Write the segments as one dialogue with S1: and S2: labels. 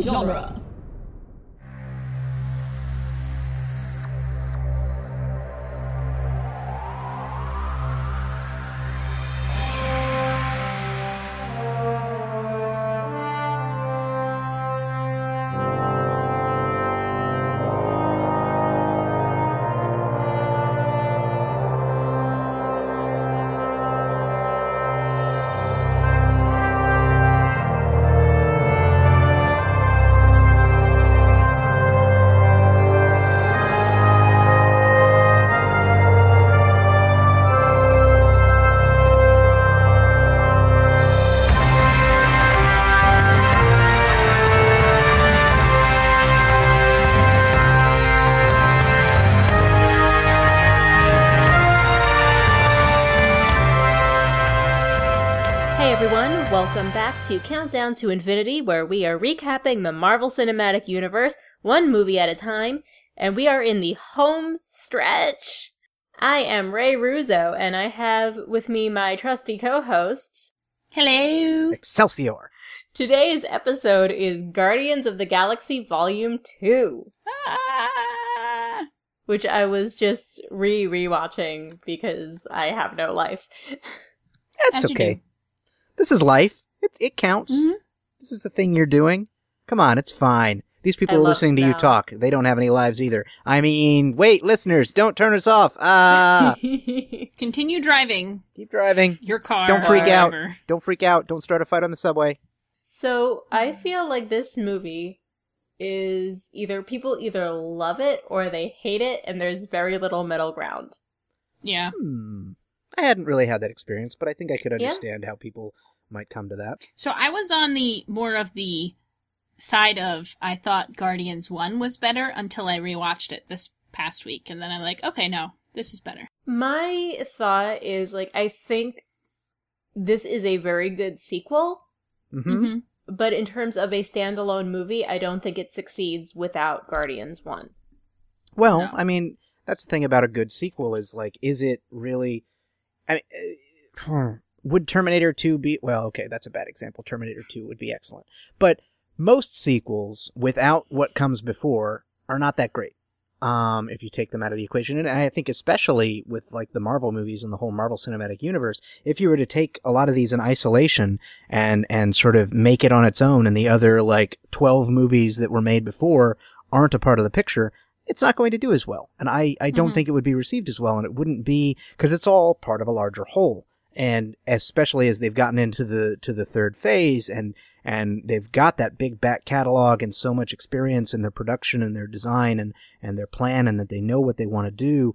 S1: genre. Hey everyone, welcome back to Countdown to Infinity, where we are recapping the Marvel Cinematic Universe one movie at a time, and we are in the home stretch. I am Ray Russo, and I have with me my trusty co hosts. Hello!
S2: Excelsior.
S1: Today's episode is Guardians of the Galaxy Volume 2,
S3: Ah! Uh,
S1: which I was just re rewatching because I have no life.
S2: That's
S3: As you
S2: okay.
S3: do.
S2: This is life. It, it counts.
S1: Mm-hmm.
S3: Mhm.
S2: This is the thing you're doing. Come on, it's fine. These people
S1: I
S2: are
S1: love
S2: listening to you
S1: that.
S2: talk. They don't have any lives either. I mean, wait, listeners, don't turn us off. Ah,
S3: Continue driving
S2: keep driving.
S3: your car.
S2: Don't
S3: or
S2: freak out.
S3: whatever.
S2: Don't freak out. Don't start a fight on the subway.
S1: So I
S3: Mm-hmm.
S1: feel like this movie is either people either love it or they hate it, and there's very little middle ground.
S3: Yeah.
S2: Hmm. I hadn't really had that experience, but I think I could
S1: Yeah.
S2: understand how people might come to that.
S3: So I was on the more of the side of I thought Guardians 1 was better until I rewatched it this past week and then I'm like, okay, no, this is better.
S1: My thought is like I think this is a very good sequel,
S2: hmm
S3: Mhm.
S1: but in terms of a standalone movie, I don't think it succeeds without Guardians One.
S2: Well,
S3: No.
S2: I mean, that's the thing about a good sequel is like, is it really? I mean, eh, hmm, would Terminator Two be? Well, okay, that's a bad example. Terminator Two would be excellent, but most sequels without what comes before are not that great. Um, if you take them out of the equation, and I think especially with like the Marvel movies and the whole Marvel Cinematic Universe, if you were to take a lot of these in isolation and and sort of make it on its own, and the other like twelve movies that were made before aren't a part of the picture, it's not going to do as well. And I, I don't
S3: Mhm.
S2: think it would be received as well. And it wouldn't be because it's all part of a larger whole. And especially as they've gotten into the to the third phase and and they've got that big back catalog and so much experience in their production and their design and, and their plan and that they know what they want to do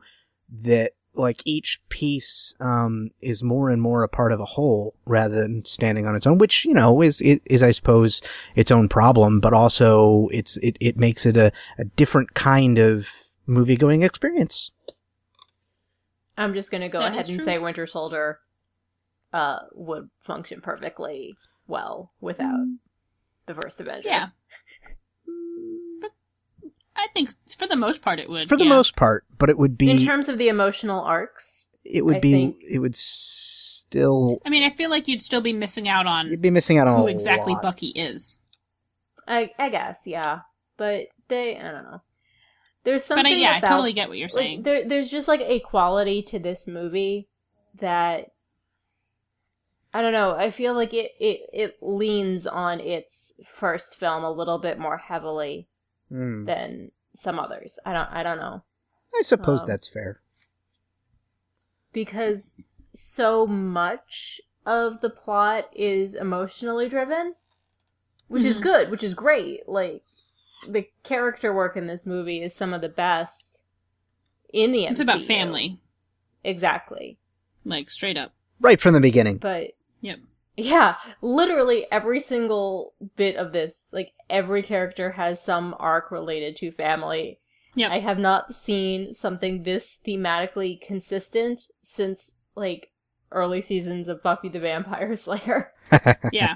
S2: that like each piece um, is more and more a part of a whole rather than standing on its own, which, you know, is, is, is I suppose its own problem, but also it's, it, it makes it a, a different kind of movie going experience.
S1: I'm just gonna go
S3: That
S1: ahead
S3: is
S1: and
S3: true.
S1: say Winter Soldier uh, would function perfectly well without the first
S3: Mm.
S1: Avenger.
S3: Yeah. But I think for the most part it would.
S2: For the
S3: yeah.
S2: most part, but it would
S1: in
S2: be
S1: terms of the emotional arcs,
S2: it would
S1: I
S2: be
S1: think-
S2: it would still
S3: I mean, I feel like you'd still be missing out
S2: you'd
S3: on
S2: be missing out on
S3: who
S2: a
S3: exactly
S2: lot.
S3: Bucky is.
S1: I I guess, yeah. But they, I don't know. There's something
S3: But I, yeah,
S1: about,
S3: I totally get what you're
S1: like,
S3: saying.
S1: there, there's just like a quality to this movie that I don't know. I feel like it it it leans on its first film a little bit more heavily
S2: Hmm.
S1: than some others. I don't I don't know
S2: I suppose
S1: um,
S2: that's fair.
S1: because so much of the plot is emotionally driven, which is
S3: Mhm.
S1: good, which is great. Like the character work in this movie is some of the best in the MCU.
S3: it's about family,
S1: exactly.
S3: like straight up.
S2: Right from the beginning.
S1: But
S3: Yep.
S1: yeah, literally every single bit of this, like every character has some arc related to family.
S3: Yep.
S1: I have not seen something this thematically consistent since like early seasons of Buffy the Vampire Slayer.
S3: Yeah.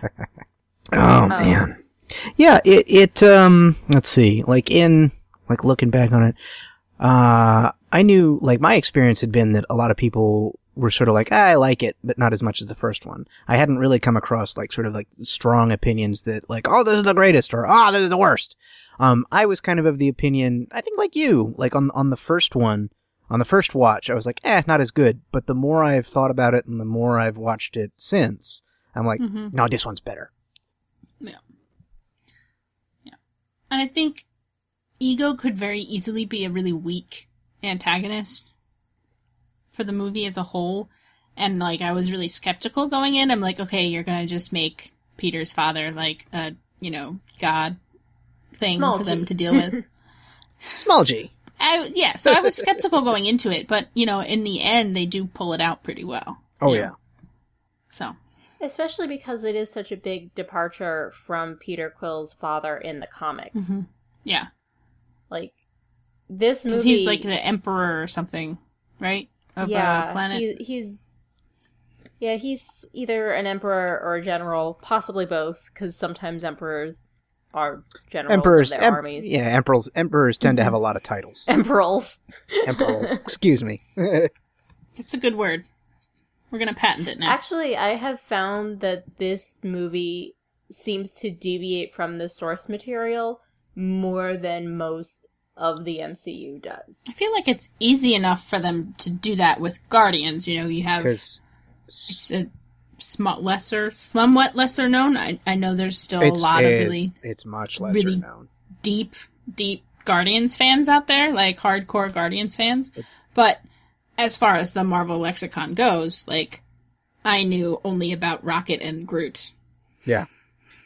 S2: Oh
S1: Um,
S2: man. Yeah, it it um let's see. Like in like looking back on it, uh I knew like my experience had been that a lot of people were sort of like, ah, I like it, but not as much as the first one. I hadn't really come across like sort of like strong opinions that like, oh, this is the greatest or ah, this is the worst. Um, I was kind of of the opinion, I think like you, like on on the first one, on the first watch, I was like, eh, not as good. But the more I've thought about it and the more I've watched it since, I'm like,
S3: Mm-hmm.
S2: no, this one's better.
S3: And I think Ego could very easily be a really weak antagonist for the movie as a whole. And like I was really skeptical going in. I'm like, okay, you're gonna just make Peter's father like a you know god thing
S1: Small
S3: for
S1: g.
S3: them to deal with.
S2: Small G.
S3: I, yeah, so I was skeptical going into it, but you know, in the end, they do pull it out pretty well.
S2: Oh
S3: Yeah.
S2: yeah.
S3: So
S1: Especially because it is such a big departure from Peter Quill's father in the comics.
S3: Mhm. yeah,
S1: Like this
S3: because
S1: movie,
S3: he's like the emperor or something, right? Of
S1: yeah,
S3: a planet.
S1: he- he's yeah, he's either an emperor or a general, possibly both, because sometimes emperors are generals
S2: Emperors.
S1: of their
S2: em-
S1: armies.
S2: Yeah, emperors. Emperors tend to have a
S3: Mm-hmm.
S2: lot of titles.
S1: Emperors.
S2: emperors. Excuse me.
S3: That's a good word. We're gonna patent it now.
S1: Actually, I have found that this movie seems to deviate from the source material more than most of the MCU does.
S3: I feel like it's easy enough for them to do that with Guardians. You know, you have
S2: Because
S3: it's a smut lesser, somewhat lesser known. I, I know there's still a lot of really
S2: it's much lesser
S3: really-
S2: known.
S3: deep, deep Guardians fans out there, like hardcore Guardians fans. But as far as the Marvel lexicon goes, like I knew only about Rocket and Groot.
S2: Yeah.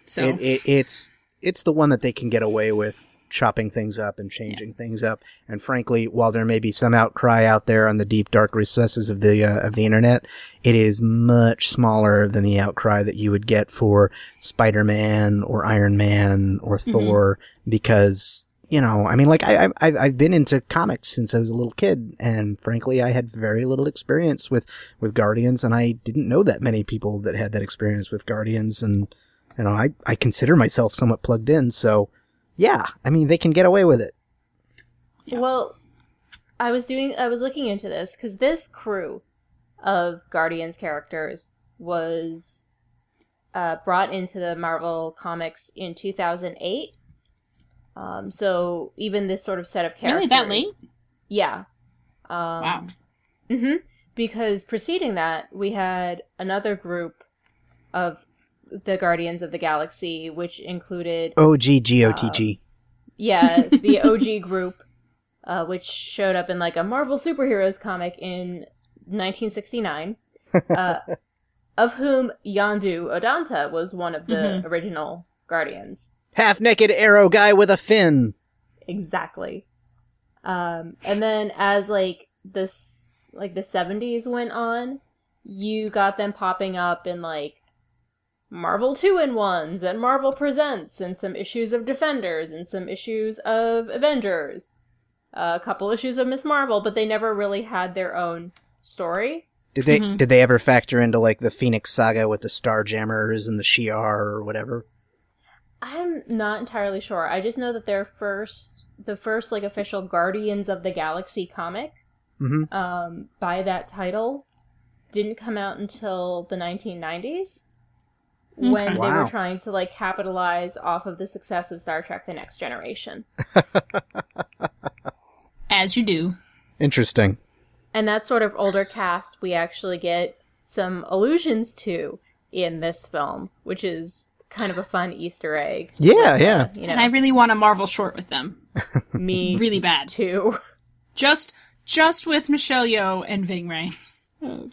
S3: So
S2: It, it, it's it's the one that they can get away with chopping things up and changing things up. And frankly, while there may be some outcry out there on the deep dark recesses of the uh, of the internet, it is much smaller than the outcry that you would get for Spider Man or Iron Man or Thor, because you know, I mean, like I, I I've- I've been into comics since I was a little kid, and frankly, I had very little experience with with Guardians, and I didn't know that many people that had that experience with Guardians, and you know, I I consider myself somewhat plugged in, so yeah, I mean, they can get away with it.
S3: Yeah.
S1: Well, I was doing I was looking into this cuz this crew of Guardians characters was uh, brought into the Marvel comics in 2008. Um, so even this sort of set of characters
S3: Really? That late?
S1: Yeah. Um,
S3: wow,
S1: hmm Because preceding that, we had another group of the Guardians of the Galaxy, which included,
S2: O G G O T G.
S1: yeah, the OG group, uh, which showed up in like a Marvel superheroes comic in 1969, uh, of whom Yandu Odanta was one of the
S3: Mhm.
S1: original Guardians.
S2: Half naked arrow guy with a fin.
S1: exactly um and then as like this like the 70s went on you got them popping up in like marvel 2 in ones and marvel presents and some issues of defenders and some issues of avengers a couple issues of miss marvel but they never really had their own story
S2: Did they
S3: Mhm.
S2: did they ever factor into like the Phoenix Saga with the Starjammers and the Shi'ar or whatever?
S1: i'm not entirely sure i just know that their first the first like official guardians of the galaxy comic
S2: Mm-hmm.
S1: um, by that title didn't come out until the 1990s when
S3: Okay.
S1: they
S2: Wow.
S1: were trying to like capitalize off of the success of Star Trek: The Next Generation,
S3: as you do.
S2: Interesting.
S1: and that sort of older cast we actually get some allusions to in this film, which is kind of a fun Easter egg. uh,
S2: Yeah, yeah.
S1: You
S3: And I
S1: know,
S3: really want a Marvel short with them,
S1: me
S3: really bad.
S1: too.
S3: Just, just with Michelle Yeoh and Ving Rhames.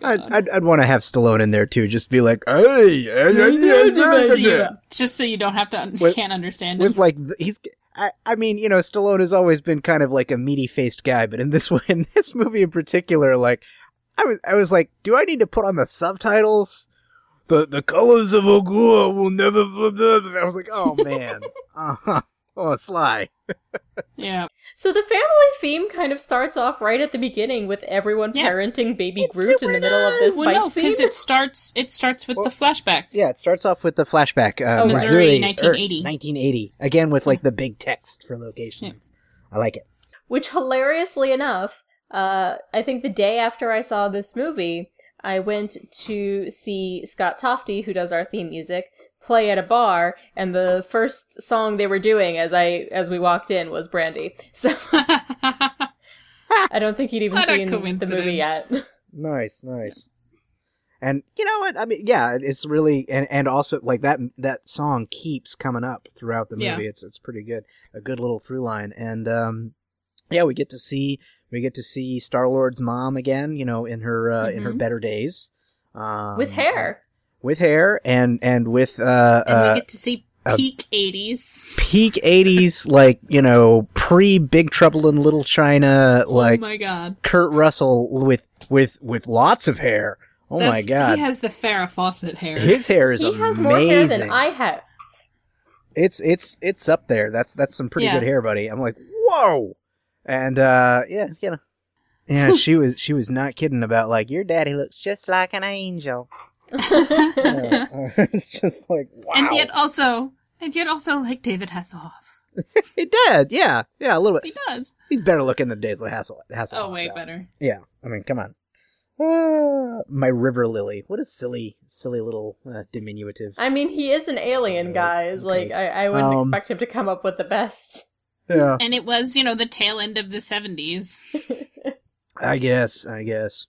S2: I'd, I'd, I'd want to have Stallone in there too, just be like, hey, eh, eh, eh,
S3: So
S2: eh, eh."
S3: you- just so you don't have to un-
S2: With-
S3: can't understand
S2: with
S3: him.
S2: like th- he's. I, I mean, you know, Stallone has always been kind of like a meaty faced guy, but in this one, in this movie in particular, like I was, I was like, do I need to put on the subtitles? The the colors of Ogua will never. I was like, oh man, uh-huh. oh Sly.
S3: Yeah,
S1: So the family theme kind of starts off right at the beginning with everyone
S3: Yeah.
S1: parenting baby
S2: It's
S1: Groot in the middle of this
S3: well, no,
S1: fight scene.
S3: because it starts. It starts with
S2: Well-
S3: the flashback.
S2: Yeah, it starts off with the flashback. Uh,
S3: Oh, Missouri,
S2: Earth,
S3: 1980.
S2: 1980. Again, with like the big text for locations. I like it.
S1: which hilariously enough uh, i think the day after i saw this movie I went to see Scott Tofty, who does our theme music, play at a bar, and the first song they were doing as I as we walked in was Brandy. So I don't think he'd even
S3: What a
S1: seen the movie yet.
S3: coincidence.
S2: Nice, nice. And you know what? I mean, yeah, it's really and and also like that that song keeps coming up throughout the movie.
S3: Yeah.
S2: It's it's pretty good. A good little through line. And um yeah, we get to see we get to see Star-Lord's mom again, you know, in her uh, in her
S3: Mm-hmm.
S1: Mhm.
S2: better days. Um,
S1: With hair.
S2: With hair and and with uh,
S3: and
S2: uh
S3: we get to see
S2: uh,
S3: peak 80s.
S2: peak 80s like, you know, pre Big Trouble in Little China like
S3: oh my god.
S2: Kurt Russell with with with lots of hair. Oh my
S3: That's-
S2: god.
S3: He has the Farrah Fawcett hair.
S2: His hair is
S1: he
S2: amazing.
S1: has more hair than I have.
S2: It's it's it's up there. That's that's some pretty
S3: Yeah.
S2: good hair, buddy. I'm like, whoa. And uh, yeah, you know, yeah, she was she was not kidding about like your daddy looks just like an angel.
S3: and
S2: Yeah. it's just like Oh, wow.
S3: yet also, and yet also like David Hasselhoff.
S2: he did. Yeah, yeah, a little bit.
S3: He does.
S2: He's better looking than Daisy Hassel. Hassel
S3: Oh, way better.
S2: Yeah, I mean, come on. Uh, my river lily. What a silly, silly little uh, diminutive.
S1: I mean, he is an alien, guys.
S2: Okay.
S1: Like, I, I wouldn't
S2: Um,
S1: expect him to come up with the best.
S2: Yeah,
S3: And it was, you know, the tail end of the 70s.
S2: I guess, I guess.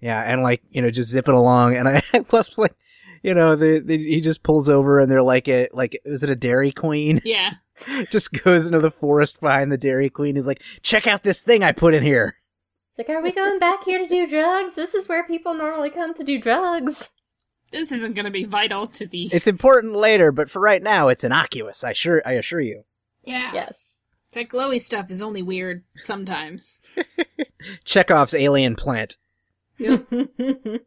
S2: Yeah, and like, you know, just zipping along and I left like you know, the, the he just pulls over and they're like a like is it a Dairy Queen?
S3: Yeah.
S2: just goes into the forest behind the Dairy Queen. He's like, "Check out this thing I put in here."
S1: It's like, are we going back here to do drugs? This is where people normally come to do drugs.
S3: This isn't going to be vital to the.
S2: It's important later, but for right now it's innocuous. I sure I assure you.
S3: yeah.
S1: Yes.
S3: That glowy stuff is only weird sometimes.
S2: Chekhov's alien plant.
S1: that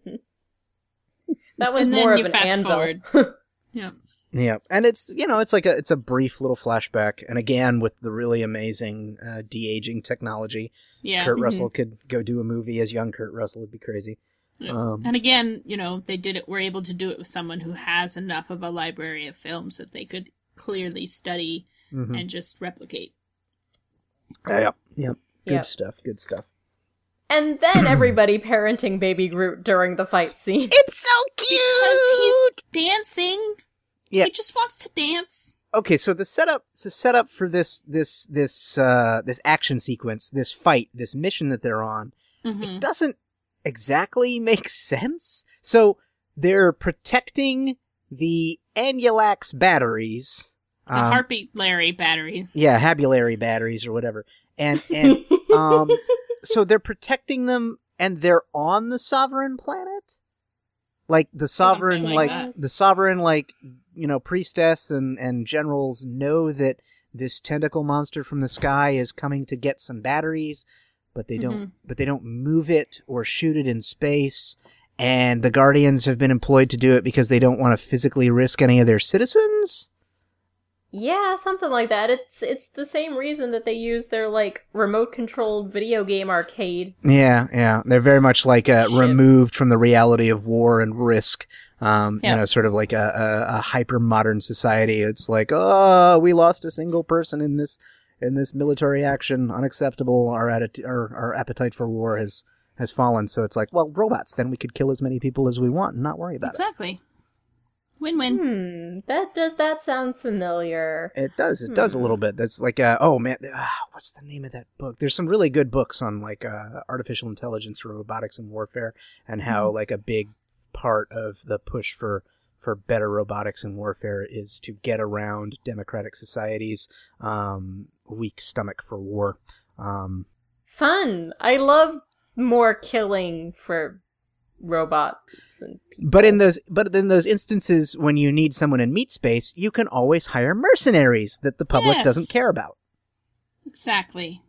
S1: was
S3: And then
S1: more of
S3: you
S1: an
S3: fast
S1: anvil.
S3: Yeah.
S2: Yeah, and it's you know it's like a it's a brief little flashback, and again with the really amazing uh, de aging technology.
S3: Yeah. Mm-hmm.
S2: Kurt
S1: Mhm.
S2: Russell could go do a movie as young Kurt Russell would be crazy.
S3: Yeah.
S2: Um,
S3: And again, you know, they did it. Were able to do it with someone who has enough of a library of films that they could clearly study
S2: mhm.
S3: and just replicate.
S2: yeah, yeah, good
S1: Yep.
S2: stuff, good stuff.
S1: And then everybody parenting baby Groot during the fight scene.
S2: It's so
S3: Because he's dancing.
S2: Yeah.
S3: He just wants to dance.
S2: Okay, so the setup, the setup for this, this, this, uh, this action sequence, this fight, this mission that they're on,
S3: hmm
S2: it doesn't exactly make sense. So they're protecting the Anulax batteries, um,
S3: The Harpy Larry batteries.
S2: yeah, Habulary batteries or whatever, and and um, so they're protecting them and they're on the sovereign planet like the sovereign
S3: Something
S2: like,
S3: like
S1: that.
S2: the sovereign like you know priestess and and generals know that this tentacle monster from the sky is coming to get some batteries but they don't but they don't move it or shoot it in space and the guardians have been employed to do it because they don't want to physically risk any of their citizens
S1: yeah, something like that. It's it's the same reason that they use their like remote controlled video game arcade.
S2: Yeah, yeah. They're very much like uh,
S1: Ships.
S2: removed from the reality of war and risk. Um, You
S3: Yeah.
S2: know, sort of like a, a, a hyper modern society. It's like, oh, we lost a single person in this in this military action. Unacceptable. Our attitude, our, our appetite for war has has fallen. So it's like, well, robots. Then we could kill as many people as we want and not worry about
S3: Exactly. Win win.
S1: Hmm, that does that sound familiar?
S2: it. It does. It does a little bit. That's like, uh, oh man, uh, what's the name of that book? There's some really good books on like uh, artificial intelligence, robotics, and warfare, and how like a big part of the push for for better robotics and warfare is to get around democratic societies' um, weak stomach for war. Um,
S1: Fun. I love more killing for robots and people.
S2: but in those but in those instances when you need someone in meat space, you can always hire mercenaries that the public
S3: Yes.
S2: doesn't care about.
S3: Exactly.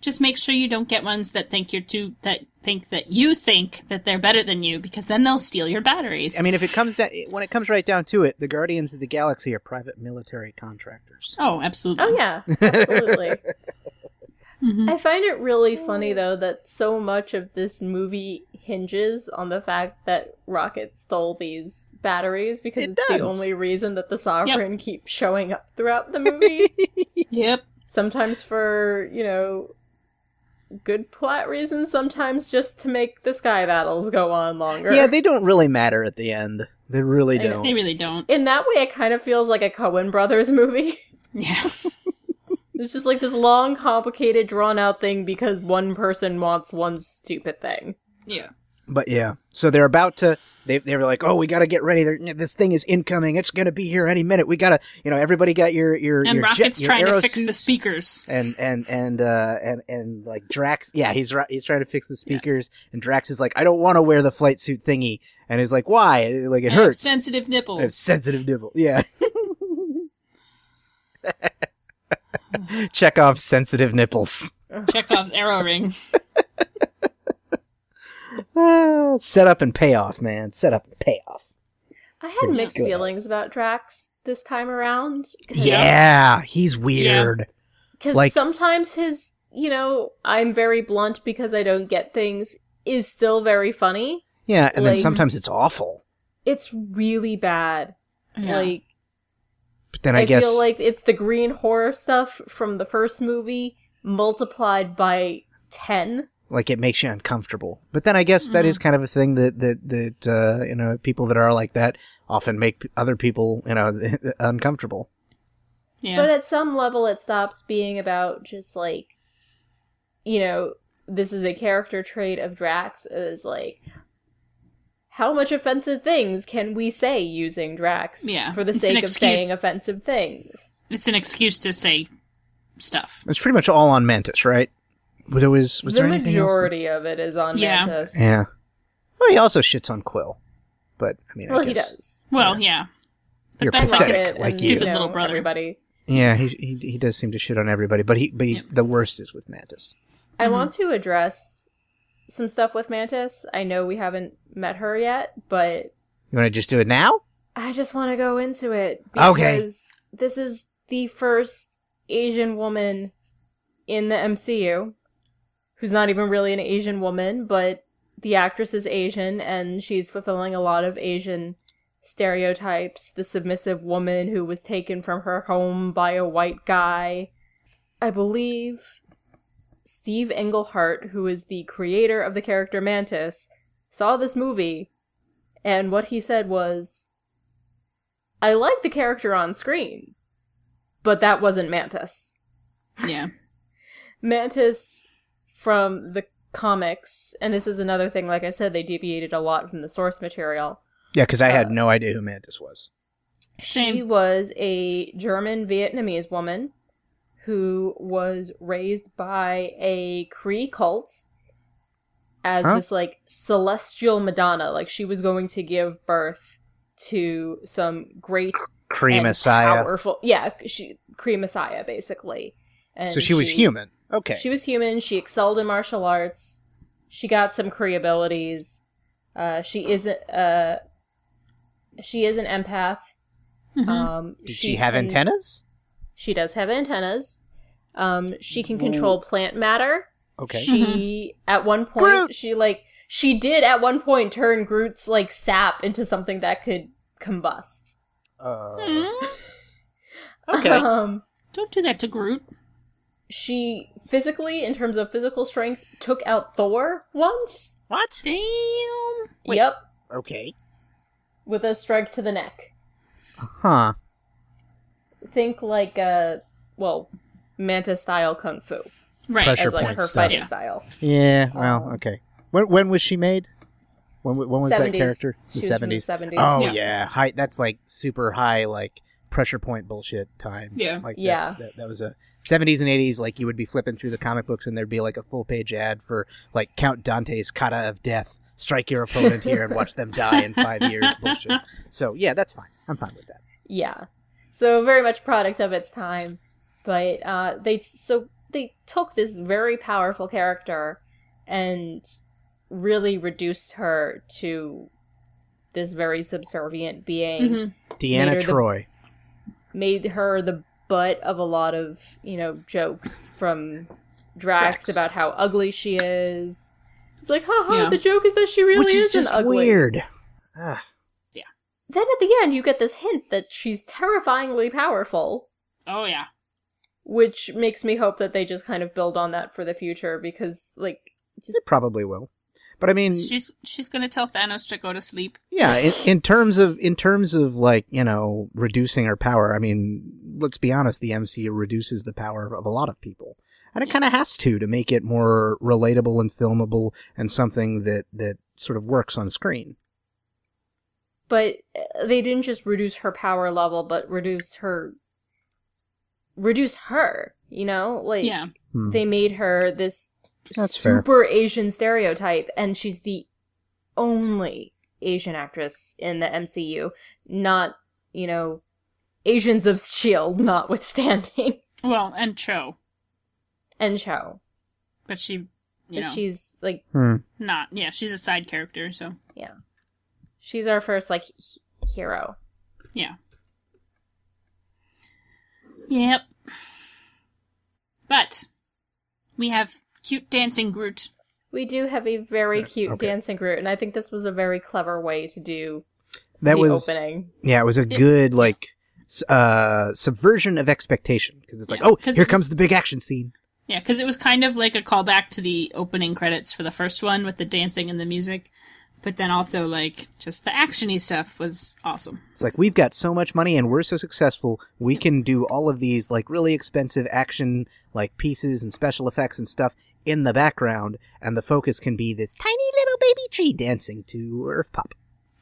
S3: Just make sure you don't get ones that think you're too that think that you think that they're better than you because then they'll steal your batteries.
S2: I mean, if it comes down, when it comes right down to it, the Guardians of the Galaxy are private military contractors.
S3: Oh, absolutely.
S1: Oh yeah, absolutely.
S3: Mhm.
S1: I find it really funny though that so much of this movie hinges on the fact that Rocket stole these batteries because
S2: It
S1: it's
S2: does.
S1: the only reason that the Sovereign keeps showing up throughout the movie.
S3: Yep.
S1: Sometimes for, you know, good plot reasons sometimes just to make the sky battles go on longer.
S2: Yeah, they don't really matter at the end. They really
S1: They-
S2: don't.
S3: They really don't.
S1: In that way, it kind of feels like a Coen Brothers movie.
S3: Yeah.
S1: It's just like this long, complicated, drawn out thing because one person wants one stupid thing.
S3: Yeah.
S2: But yeah, so they're about to. They they were like, oh, we got to get ready. They're, this thing is incoming. It's gonna be here any minute. We gotta, you know, everybody got your your
S3: And
S2: your
S3: Rocket's
S2: jet, your
S3: trying
S2: arrow
S3: to fix the
S2: suits."
S3: speakers.
S2: And and and uh and and like Drax, yeah, he's ri- he's trying to fix the speakers. And Drax is like, I don't want to wear the flight suit thingy. And he's like, why? Like it
S3: I have
S2: hurts.
S3: sensitive
S2: I have
S3: nipples.
S2: sensitive nipple. Yeah. Check off sensitive nipples.
S3: Chekhov's arrow rings.
S2: Ah, set up and pay off, man. Set up and pay off.
S1: I had mixed
S2: Good.
S1: feelings about Drax this time around. 'Cause-
S2: Yeah, he's weird.
S1: Because
S2: Like-
S1: sometimes his, you know, I'm very blunt because I don't get things is still very funny.
S2: Yeah, and then
S1: Like-
S2: sometimes it's awful.
S1: It's really bad. Like,
S2: But then I,
S1: I,
S2: guess
S1: feel like it's the green horror stuff from the first movie multiplied by 10.
S2: like it makes you uncomfortable. But then I guess that
S1: Uh-huh.
S2: is kind of a thing that that that uh, you know people that are like that often make p- other people you know uncomfortable.
S3: yeah.
S1: But at some level, it stops being about just like, you know, this is a character trait of Drax is like, how much offensive things can we say using Drax
S3: Yeah,
S1: for the
S3: it's an
S1: sake of
S3: excuse.
S1: saying offensive things?
S3: it's an excuse to say stuff.
S2: It's pretty much all on Mantis, right? But it was was
S1: the
S2: there anything else?
S1: majority of it is on
S3: Yeah.
S1: Mantis.
S2: Yeah. Well, he also shits on Quill, but I mean, I
S1: Well, he
S2: guess-
S1: does.
S3: Well, yeah. But
S2: You're
S3: that's
S2: pathetic.
S3: like
S1: Rocket
S2: like
S1: and,
S2: you.
S1: you
S3: Stupid
S1: know,
S3: little brother.
S1: Everybody.
S2: Yeah, he, he he does seem to shit on everybody, but he but he,
S3: Yep.
S2: the worst is with Mantis.
S1: I
S3: Mhm.
S1: want to address some stuff with Mantis. I know we haven't met her yet, but
S2: You want to just do it now?
S1: I just want to go into it.
S2: Okay.
S1: because This is the first Asian woman in the MCU who's not even really an Asian woman, but the actress is Asian and she's fulfilling a lot of Asian stereotypes. The submissive woman who was taken from her home by a white guy. I believe Steve Englehart, who is the creator of the character Mantis, saw this movie and what he said was I like the character on screen, but that wasn't Mantis.
S3: Yeah.
S1: Mantis from the comics, and this is another thing, like I said, they deviated a lot from the source material.
S2: Yeah, because I had
S1: Uh,
S2: no idea who Mantis was.
S1: She
S3: Same.
S1: was a German Vietnamese woman who was raised by a Cree cult as
S2: Huh?
S1: this like celestial Madonna. Like she was going to give birth to some great
S2: Kree
S1: and
S2: Messiah.
S1: powerful. Yeah, she Cree Messiah basically. And
S2: So she was human. Okay.
S1: She was human. She excelled in martial arts. She got some Cree abilities. Uh, she isn't. Uh, she is an empath.
S3: Mhm.
S1: Um,
S2: Mm-hmm. Did she, have
S1: can-
S2: antennas?
S1: She does have antennas. Um, she can control plant matter.
S2: Okay.
S1: She at one point
S2: Groot!
S1: she like she did at one point turn Groot's like sap into something that could combust. Mm-hmm.
S3: Mm,
S2: Uh, okay.
S1: Um,
S3: Don't do that to Groot.
S1: she physically, in terms of physical strength, took out Thor once.
S2: What?
S3: Damn. Wait.
S1: Yep,
S2: Okay.
S1: with a strike to the neck.
S2: Huh.
S1: Think like a well, mantis style kung fu
S3: Right.
S2: Pressure.
S1: as like
S2: point
S1: her
S2: stuff.
S1: fighting
S3: Yeah.
S1: style.
S2: Yeah. Well.
S1: Um,
S2: Okay. When when was she made? When w- when was that
S1: 70s.
S2: character? The
S1: She was from
S2: seventies.
S1: Seventies.
S2: Oh yeah.
S3: Yeah.
S2: High. That's like super high. Like pressure point bullshit time.
S3: Yeah.
S2: Like
S1: Yeah.
S2: That's, that, that was a seventies and eighties. Like you would be flipping through the comic books and there'd be like a full page ad for like Count Dante's Kata of Death. Strike your opponent here and watch them die in five years. Bullshit. So yeah, that's fine. I'm fine with that.
S1: Yeah. So very much product of its time, but uh, they so they took this very powerful character and really reduced her to this very subservient being.
S3: Mhm.
S1: Made her
S2: Deanna
S1: the-
S2: Troy.
S1: Made her the butt of a lot of you know jokes from Drax,
S2: Drax.
S1: about how ugly she is. It's like, haha,
S3: Yeah.
S1: the joke is that she really
S2: which is
S1: isn't
S2: just
S1: ugly.
S2: weird. Ah,
S1: Then at the end, you get this hint that she's terrifyingly powerful.
S3: Oh yeah.
S1: which makes me hope that they just kind of build on that for the future because like
S2: It
S1: just
S2: probably will. But I mean,
S3: She's she's gonna tell Thanos to go to sleep.
S2: yeah, in, in terms of in terms of like, you know, reducing our power, I mean, let's be honest, the MCU reduces the power of a lot of people. And it
S3: Yeah.
S2: kind of has to to make it more relatable and filmable and something that that sort of works on screen.
S1: but uh, they didn't just reduce her power level but reduce her reduce her, you know? Like
S3: Yeah.
S2: Hmm.
S1: they made her this
S2: That's fair.
S1: super Asian stereotype, and she's the only Asian actress in the MCU. Not, you know, Asians of S.H.I.E.L.D. E notwithstanding.
S3: Well, and Cho,
S1: and Cho.
S3: but she, you know,
S1: She's like,
S2: Hmm.
S3: not. Yeah, she's a side character. So
S1: she's our first, like, he- hero.
S3: yeah. Yep. But we have cute dancing Groot.
S1: We do have a very cute
S2: okay.
S1: dancing group, and I think this was a very clever way to do
S2: That
S1: the
S2: was
S1: opening.
S2: yeah, it was a
S3: Yeah.
S2: good like s- uh subversion of expectation because it's like,
S3: Yeah,
S2: "Oh,
S3: 'cause
S2: here
S3: it
S2: comes
S3: was-
S2: the big action scene."
S3: Yeah, because it was kind of like a callback to the opening credits for the first one with the dancing and the music, but then also like just the actiony stuff was awesome.
S2: It's like we've got so much money and we're so successful, we can do all of these like really expensive action like pieces and special effects and stuff in the background, and the focus can be this tiny little baby tree dancing to Earth Pop.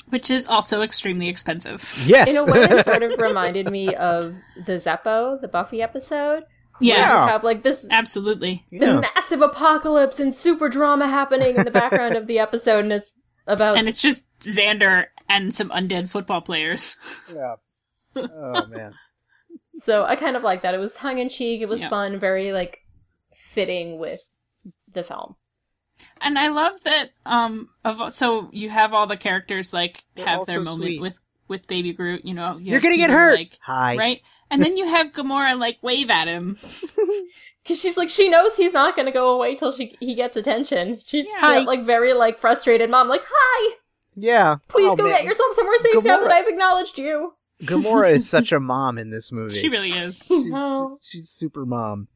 S3: Which is also extremely expensive.
S2: Yes,
S1: In a way, it sort of reminded me of the Zeppo, the Buffy episode. where
S3: Yeah,
S2: Yeah.
S1: You have, like, this
S3: absolutely.
S1: the massive apocalypse and super drama happening in the background of the episode, and it's about
S3: And it's just Xander and some undead football players.
S2: yeah. Oh man,
S1: so I kind of like that. It was tongue in cheek. It was
S3: Yeah.
S1: fun, very like fitting with the film.
S3: And I love that um of so you have all the characters like
S2: They're all
S3: have their
S2: so
S3: moment
S2: sweet.
S3: with with baby Groot, you know. you
S2: you're
S3: have
S2: gonna get
S3: Peter,
S2: hurt.
S3: like,
S2: Hi.
S3: right? And then you have Gamora like wave at him.
S1: Cause she's like, she knows he's not gonna go away till she he gets attention. She's just
S2: Yeah.
S1: that, like very like frustrated mom, like, hi,
S2: Yeah.
S1: please
S2: Oh,
S1: go
S2: man.
S1: get yourself somewhere safe now
S2: Gamora.
S1: that I've acknowledged you.
S2: Gamora is such a mom in this movie.
S3: She really is.
S2: She's,
S1: No.
S2: she's, she's super mom.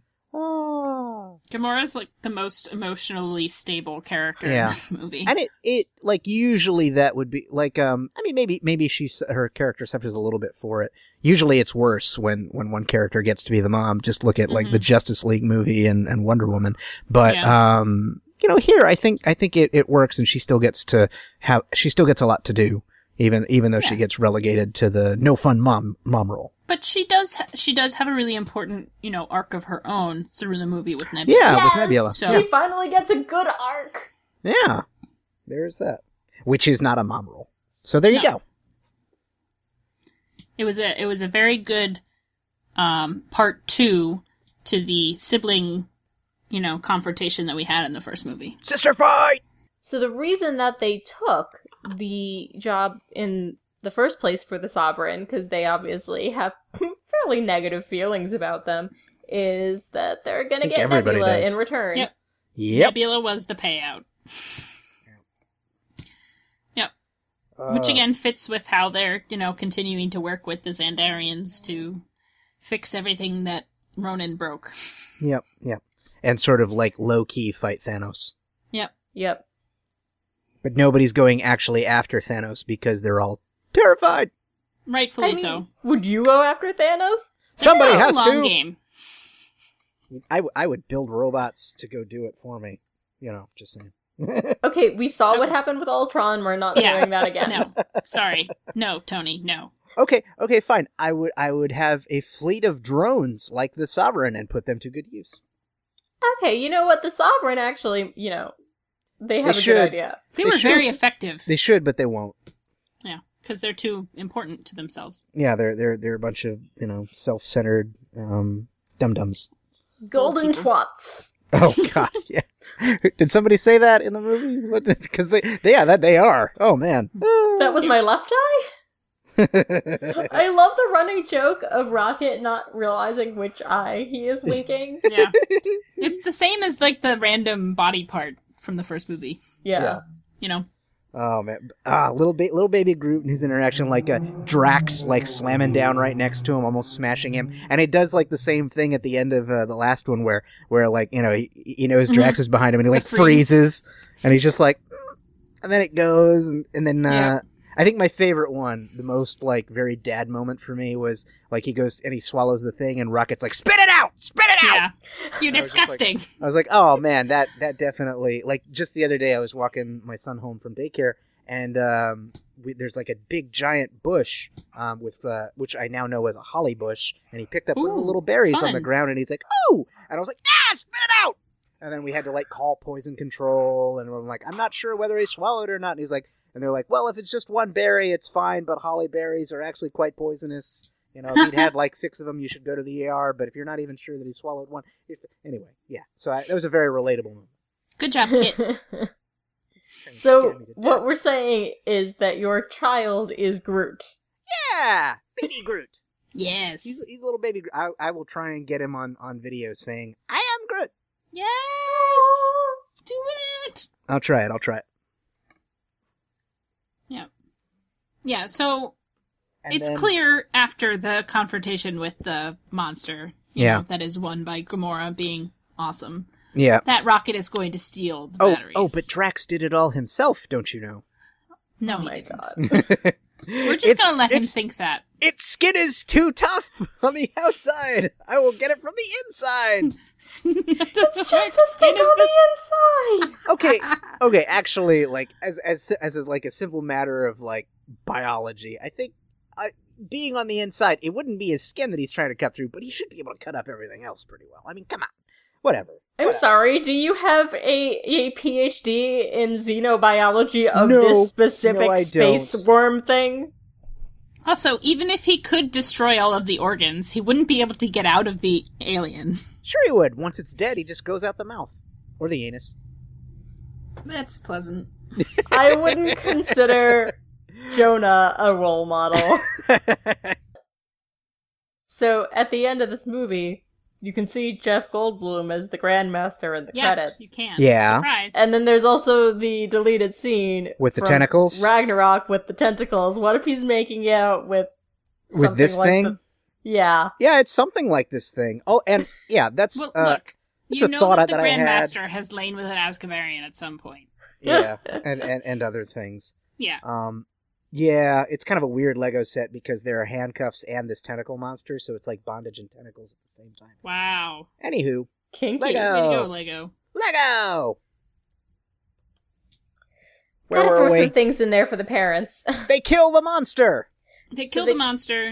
S2: Oh.
S3: Gamora's like the most emotionally stable character
S2: Yeah.
S3: in this movie.
S2: and it it like usually that would be like um i mean maybe maybe she's her character suffers a little bit for it usually it's worse when when one character gets to be the mom just look at like
S3: Mm-hmm.
S2: the justice league movie and, and wonder woman but um you know here i think i think it, it works and she still gets to have she still gets a lot to do even even though she
S3: Yeah.
S2: gets relegated to the no fun mom mom role
S3: But she does ha- she does have a really important, you know, arc of her own through the movie with Nebula.
S2: yeah
S1: Yes!
S2: with nebula
S3: So-
S1: She finally gets a good arc.
S2: yeah there's that which is not a mom role so there you
S3: No.
S2: go
S3: It was a it was a very good um part 2 to the sibling, you know, confrontation that we had in the first movie.
S2: sister fight
S1: So the reason that they took the job in the first place for the sovereign, because they obviously have fairly negative feelings about them, is that they're gonna
S2: I think
S1: get
S2: everybody
S1: Nebula
S2: does.
S1: in return.
S3: Yep.
S2: yep
S3: Nebula was the payout, which
S2: Uh,
S3: again fits with how they're, you know, continuing to work with the Zandarians to fix everything that Ronan broke.
S2: Yep, yep. And sort of like low key fight Thanos.
S1: Yep.
S2: But nobody's going actually after Thanos because they're all terrified.
S3: Rightfully
S1: I mean,
S3: so.
S1: Would you go after Thanos?
S2: Somebody
S3: It's a
S2: has
S3: long
S2: to.
S3: game.
S2: I, w- I would build robots to go do it for me. You know, just saying.
S1: Okay, we saw what
S3: No.
S1: happened with Ultron. We're not
S3: Yeah.
S1: doing that again.
S3: No, sorry, no, Tony, no.
S2: Okay, okay, fine. I would I would have a fleet of drones like the Sovereign and put them to good use.
S1: Okay, you know what? The sovereign actually, you know, they have a
S2: should.
S1: good idea.
S3: They,
S2: They
S3: were
S2: should-
S3: very effective.
S2: They should, but they won't.
S3: yeah, because they're too important to themselves.
S2: Yeah, they're they're they're a bunch of you know self centered um dum dums.
S1: Golden
S3: people.
S1: twats.
S2: Oh God, yeah. Did somebody say that in the movie? Because they, they, yeah, that they are. Oh man.
S1: That was my left eye. I love the running joke of Rocket not realizing which eye he is winking.
S3: Yeah, it's the same as like the random body part from the first movie.
S1: Yeah.
S2: Yeah.
S3: You know,
S2: Oh man, ah, little ba- little baby Groot and his interaction, like uh, Drax, like slamming down right next to him, almost smashing him, and it does like the same thing at the end of uh, the last one, where where like you know he, he knows
S3: Mhm.
S2: Drax is behind him, and he like
S3: The freeze.
S2: freezes, and he's just like, and then it goes, and, and then uh,
S3: Yeah.
S2: I think my favorite one, the most like very dad moment for me was like he goes and he swallows the thing, and Rocket's like, spit it out, spit it out.
S3: Yeah. You're
S2: I was just like-
S3: disgusting.
S2: I was like, oh man, that that definitely like just the other day I was walking my son home from daycare and um, we, there's like a big giant bush um, with uh, which I now know as a holly bush and he picked up
S3: Ooh,
S2: little berries on the
S3: fun.
S2: ground and he's like, ooh, and I was like, ah, spit it out. And then we had to like call poison control and I'm like, I'm not sure whether he swallowed or not. And he's like, and they're like, well, if it's just one berry, it's fine, but holly berries are actually quite poisonous. You know, if he'd had like six of them, you should go to the ER. But if you're not even sure that he swallowed one, if, anyway, yeah. So I, that was a very relatable moment.
S3: Good job, Kit.
S2: And scared
S1: so
S2: me to
S1: what
S2: death.
S1: we're saying is that your child is Groot.
S2: Yeah, baby Groot.
S3: Yes.
S2: He's, he's a little baby. Groot. I, I will try and get him on on video saying I am Groot.
S3: Yes. Do it.
S2: I'll try it. I'll try it.
S3: Yeah, so
S2: And
S3: it's
S2: then-
S3: clear after the confrontation with the monster, you
S2: Yeah.
S3: know, that is won by Gamora being awesome,
S2: Yeah.
S3: that Rocket is going to steal the
S2: Oh,
S3: batteries.
S2: oh, but Drax did it all himself, don't you know?
S3: no,
S1: oh
S3: he
S1: my
S3: didn't.
S1: god.
S3: We're just gonna let him
S2: it's,
S3: think that.
S2: Its skin is too tough on the outside. I will get it from the inside.
S1: It's just as big on the
S3: Hmm.
S1: inside.
S2: Okay, okay. Actually, like as as as a, like a simple matter of like biology, I think uh, being on the inside, it wouldn't be his skin that he's trying to cut through, but he should be able to cut up everything else pretty well. I mean, come on, whatever.
S1: I'm sorry. Do you have a, a PhD in xenobiology of
S2: No, no,
S1: this specific
S2: I
S1: space worm thing?
S3: Also, even if he could destroy all of the organs, he wouldn't be able to get out of the alien.
S2: Sure, he would. Once it's dead, he just goes out the mouth or the anus.
S3: That's pleasant.
S1: I wouldn't consider Jonah a role model. So at the end of this movie, you can see Jeff Goldblum as the Grandmaster in the
S3: Yes,
S1: credits.
S3: you can.
S2: Yeah.
S3: Surprise.
S1: And then there's also the deleted scene
S2: With the
S1: from
S2: tentacles?
S1: Ragnarok with the tentacles. What if he's making out with
S2: With
S1: something
S2: this
S1: like
S2: thing?
S1: the- yeah,
S2: yeah, it's something like this thing. Oh, and yeah, that's
S3: well,
S2: uh,
S3: look,
S2: it's
S3: you
S2: a
S3: know
S2: thought
S3: that the
S2: that I had.
S3: Grandmaster has lain with an Azkabarian at some point.
S2: yeah, and, and and other things.
S3: Yeah.
S2: Um, yeah, it's kind of a weird Lego set because there are handcuffs and this tentacle monster, so it's like bondage and tentacles at the same time.
S3: Wow.
S2: Anywho,
S1: kinky.
S2: Lego.
S3: Way to
S2: Oh.
S3: go, Lego.
S2: Lego. Where
S1: Gotta
S2: were
S1: throw
S2: we?
S1: some things in there for the parents.
S2: They kill the monster.
S3: They
S1: So
S3: kill
S1: they-
S3: the monster,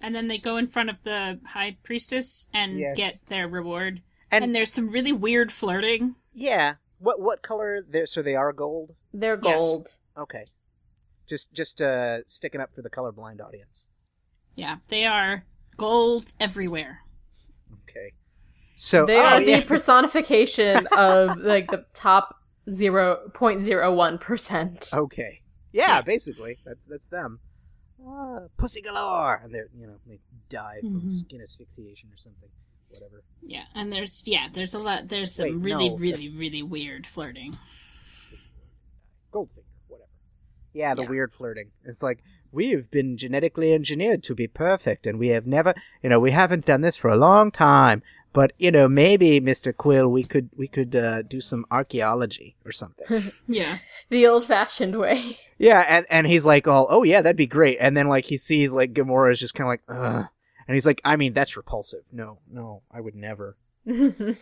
S3: and then they go in front of the high priestess and
S2: Yes.
S3: get their reward.
S2: And-
S3: And, there's some really weird flirting.
S2: Yeah. What what color? They're, so they are gold.
S1: They're
S3: Yes.
S1: gold.
S2: Okay. Just just uh sticking up for the colorblind audience.
S3: Yeah, they are gold everywhere.
S2: Okay. So
S1: They
S2: oh,
S1: are
S2: yeah.
S1: the personification of like the top zero point zero one percent.
S2: Okay. Yeah, basically, that's that's them. Uh, pussy galore, and they're you know they die from
S3: Mhm.
S2: skin asphyxiation or something, whatever.
S3: Yeah, and there's yeah, there's a lot. There's some
S2: Wait,
S3: really,
S2: no,
S3: really,
S2: that's-
S3: really weird flirting.
S2: Goldfinger, whatever. Yeah, the
S3: Yeah.
S2: weird flirting. It's like we have been genetically engineered to be perfect, and we have never, you know, we haven't done this for a long time. But you know, maybe Mister Quill, we could we could uh, do some archaeology or something.
S3: Yeah,
S1: The old fashioned way.
S2: Yeah, and, and he's like, all, oh yeah, that'd be great. And then like he sees like Gamora is just kind of like, ugh. And he's like, I mean, that's repulsive. No, no, I would never.
S3: yeah.
S2: Could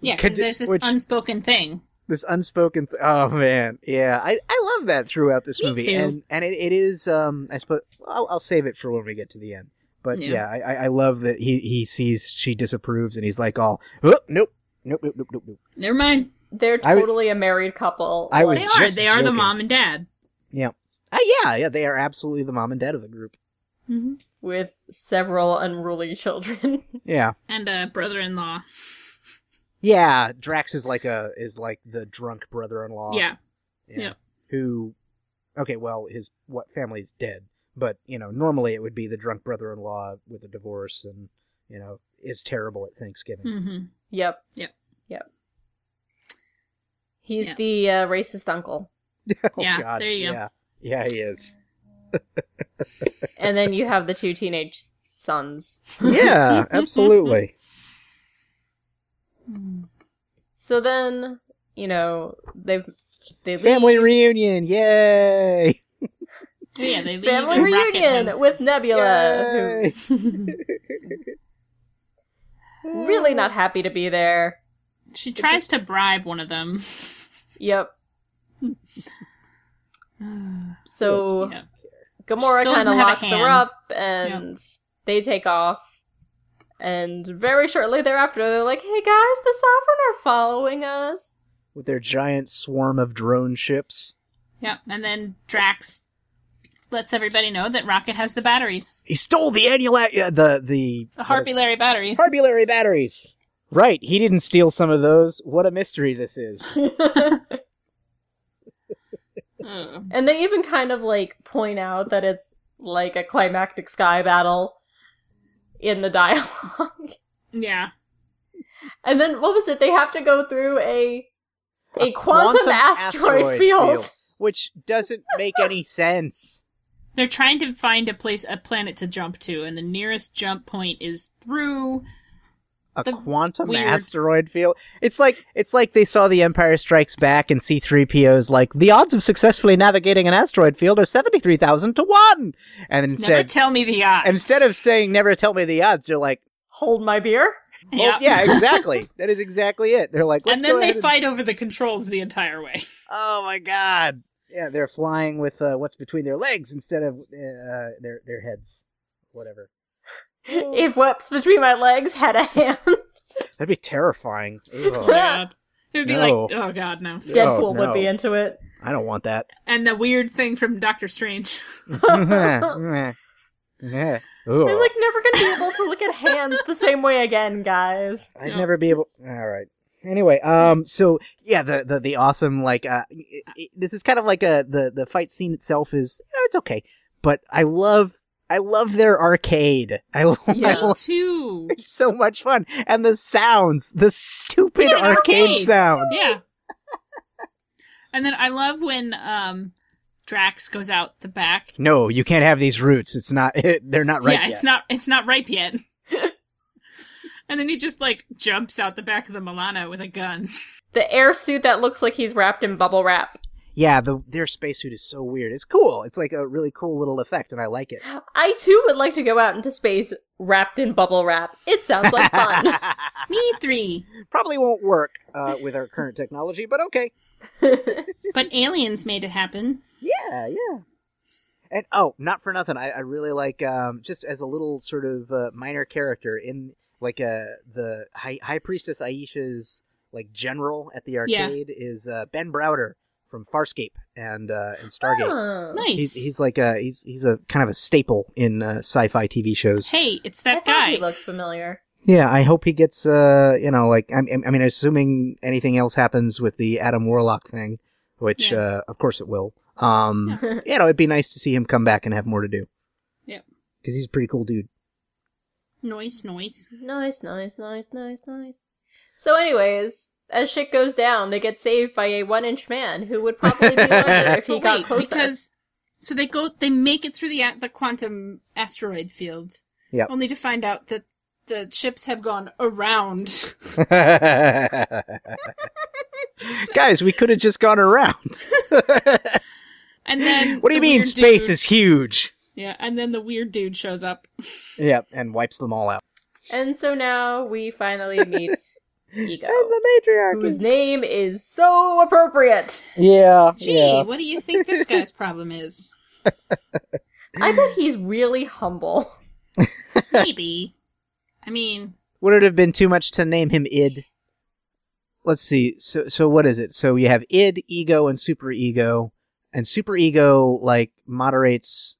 S3: Because
S2: it-
S3: there's this
S2: which-
S3: unspoken thing.
S2: This unspoken. Th- oh man, yeah, I, I love that throughout this
S3: Me
S2: movie,
S3: too.
S2: and and it, it is um I suppose I'll, I'll save it for when we get to the end. But yeah,
S3: Yeah.
S2: I I, I love that he he sees she disapproves, and he's like, all, oh, nope, nope, nope, nope, nope, nope.
S3: Never mind.
S1: They're
S2: I w-
S1: totally a married couple.
S2: I was
S3: They
S1: Like,
S3: are.
S2: just
S3: They are the
S2: joking.
S3: mom and dad.
S2: Ah, yeah, yeah, they are absolutely the mom and dad of the group.
S3: Mm-hmm.
S1: with several unruly children.
S2: Yeah.
S3: And a brother-in-law.
S2: Yeah, Drax is like a is like the drunk brother-in-law.
S3: Yeah. Yeah.
S2: Who? Okay, well, his what family's dead, but you know, normally it would be the drunk brother-in-law with a divorce, and you know, is terrible at Thanksgiving.
S3: Mm-hmm.
S1: Yep.
S3: Yep.
S1: Yep. He's
S3: Yep.
S1: the uh, racist uncle.
S2: Oh,
S3: Yeah,
S2: God,
S3: there you go.
S2: Yeah, yeah, he is.
S1: and then you have the two teenage sons.
S2: Yeah, absolutely.
S3: Mm.
S1: So then, you know, they've they leave-
S2: Family reunion, yay!
S3: Yeah, they leave
S1: family
S3: and Rocket
S1: reunion
S3: leaves.
S1: with Nebula, who
S2: Yay.
S1: really
S3: Mm.
S1: not happy to be there.
S3: she tries to bribe one of them.
S1: Yep. So
S3: Yeah.
S1: Gamora
S3: Still
S1: kind
S3: doesn't have
S1: of
S3: a
S1: locks her
S3: hand.
S1: up, and they take off. And very shortly thereafter, they're like, "Hey guys, the Sovereign are following us."
S2: With their giant swarm of drone ships.
S3: Yep. And then Drax lets everybody know that Rocket has the batteries,
S2: He stole the annula- uh, the the
S3: the Harpy Larry batteries.
S2: Harbulary batteries. Right, he didn't steal some of those. What a mystery this is.
S3: Ugh.
S1: and they even kind of like point out that it's like a climactic sky battle in the dialogue.
S3: Yeah.
S1: and then what was it? They have to go through a a quantum,
S2: quantum
S1: asteroid,
S2: asteroid
S1: field.
S2: field. Which doesn't make any sense.
S3: They're trying to find a place, a planet to jump to, and the nearest jump point is through.
S2: A
S3: The
S2: quantum
S3: weird-
S2: asteroid field. It's like it's like they saw the Empire Strikes Back and C3PO's like the odds of successfully navigating an asteroid field are 73,000 to 1. And
S3: Never
S2: instead
S3: tell me the odds.
S2: instead of saying never tell me the odds, you're like,
S1: Hold my beer.
S2: "Oh, yeah, exactly. that is exactly it." They're like, "Let's
S3: and then
S2: go
S3: they
S2: ahead and-
S3: fight over the controls the entire way.
S2: Oh my god! Yeah, they're flying with uh, what's between their legs instead of uh, their their heads, whatever.
S3: Oh.
S1: If what's between my legs had a hand,
S2: That'd be terrifying.
S3: Oh,
S2: Ugh.
S3: God. It would be
S2: No.
S3: like, oh god, no.
S1: Deadpool
S2: Oh, no.
S1: would be into it.
S2: I don't want that.
S3: And the weird thing from Doctor Strange.
S1: I'm
S2: Ugh.
S1: like never gonna be able to look at hands the same way again, guys.
S2: I'd never be able. All right. Anyway, um, so yeah, the the, the awesome like uh, i i this is kind of like a the the fight scene itself is oh, it's okay, but I love I love their arcade. I, lo-
S1: Yeah.
S2: I lo-
S3: Two.
S2: it's so much fun, and the sounds, the stupid
S3: Yeah, the
S2: arcade
S3: arcade.
S2: sounds.
S3: Yeah. and then I love when um Drax goes out the back.
S2: no, you can't have these roots. It's not. they're not right.
S3: yeah, it's not it's not ripe yet. and then he just like jumps out the back of the Milano with a gun.
S1: The airsuit that looks like he's wrapped in bubble wrap.
S2: yeah. The their spacesuit is so weird. It's cool. It's like a really cool little effect, and I like it.
S1: I too would like to go out into space wrapped in bubble wrap. It sounds like fun.
S3: Me three.
S2: Probably won't work uh, with our current technology, but okay.
S3: But aliens made it happen.
S2: Yeah, yeah. And oh, not for nothing, I, I really like um, just as a little sort of uh, minor character in like uh, the high, high priestess Aisha's like general at the
S3: Yeah.
S2: arcade is uh, Ben Browder from Farscape and uh, and Stargate.
S1: Huh.
S3: Oh, Nice.
S2: He's, he's like a he's he's a kind of a staple in uh, sci-fi TV shows.
S3: hey, it's
S1: I
S3: that
S1: thought
S3: guy.
S1: he looked familiar.
S2: Yeah, I hope he gets uh you know like I, I mean assuming anything else happens with the Adam Warlock thing, which
S3: Yeah.
S2: uh, of course it will. Um,
S1: Yeah.
S2: you know it'd be nice to see him come back and have more to do.
S3: Yep.
S2: because he's a pretty cool dude.
S3: noise, noise.
S1: Nice, nice, nice, nice, nice. So, anyways, as shit goes down, they get saved by a one-inch man who would probably be larger if he
S3: But
S1: got
S3: wait,
S1: closer.
S3: because so they go, they make it through the a- the quantum asteroid field,
S2: Yep.
S3: only to find out that the ships have gone around.
S2: Guys, we could have just gone around.
S3: And then
S2: what do you
S3: the
S2: mean
S3: weird
S2: space
S3: dude-
S2: is huge?
S3: Yeah, and then the weird dude shows up.
S2: Yep, and wipes them all out.
S1: and so now we finally meet Ego,
S2: the
S1: whose name is so appropriate.
S2: Yeah.
S3: Gee, what do you think this guy's problem is?
S1: I bet he's really humble.
S3: Maybe. I mean,
S2: Would it have been too much to name him Id? Let's see. So so what is it? So you have Id, ego, and super ego, and super ego like moderates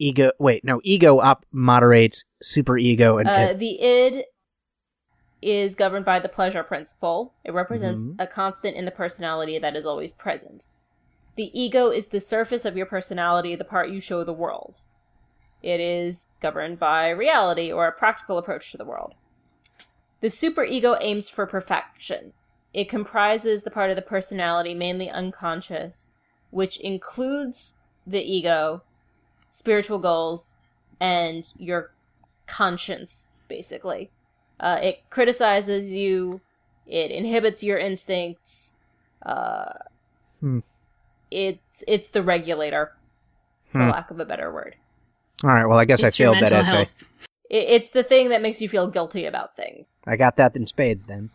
S2: ego. Wait, no, ego up moderates super ego and
S1: Uh,
S2: id.
S1: the id is governed by the pleasure principle. It represents
S2: Mhm.
S1: a constant in the personality that is always present. The ego is the surface of your personality, the part you show the world. It is governed by reality or a practical approach to the world. The superego aims for perfection. It comprises the part of the personality mainly unconscious which includes the ego, spiritual goals, and your conscience, basically. Uh, it criticizes you, it inhibits your instincts. Uh,
S2: Hmm.
S1: It's it's the regulator, for
S2: Hmm.
S1: lack of a better word.
S2: All right. Well, I guess
S3: it's
S2: I
S3: your
S2: failed that
S3: mental
S2: essay.
S3: health.
S1: It, it's the thing that makes you feel guilty about things.
S2: I got that in spades then.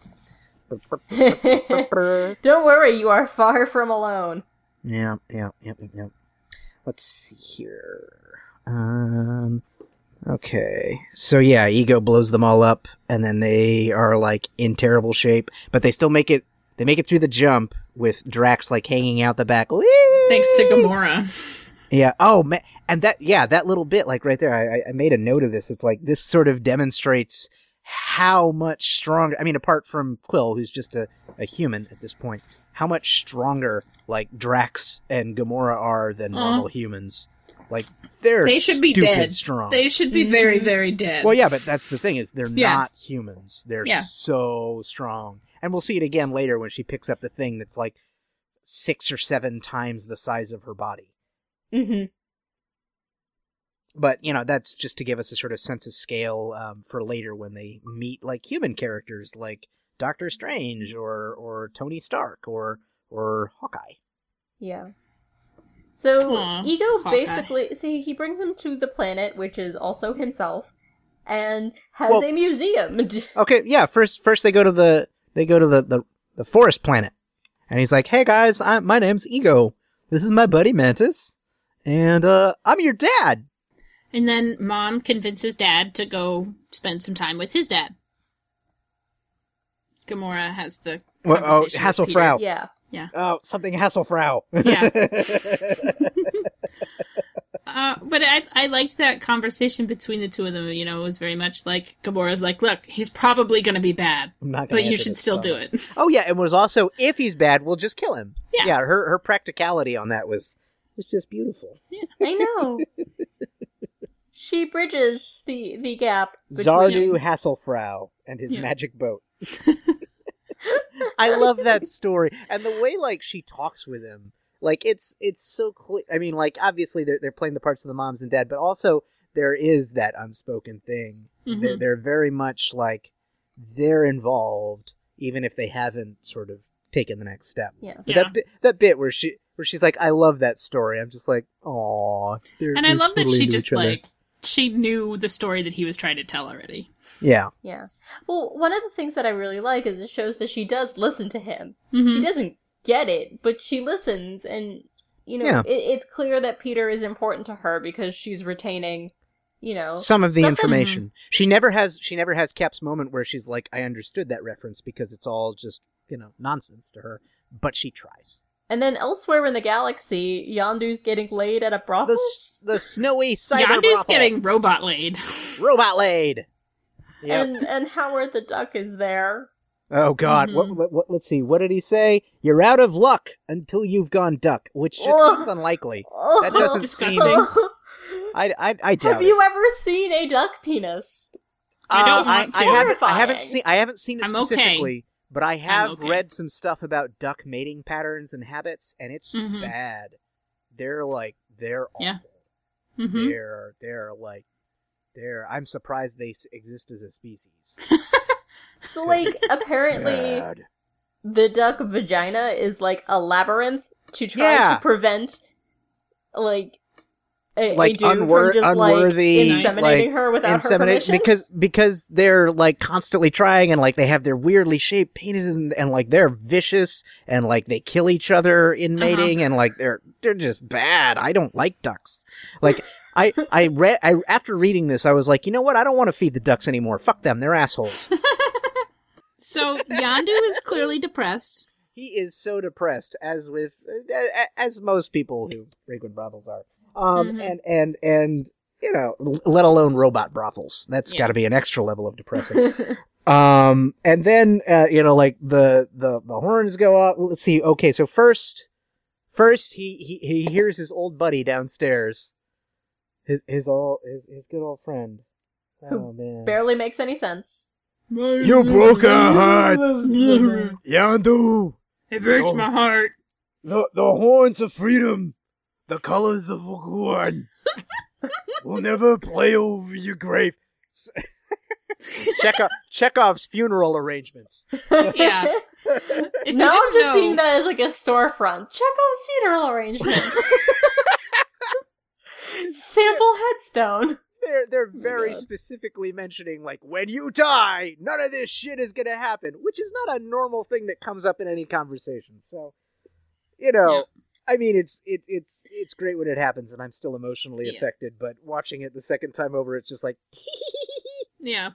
S1: Don't worry, you are far from alone.
S2: Yeah, yeah, yeah, yeah, yeah. Let's see here. Um, okay. So yeah, ego blows them all up, and then they are like in terrible shape, but they still make it. They make it through the jump with Drax like hanging out the back. Whee!
S3: Thanks to Gamora.
S2: Yeah. Oh man, and that yeah, that little bit like right there. I I- I made a note of this. It's like this sort of demonstrates how much stronger. I mean, apart from Quill, who's just a a human at this point, how much stronger like Drax and Gamora are than
S3: Aw.
S2: normal humans. Like they're
S3: Uh-huh. They should be
S2: stupid
S3: dead.
S2: strong.
S3: They should be very, very dead.
S2: Mm-hmm. well, yeah, but that's the thing is they're
S3: Yeah.
S2: not humans. They're
S3: Yeah.
S2: so strong, and we'll see it again later when she picks up the thing that's like six or seven times the size of her body.
S1: hmm
S2: but you know that's just to give us a sort of sense of scale um, for later when they meet like human characters like doctor strange or or tony stark or or hawkeye
S1: Yeah. So
S3: Aw,
S1: Ego
S3: Hawkeye.
S1: basically see he brings him to the planet, which is also himself, and has
S2: Well-
S1: a museum.
S2: okay yeah first first they go to the they go to the the, the forest planet and he's like hey guys i my name's ego this is my buddy mantis and uh i'm your dad
S3: And then mom convinces dad to go spend some time with his dad. Gamora has the
S2: Well, oh,
S3: conversation with Peter.
S2: Hasselfrau.
S1: yeah.
S2: oh something hasselfrau
S3: Yeah. Uh, but I I liked that conversation between the two of them. You know, it was very much like Gamora's like, look, he's probably gonna be bad,
S2: i'm not gonna
S3: but you
S2: answer
S3: should
S2: this
S3: still
S2: phone.
S3: do it.
S2: Oh yeah, and was also if he's bad, we'll just kill him.
S3: Yeah.
S2: her her practicality on that was was just beautiful.
S1: I know. she bridges the the gap. between-
S2: Zardu Hasselfrau and his
S3: Yeah.
S2: magic boat. I love that story and the way like she talks with him. Like it's it's so clear. I mean, like obviously they're they're playing the parts of the moms and dad, but also there is that unspoken thing. They're,
S3: Mhm.
S2: they're very much like they're involved, even if they haven't sort of taken the next step.
S1: Yeah.
S2: But
S3: Yeah.
S2: that bit, that bit where she where she's like, "I love that story." I'm just like, "Aw." they're-
S3: And I
S2: they're
S3: love that
S2: totally
S3: she
S2: into
S3: just
S2: each other.
S3: like she knew the story that he was trying to tell already.
S2: yeah,
S1: Yeah. Well, one of the things that I really like is it shows that she does listen to him.
S3: Mhm.
S1: She doesn't get it, but she listens, and you know
S2: Yeah.
S1: it, it's clear that Peter is important to her because she's retaining, you
S3: Oh,
S1: know,
S2: some of the
S1: Something-
S2: information. She never has she never has Cap's moment where she's like, "I understood that reference" because it's all just you know nonsense to her. But she tries.
S1: And then elsewhere in the galaxy, Yondu's getting laid at a
S2: The
S1: brothel.
S2: s- the snowy cyber
S3: Yeah, I'm just
S2: brothel.
S3: getting robot laid.
S2: robot laid. Yeah.
S1: And and Howard the Duck is there.
S2: oh God.
S3: Mhm.
S2: What, what, what? Let's see. What did he say? You're out of luck until you've gone duck, which just
S1: Ugh.
S2: sounds unlikely.
S1: Oh,
S2: That doesn't
S3: disgusting.
S2: seem. I I, I doubt
S1: Have
S2: it.
S1: you ever seen a duck penis?
S3: I don't want
S2: Uh, I,
S3: to.
S2: I haven't, I haven't
S1: Horrifying.
S2: seen. I haven't seen it
S3: I'm okay.
S2: specifically, but I have
S3: okay.
S2: read some stuff about duck mating patterns and habits, and it's
S3: Mhm.
S2: bad. They're like they're awful.
S3: Yeah. hmm
S2: They're they're like they're. I'm surprised they s- exist as a species.
S1: So like apparently
S2: Bad.
S1: the duck vagina is like a labyrinth to try
S2: Yeah.
S1: to prevent like a, a
S2: Like,
S1: dude
S2: unwor-
S1: from just like
S2: unworthy,
S1: inseminating
S2: like,
S1: her without her
S2: Inseminate-
S1: permission.
S2: because because they're like constantly trying and like they have their weirdly shaped penises and, and like they're vicious and like they kill each other in
S3: Uh-huh.
S2: mating and like they're they're just bad. I don't like ducks. Like I I read I after reading this I was like, you know what? I don't want to feed the ducks anymore. Fuck them. They're assholes.
S3: So Yandu is clearly depressed.
S2: he is so depressed as with uh, as most people who frequent brothels are. Um
S1: Mm-hmm.
S3: Mhm.
S2: and and and you know, l- let alone robot brothels. That's
S3: Yeah.
S2: got to be an extra level of depressing. Um, and then uh, you know, like the the the horns go up. Let's see. Okay, so first, first he he, he hears his old buddy downstairs, his his old his, his good old friend. Oh man,
S1: Barely makes any sense.
S2: you broke our hearts, Yandu.
S3: It breaks
S2: Oh.
S3: my heart.
S2: The the horns of freedom, the colors of Wuguan, will never play over your grave. Chekhov, Chekhov's funeral arrangements.
S3: Yeah. If
S1: now
S3: you didn't
S1: I'm just
S3: know-
S1: seeing that as like a storefront. Check out funeral arrangements. Sample headstone.
S2: They're they're
S3: Oh my
S2: very
S3: God.
S2: specifically mentioning like when you die, none of this shit is gonna happen, which is not a normal thing that comes up in any conversation. So, you know,
S3: Yeah.
S2: I mean, it's it, it's it's great when it happens, and I'm still emotionally
S3: Yeah.
S2: affected. But watching it the second time over, it's just like
S3: Yeah.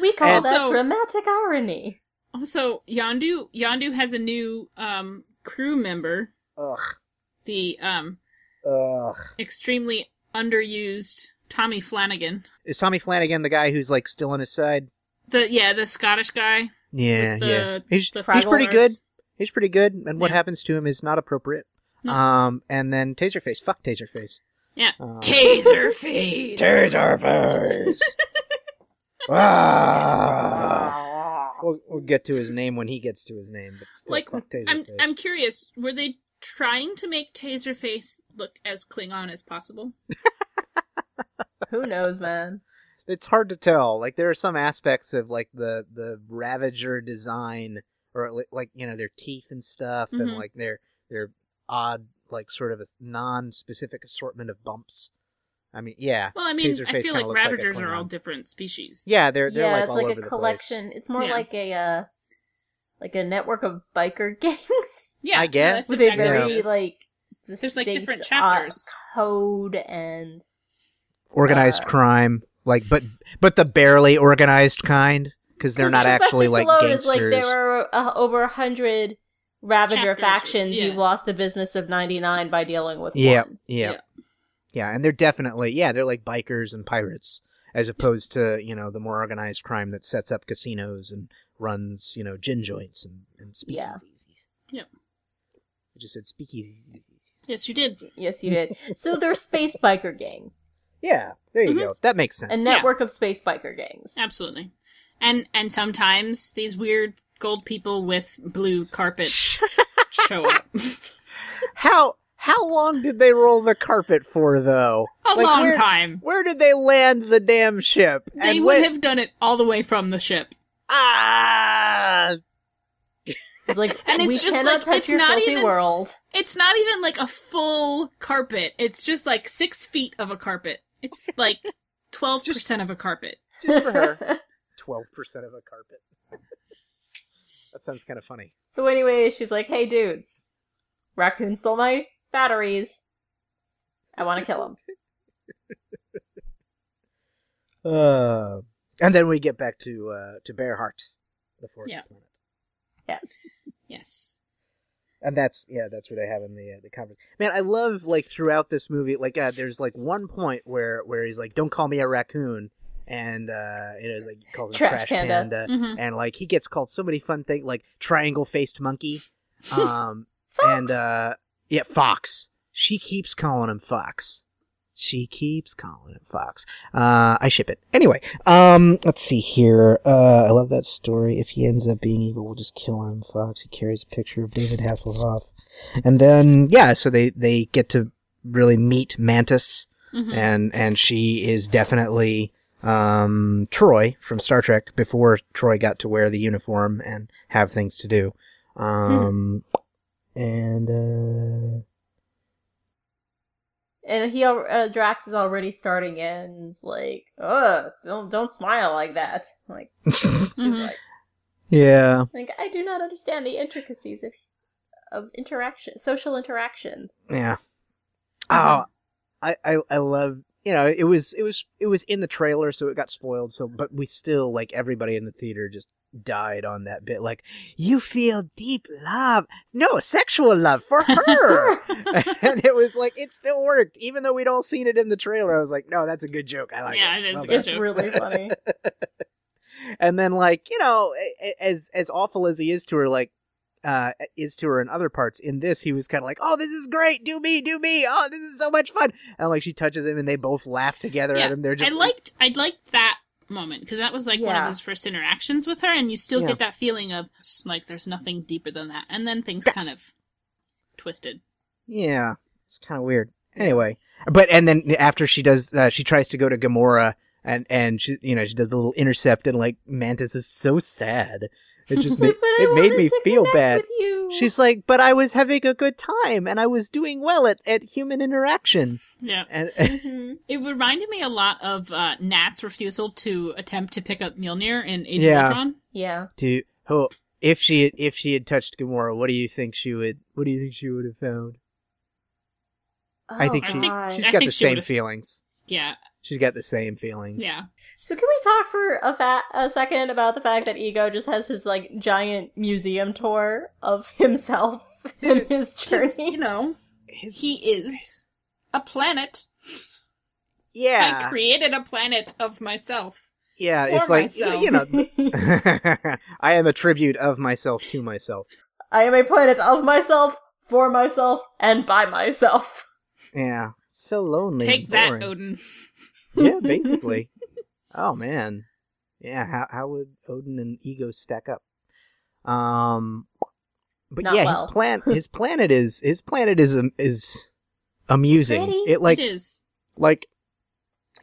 S1: We call
S3: And-
S1: that
S3: Also-
S1: dramatic irony.
S3: Also, Yandu Yandu has a new um crew member,
S2: ugh,
S3: the um
S2: ugh.
S3: extremely underused Tommy Flanagan.
S2: Is Tommy Flanagan the guy who's like still on his side?
S3: The yeah, the Scottish guy.
S2: Yeah,
S3: With the-
S2: yeah. He's,
S3: The
S2: he's pretty good.
S3: Frazzlers.
S2: He's pretty good, and what
S3: Yeah.
S2: happens to him is not appropriate.
S3: No.
S2: Um, and then Taserface, fuck Taserface.
S3: Yeah.
S2: Um,
S3: Taserface.
S2: Taserface. ah. We'll, we'll get to his name when he gets to his name. But still,
S3: Like,
S2: fuck Taserface.
S3: I'm I'm curious. Were they trying to make Taserface look as Klingon as possible?
S1: Who knows, man?
S2: It's hard to tell. Like there are some aspects of like the the Ravager design, or li- like you know their teeth and stuff, and
S1: Mm-hmm.
S3: Mhm.
S2: like their their odd like sort of a non-specific assortment of bumps. I mean, yeah,
S3: Well, I mean, I
S2: Taserface
S3: feel
S2: kinda
S3: like
S2: looks like a
S3: Ravagers are all
S2: Klingon.
S3: different species.
S2: yeah, they're they're
S1: yeah,
S2: like
S1: it's
S2: all
S1: like
S2: over
S1: a
S2: the
S1: collection.
S2: Place.
S1: It's more
S3: Yeah.
S1: like a uh, like a network of biker gangs
S3: yeah.
S2: I
S3: no, that's
S2: guess.
S1: with a
S2: Yeah.
S3: exactly what it
S1: very
S3: is.
S1: like
S3: There's, like, different
S1: distinct, uh,
S3: chapters.
S1: code and
S2: Organized
S1: Uh,
S2: crime, like but but the barely organized kind, because they're
S1: 'Cause
S2: not
S1: Sylvester
S2: actually like
S1: Stallone
S2: gangsters.
S1: Is like there are uh, over a hundred Ravager
S3: Chapters,
S1: factions.
S3: yeah.
S1: You've lost the business of ninety nine by dealing with
S2: Yeah,
S1: one.
S2: yeah, yeah,
S3: Yeah.
S2: and they're definitely yeah, they're like bikers and pirates, as opposed to you know the more organized crime that sets up casinos and runs you know gin joints and and
S1: Yeah.
S2: speakeasies.
S3: Yep.
S2: I just said speakeasies.
S3: Yes, you did.
S1: Yes, you did. so they're space biker gang,
S2: Yeah, there you
S1: Mm-hmm.
S3: Mhm.
S2: go. That makes sense.
S1: a
S3: Yeah.
S1: network of space biker gangs.
S3: Absolutely. And and sometimes these weird gold people with blue carpet show up.
S2: how how long did they roll the carpet for though?
S3: A
S2: Like,
S3: long
S2: where-
S3: time.
S2: Where did they land the damn ship?
S3: They
S2: And
S3: would
S2: when-
S3: have done it all the way from the ship.
S2: Ah,
S1: It's like
S3: And it's
S1: we
S3: just
S1: cannot
S3: like,
S1: touch
S3: it's
S1: your
S3: not
S1: filthy
S3: even-
S1: world.
S3: It's not even like a full carpet. It's just like six feet of a carpet. It's like twelve percent of a carpet.
S2: just for her. Twelve percent of a carpet. that sounds kind of funny.
S1: so anyway, she's like, "Hey, dudes, raccoon stole my batteries. I want to kill him."
S2: Uh, and then we get back to uh, to Bearheart, the fourth
S3: Yeah.
S2: planet,
S1: Yes.
S3: Yes.
S2: and that's yeah, that's where they have in the uh, the conference. Man, I love like throughout this movie, like uh, there's like one point where where he's like, "Don't call me a raccoon," and uh, you know, it's like he calls him
S1: Trash
S2: Trash,
S1: Panda.
S2: Panda,
S3: hmm
S2: and like he gets called so many fun things, like triangle faced monkey, um,
S1: Fox.
S2: and uh, yeah, Fox. She keeps calling him Fox. She keeps calling him Fox. Uh, I ship it. Anyway, um, let's see here. Uh, I love that story. If he ends up being evil, we'll just kill him. Fox. He carries a picture of David Hasselhoff, and then yeah, so they they get to really meet Mantis,
S3: hmm
S2: and and she is definitely um Troy from Star Trek before Troy got to wear the uniform and have things to do. Um, and uh.
S1: And he, al- uh, Drax is already starting in, he's like, ugh, don't, don't smile like that. Like, he's
S2: Mm-hmm.
S1: like,
S2: uh, yeah.
S1: like, I do not understand the intricacies of, of interaction, social interaction.
S2: Yeah.
S3: Mhm.
S2: Oh, I, I I love you know it was it was it was in the trailer so it got spoiled so but we still like everybody in the theater just died on that bit like you feel deep love no sexual love for
S3: Mm-hmm.
S2: her and it was like it still worked even though we'd all seen it in the trailer I was like no that's a good joke I like
S3: Yeah,
S2: it
S3: it is
S2: Love
S3: a good
S1: It's
S3: joke.
S1: really funny.
S2: and then like you know a- a- as as awful as he is to her like uh is to her in other parts in this he was kind of like oh this is great do me do me oh this is so much fun and like she touches him and they both laugh together
S3: Yeah,
S2: at him they're just
S3: I liked I liked that moment because that was like one
S1: Yeah.
S3: of his first interactions with her, and you still
S2: Yeah.
S3: get that feeling of like there's nothing deeper than that, and then things
S2: Yes.
S3: kind of twisted.
S2: Yeah, it's kind of weird. Anyway, but and then after she does, uh, she tries to go to Gamora, and and she, you know, she does the little intercept, and like Mantis is so sad. It just made,
S1: But I
S2: it made
S1: wanted
S2: me
S1: to
S2: feel
S1: connect
S2: bad.
S1: with you.
S2: She's like, but I was having a good time, and I was doing well at at human interaction,
S3: Yeah.
S2: and
S1: Mhm.
S3: It reminded me a lot of uh, Nat's refusal to attempt to pick up Mjolnir in Age
S2: Yeah.
S3: of Ultron.
S1: yeah.
S2: to who if she if she had touched Gamora, what do you think she would? What do you think she would have found? I
S1: Oh,
S2: think she
S1: God.
S2: she's
S3: I
S2: got
S3: think
S2: the
S3: she
S2: same
S3: would've-
S2: feelings.
S3: Yeah,
S2: She's got the same feelings.
S3: yeah.
S1: So can we talk for a fa- a second about the fact that Ego just has his like giant museum tour of himself and his
S3: 'Cause,
S1: journey?
S3: you know,
S2: His-
S3: he is a planet. I
S2: yeah,
S3: created a planet of myself.
S2: yeah.
S3: for
S2: It's like you know- you know,
S1: myself.
S2: I am a tribute of myself to myself.
S1: I am a planet of myself, for myself, and by myself.
S2: Yeah, so lonely.
S3: Take
S2: and
S3: that,
S2: boring.
S3: Odin.
S2: Yeah, basically. oh man, yeah. How how would Odin and Ego stack up? Um, but
S1: Not
S2: yeah,
S1: well.
S2: his plan his planet is his planet is um, is amusing.
S1: Pretty.
S2: It like
S3: it is.
S2: like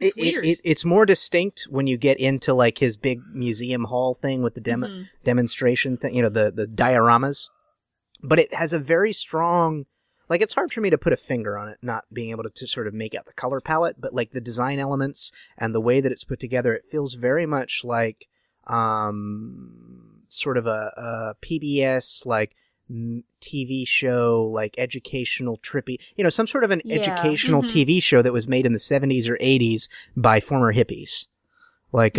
S3: It's
S2: it,
S3: weird.
S2: It, it, it's more distinct when you get into like his big museum hall thing with the demo
S3: Mhm.
S2: demonstration thing, you know, the, the dioramas. But it has a very strong, like, it's hard for me to put a finger on it, not being able to, to sort of make out the color palette, but like the design elements and the way that it's put together, it feels very much like um, sort of a, a PBS, like, m- TV show, like educational, trippy, you know, some sort of an
S1: Yeah.
S2: educational
S3: Mhm.
S2: TV show that was made in the 70s or 80s by former hippies. Like,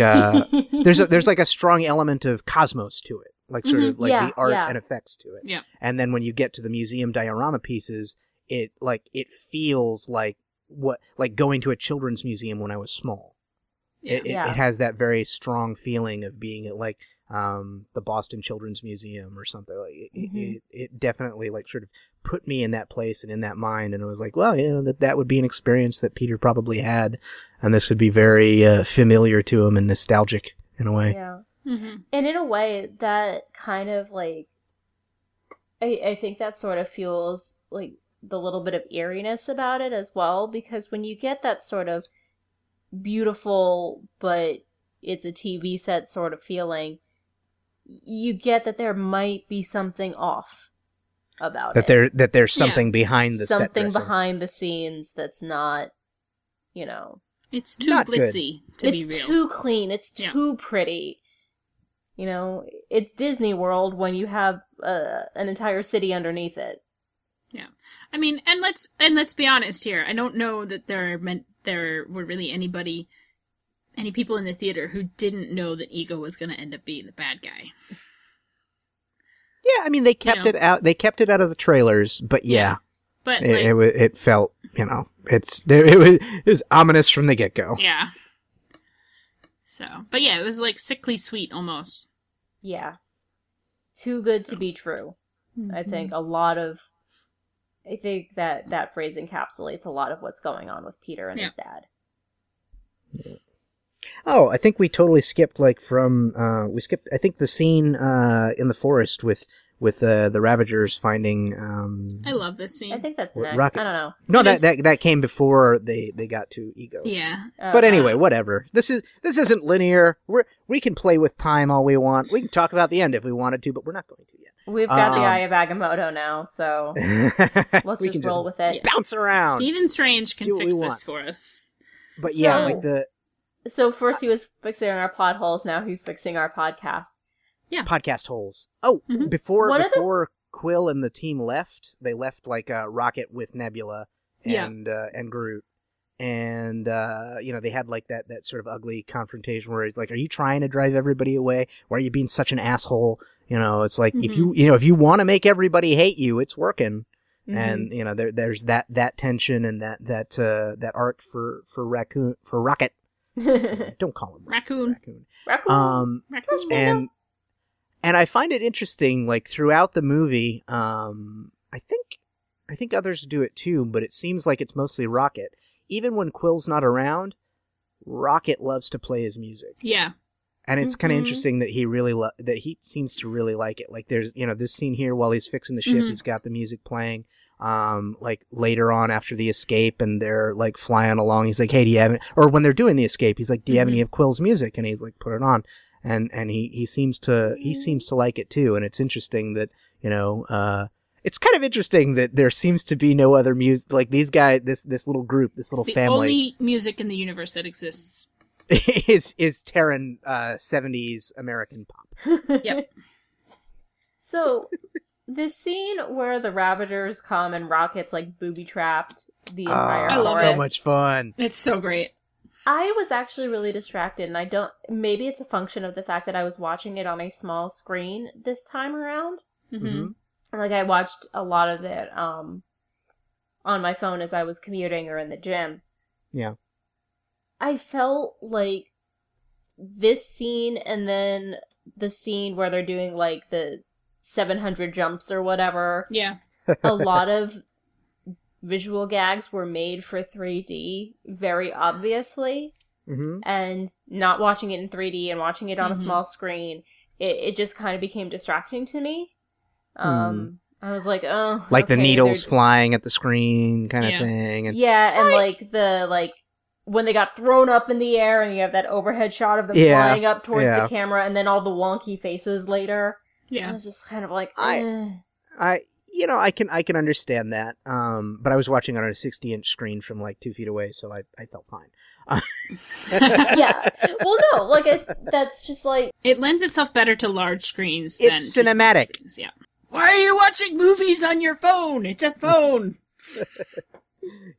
S2: uh, there's a, there's like a strong element of cosmos to it, like sort of like
S1: Mm-hmm. Yeah,
S2: the art
S1: yeah.
S2: and effects to it.
S3: Yeah.
S2: And then when you get to the museum diorama pieces, it like it feels like what like going to a children's museum when I was small.
S3: Yeah.
S2: It, it,
S1: Yeah.
S2: it has that very strong feeling of being at like um, the Boston Children's Museum or something. Like it, it-
S1: Mhm.
S2: it, it definitely like sort of put me in that place and in that mind, and I was like, well, you know that that would be an experience that Peter probably had, and this would be very uh, familiar to him and nostalgic in a way.
S1: yeah.
S3: Mhm.
S1: And in a way, that kind of like, I, I think that sort of fuels like the little bit of eeriness about it as well, because when you get that sort of beautiful, but it's a TV set sort of feeling, you get that there might be something off about
S2: that
S1: it.
S2: there that there's
S3: Yeah.
S2: something behind the set
S1: something
S2: dressing.
S1: behind the scenes that's not, you know,
S3: It's too
S2: Not good.
S3: glitzy to
S1: it's
S3: be real.
S1: too clean. It's
S3: Yeah.
S1: too pretty. You know, it's Disney World when you have uh, an entire city underneath it.
S3: I mean, and let's and let's be honest here. I don't know that there meant there were really anybody, any people in the theater who didn't know that Ego was going to end up being the bad guy.
S2: Yeah, I mean they kept
S3: know.
S2: it out. They kept it out of the trailers, but yeah,
S3: But
S2: it,
S3: like,
S2: it wa- it felt you know it's there. It was it was ominous from the get go.
S3: yeah. So, but yeah, it was like sickly sweet almost.
S1: Yeah. Too good to be true. I
S3: Mm-hmm.
S1: think a lot of I think that that phrase encapsulates a lot of what's going on with Peter and his dad.
S2: Oh, I think we totally skipped like from uh we skipped. I think the scene uh in the forest with with uh, the Ravagers finding um
S3: I love this scene.
S1: I think that's
S2: Wh-
S1: next.
S2: Rocket-
S1: I don't know.
S2: no
S3: it
S2: that,
S3: is-
S2: that that came before they they got to ego.
S3: yeah,
S1: Uh,
S2: But anyway, whatever. This is this isn't linear. We're we can play with time all we want. We can talk about the end if we wanted to, but we're not going to yet.
S1: uh, we've got
S2: um,
S1: the Eye of Agamotto now, so let's
S2: we
S1: just
S2: can
S1: roll with it.
S3: Yeah.
S2: bounce around.
S3: Stephen Strange can
S2: Do what
S3: fix this
S2: we want.
S3: for us.
S2: But yeah,
S1: So-
S2: like the
S1: So first he was fixing our pod holes, now he's fixing our podcast.
S2: podcast holes. Oh,
S3: Mhm.
S2: before
S1: Mm-hmm. One of the-
S2: before Quill and the team left, they left like uh, Rocket with Nebula
S3: Yeah.
S2: and uh, and Groot. And uh, you know they had like that that sort of ugly confrontation where he's like, "Are you trying to drive everybody away? Why are you being such an asshole?" You know, it's like if
S1: Mm-hmm.
S2: you you know if you want to make everybody hate you, it's working. and
S1: Mm-hmm.
S2: you know there, there's that that tension and that that uh, that arc for for raccoon for rocket
S1: Mhm.
S2: don't call him
S3: Raccoon.
S2: raccoon
S1: Raccoon.
S2: um
S3: Raccoon.
S2: and and I find it interesting like throughout the movie um I think I think others do it too but it seems like it's mostly rocket even when Quill's not around rocket loves to play his music
S3: yeah,
S2: and it's kind of
S3: Mm-hmm.
S1: Mhm.
S2: interesting that he really lo- that he seems to really like it like there's you know this scene here while he's fixing the ship
S3: Mhm.
S2: he's got the music playing um, like later on after the escape and they're like flying along. He's like, "Hey, do you have?" Any-? Or when they're doing the escape, he's like, "Do you
S3: Mm-hmm.
S2: have any of Quill's music?" And he's like, "Put it on." And and he he seems to he seems to like it too. And it's interesting that you know. Uh, it's kind of interesting that there seems to be no other music. Like these guys, this this little group, this little
S3: it's the
S2: family.
S3: only music in the universe that exists.
S2: is is Terran uh, 70s American pop.
S3: Yep.
S1: So, the scene where the Ravagers come and Rocket's like booby trapped the entire
S3: I love
S1: forest.
S2: Ah, so
S3: it.
S2: much fun.
S3: It's so great.
S1: I was actually really distracted, and I don't. Maybe it's a function of the fact that I was watching it on a small screen this time around.
S3: Mm-hmm.
S2: Mhm.
S1: Like I watched a lot of it um, on my phone as I was commuting or in the gym.
S2: Yeah.
S1: I felt like this scene and then the scene where they're doing like the 700 jumps or whatever.
S3: Yeah.
S1: a lot of visual gags were made for 3D very obviously
S2: hmm
S1: and not watching it in 3D and watching it on
S2: Mm-hmm.
S3: Mhm.
S1: a small screen, it, it just kind of became distracting to me. Um, I was like, oh,
S2: Mm. Like the
S1: okay,
S2: needles
S1: they're-
S2: flying at the screen kind
S3: Yeah.
S2: of thing. And
S1: Yeah, and like the like when they got thrown up in the air, and you have that overhead shot of them
S2: Yeah,
S1: flying up towards
S2: yeah.
S1: the camera, and then all the wonky faces later. I
S3: Yeah.
S1: was just kind of like,
S2: I-
S1: eh.
S2: I you know, I can I can understand that. Um but I was watching it on a sixty inch screen from like two feet away, so I, I felt fine.
S1: yeah. Well, no, like I, s- that's just like
S3: It lends itself better to large screens.
S2: It's
S3: than to
S2: cinematic.
S3: small screens, Yeah. Why are you watching movies on your phone? It's a phone.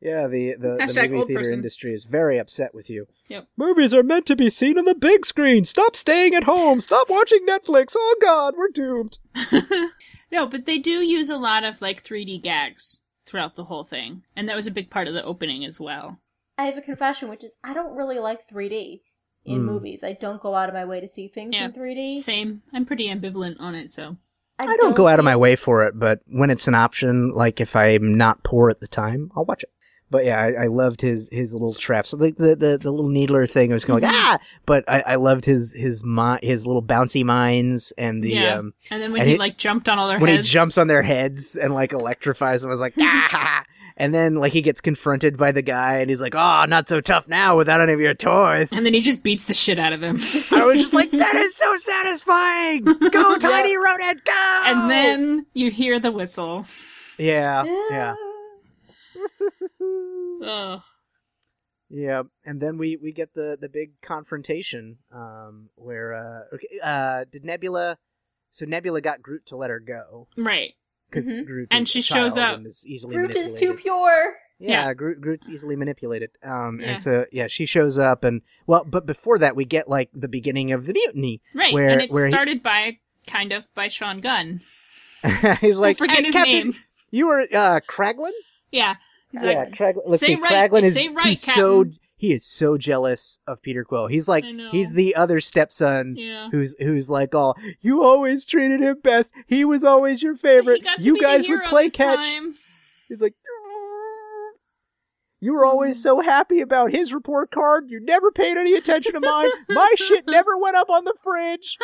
S2: Yeah, the, the,
S3: Hashtag
S2: the movie
S3: old
S2: theater
S3: person.
S2: industry is very upset with you.
S3: Yep.
S2: Movies are meant to be seen on the big screen. Stop staying at home. Stop watching Netflix. Oh god, we're doomed.
S3: no, but they do use a lot of like 3D gags throughout the whole thing, and that was a big part of the opening as well.
S1: I have a confession, which is I don't really like 3D in
S2: Mm.
S1: movies. I don't go out of my way to see things
S3: Yeah.
S1: in 3D.
S3: Same. I'm pretty ambivalent on it, so
S2: I don't go out of
S1: think-
S2: my way for it, but when it's an option, like if I'm not poor at the time, I'll watch it. But yeah, I, I loved his his little traps, the the the, the little needler thing. I was going
S3: Mhm.
S2: like ah, but I, I loved his his mi- his little bouncy mines and the
S3: Yeah.
S2: um,
S3: And then when
S2: And
S3: he
S2: he-
S3: like jumped on all their
S2: when
S3: heads,
S2: he jumps on their heads and like electrifies them. I was like ah, and then like he gets confronted by the guy and he's like oh, not so tough now without any of your toys.
S3: and then he just beats the shit out of him.
S2: I was just like that is so satisfying. Go tiny rodent, go!
S3: and then you hear the whistle.
S2: yeah yeah.
S3: Ugh.
S2: Yeah, and then we we get the the big confrontation um where uh okay, uh did Nebula so Nebula got Groot to let her go
S3: Right.
S2: because
S1: Mhm.
S2: Groot
S3: Mm-hmm. And
S2: is
S3: she
S2: a child
S3: shows up.
S2: and is easily
S1: Groot is
S2: manipulated.
S1: too pure.
S2: Yeah, Groot, Groot's easily manipulated. Um,
S3: Yeah.
S2: and so yeah, she shows up and well, but before that we get like the beginning of the mutiny.
S3: Right.
S2: Where-
S3: and it
S2: where he-
S3: started by kind of by Sean Gunn.
S2: He's like,
S3: I forget
S2: "Hey,
S3: his
S2: Captain,
S3: name.
S2: you were uh Kraglin.
S3: Yeah. He's like,
S2: Yeah, Craglin. Let's
S3: Say
S2: see,
S3: right-
S2: Craglin is
S3: say right,
S2: he's so
S3: Captain.
S2: he is so jealous of Peter Quill. He's like
S3: I know.
S2: he's the other stepson
S3: yeah.
S2: who's who's like all you always treated him best. He was always your favorite.
S3: He got to
S2: You
S3: be the
S2: guys would
S3: hero
S2: play
S3: this
S2: catch.
S3: time.
S2: He's like you were
S3: Mm.
S2: always so happy about his report card. You never paid any attention to mine. My shit never went up on the fridge.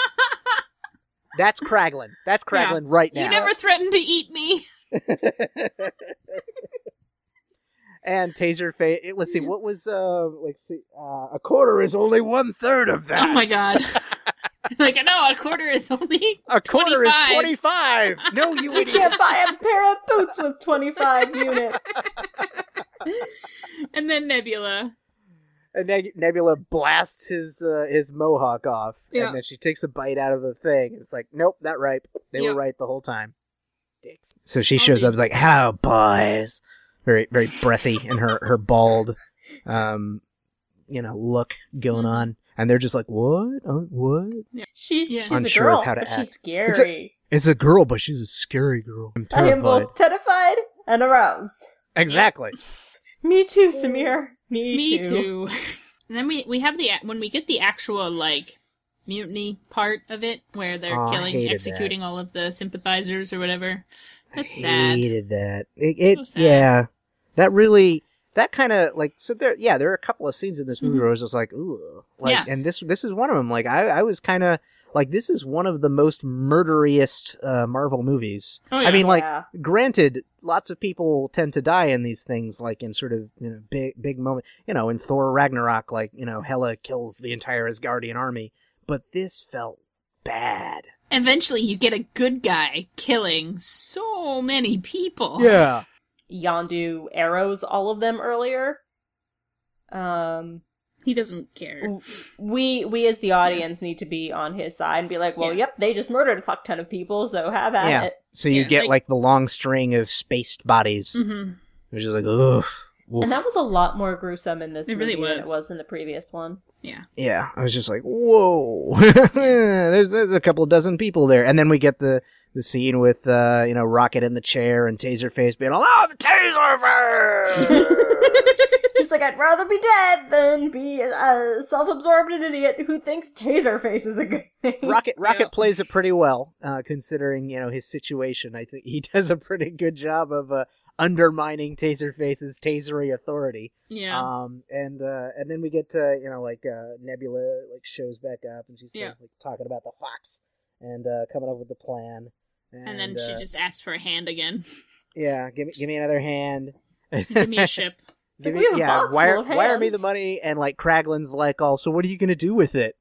S2: That's Craglin. That's
S3: Yeah.
S2: Craglin right now.
S3: You never threatened to eat me.
S2: and taser face. Let's see. What was uh? Let's see. Uh, a quarter is only one third of that.
S3: Oh my god. like I know a quarter is only
S2: A quarter is
S3: 25.
S2: twenty-five. No, you
S1: You
S2: idiot.
S1: can't buy a pair of boots with 25 units.
S3: and then Nebula.
S2: And Neg- Nebula blasts his uh, his mohawk off,
S3: Yeah.
S2: and then she takes a bite out of the thing. It's like, nope, not ripe. They
S3: Yeah.
S2: were right the whole time. Dicks. So she
S3: All
S2: shows up, is
S3: dicks.
S2: like, "How boys," very very breathy in her her bald, um, you know, look going
S3: Mhm.
S2: on, and they're just like, "What? Uh, what?"
S1: She,
S3: Yeah.
S1: She's
S2: Unsure
S1: a
S2: of
S1: girl,
S2: how to
S1: but
S2: act.
S1: she's
S2: a-
S1: scary.
S2: It's a girl, but she's a scary girl. I'm
S1: I am both terrified and aroused.
S2: Exactly.
S1: Me too, Samir. Me,
S3: Me too. And then we we have the when we get the actual like mutiny part of it where they're
S2: Aw, I
S3: killing
S2: hated that.
S3: executing all of the sympathizers or whatever. That's
S2: I
S3: sad.
S2: hated that. It, it
S3: So sad.
S2: yeah. That really that kind of like so there yeah there are a couple of scenes in this movie
S3: Mhm.
S2: where I was just like ooh like
S3: Yeah.
S2: and this this is one of them like I I was kind of Like this is one of the most murderiest uh, Marvel movies.
S3: Oh,
S2: I mean, like,
S1: Yeah.
S2: granted, lots of people tend to die in these things, like in sort of you know big big moment. You know, in Thor Ragnarok, like you know Hela kills the entire Asgardian army, but this felt bad.
S3: eventually you get a good guy killing so many people.
S2: Yeah,
S1: Yondu arrows all of them earlier. Um,
S3: He doesn't care.
S1: we we as the audience need to be on his side and be like, well,
S3: Yeah.
S1: yep, they just murdered a fuck ton of people, so have at
S2: Yeah.
S1: it.
S2: So you
S3: Yeah,
S2: get
S3: like-
S2: like, the long string of spaced bodies,
S3: hmm
S2: which is like ugh.
S1: And that was a lot more gruesome in this
S3: It
S1: movie
S3: really
S1: than it
S3: was.
S1: was in the previous one.
S2: yeah, I was just like whoa. there's there's a couple dozen people there, and then we get the. The scene with uh, you know Rocket in the chair and Taserface being all oh the Taserface,
S1: He's like, I'd rather be dead than be a self-absorbed idiot who thinks taser face is a good thing.
S2: Rocket Rocket
S3: Yeah.
S2: plays it pretty well, uh, considering you know his situation. I think he does a pretty good job of uh, undermining Taserface's tasery authority.
S3: Yeah.
S2: Um, and uh, and then we get to you know like uh, Nebula like shows back up and she's
S3: Yeah.
S2: like talking about the fox and uh, coming up with the plan. And,
S3: and then she
S2: uh,
S3: just asks for a hand again.
S2: yeah, give me give me another hand.
S3: Give me a ship.
S1: It's like, we have a
S2: yeah,
S1: box
S2: wire
S1: full of
S2: wire me the
S1: hands.
S2: money and like Kraglin's like, all. So what are you gonna do with it?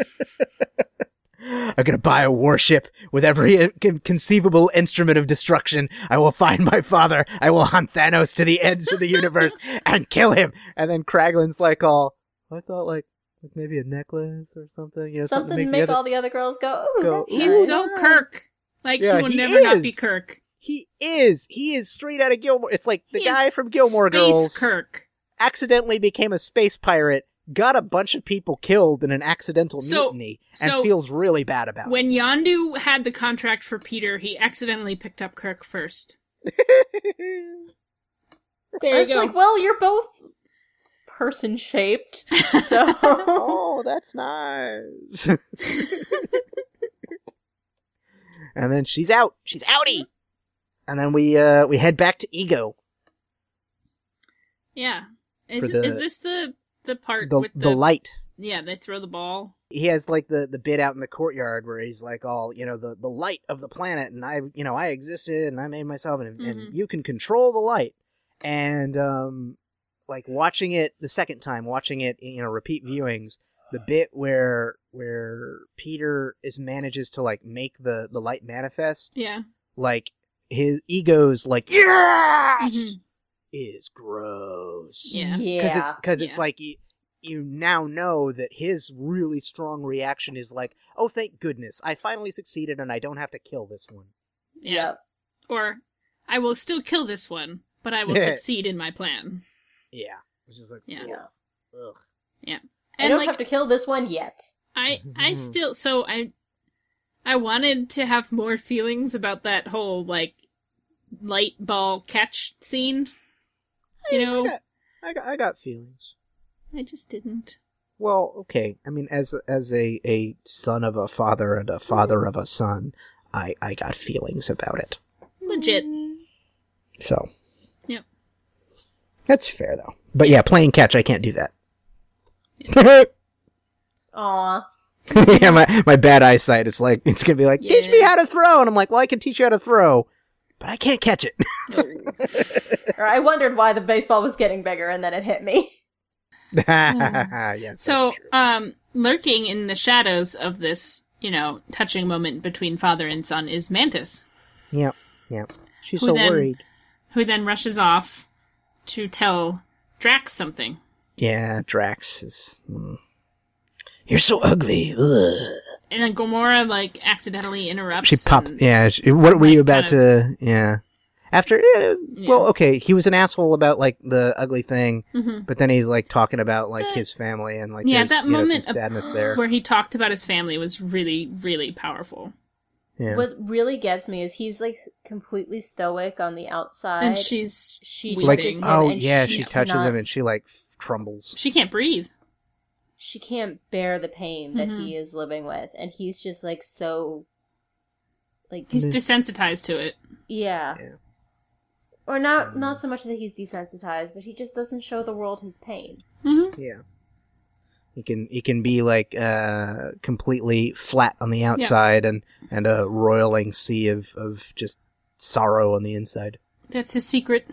S2: I'm gonna buy a warship with every uh, con- conceivable instrument of destruction. I will find my father. I will hunt Thanos to the ends of the universe and kill him. And then Kraglin's like, all. I thought like like maybe a necklace or something. You know, something,
S1: Something
S2: to
S1: to
S2: make,
S1: make
S2: the other-
S1: all the other girls go, ooh,
S2: Go,
S1: that's
S2: "Ooh,
S3: He's
S1: nice."
S3: so Kirk. Like
S2: Yeah,
S3: he will
S2: he
S3: never not be
S2: is.
S3: Kirk.
S2: He is. He is straight out of Gilmore. It's like the
S3: He
S2: guy
S3: is
S2: from Gilmore
S3: Space
S2: Girls.
S3: Kirk.
S2: accidentally became a space pirate, got a bunch of people killed in an accidental
S3: So-
S2: mutiny, and
S3: so-
S2: feels really bad about
S3: When Yondu had the contract for Peter, he accidentally picked up Kirk first.
S2: it.
S3: There you
S1: It's
S3: go.
S1: like, well, you're both person-shaped, so
S2: oh, that's nice. and then she's out. She's outie. And then we uh we head back to Ego,
S3: yeah. Is,
S2: For the-
S3: is this the the part
S2: the
S3: with
S2: the light.
S3: yeah they throw the ball?
S2: He has like the the bit out in the courtyard where he's like all you know the the light of the planet, and I you know I existed and I made myself, and,
S3: Mhm.
S2: and you can control the light. And um, like watching it the second time, watching it you know repeat viewings, the bit where where Peter is manages to like make the the light manifest,
S3: Yeah.
S2: like his ego's like yes
S3: Mhm.
S2: is gross
S3: Yeah.
S2: because it's because it's
S3: Yeah.
S2: like you, you now know that his really strong reaction is like, oh, thank goodness, I finally succeeded and I don't have to kill this one.
S3: Yeah. Or I will still kill this one, but I will succeed in my plan.
S2: Yeah, which is like,
S3: Yeah.
S1: Yeah.
S2: ugh.
S1: I
S3: And
S1: don't
S3: like
S1: have to kill this one yet.
S3: I
S2: Mm-hmm.
S3: I still so I I wanted to have more feelings about that whole like light ball catch scene. You know,
S2: got- I got I got feelings.
S3: I just didn't.
S2: Well, okay. I mean, as as a a son of a father and a father of a son, I I got feelings about it.
S3: Legit.
S1: Mm.
S2: So,
S3: Yep.
S2: that's fair though. But yeah, playing catch, I can't do that.
S1: Aw.
S2: yeah, my, my bad eyesight. It's like it's gonna be like teach me
S3: Yeah.
S2: how to throw, and I'm like, well, I can teach you how to throw, but I can't catch it.
S1: Or I wondered why the baseball was getting bigger, and then it hit me.
S2: yes.
S3: So,
S2: that's true.
S3: um lurking in the shadows of this, you know, touching moment between father and son is Mantis,
S2: yep, yep. She's
S3: who
S2: so
S3: then-
S2: worried.
S3: who then rushes off to tell Drax something.
S2: Yeah, Drax is. mm. You're so ugly. Ugh.
S3: And then Gomorrah like accidentally interrupts.
S2: She pops.
S3: and-
S2: Yeah. She, what were
S3: like,
S2: you
S3: kind
S2: about to? Yeah. After. eh, Well, okay. He was an asshole about like the ugly thing,
S3: Mhm.
S2: but then he's like talking about like
S3: The-
S2: his family and like
S3: Yeah,
S2: there's,
S3: that
S2: you know, some
S3: moment of-
S2: sadness there.
S3: where he talked about his family was really, really powerful.
S2: Yeah.
S1: What really gets me is he's like completely stoic on the outside.
S3: And she's
S1: she
S3: Like,
S1: touches him
S2: oh
S1: and
S2: yeah,
S1: she,
S2: she
S3: she
S2: touches
S1: cannot-
S2: him and she like crumbles.
S3: she can't breathe.
S1: She can't bear the pain that
S3: Mhm.
S1: he is living with, and he's just like so, like
S3: He's
S2: Mhm.
S3: desensitized to it.
S1: yeah.
S2: Yeah.
S1: Or not,
S2: Mhm.
S1: not so much that he's desensitized, but he just doesn't show the world his pain.
S3: Mm-hmm.
S2: Yeah. He can he can be like uh, completely flat on the outside and and a roiling sea of of just sorrow on the inside.
S3: That's his secret.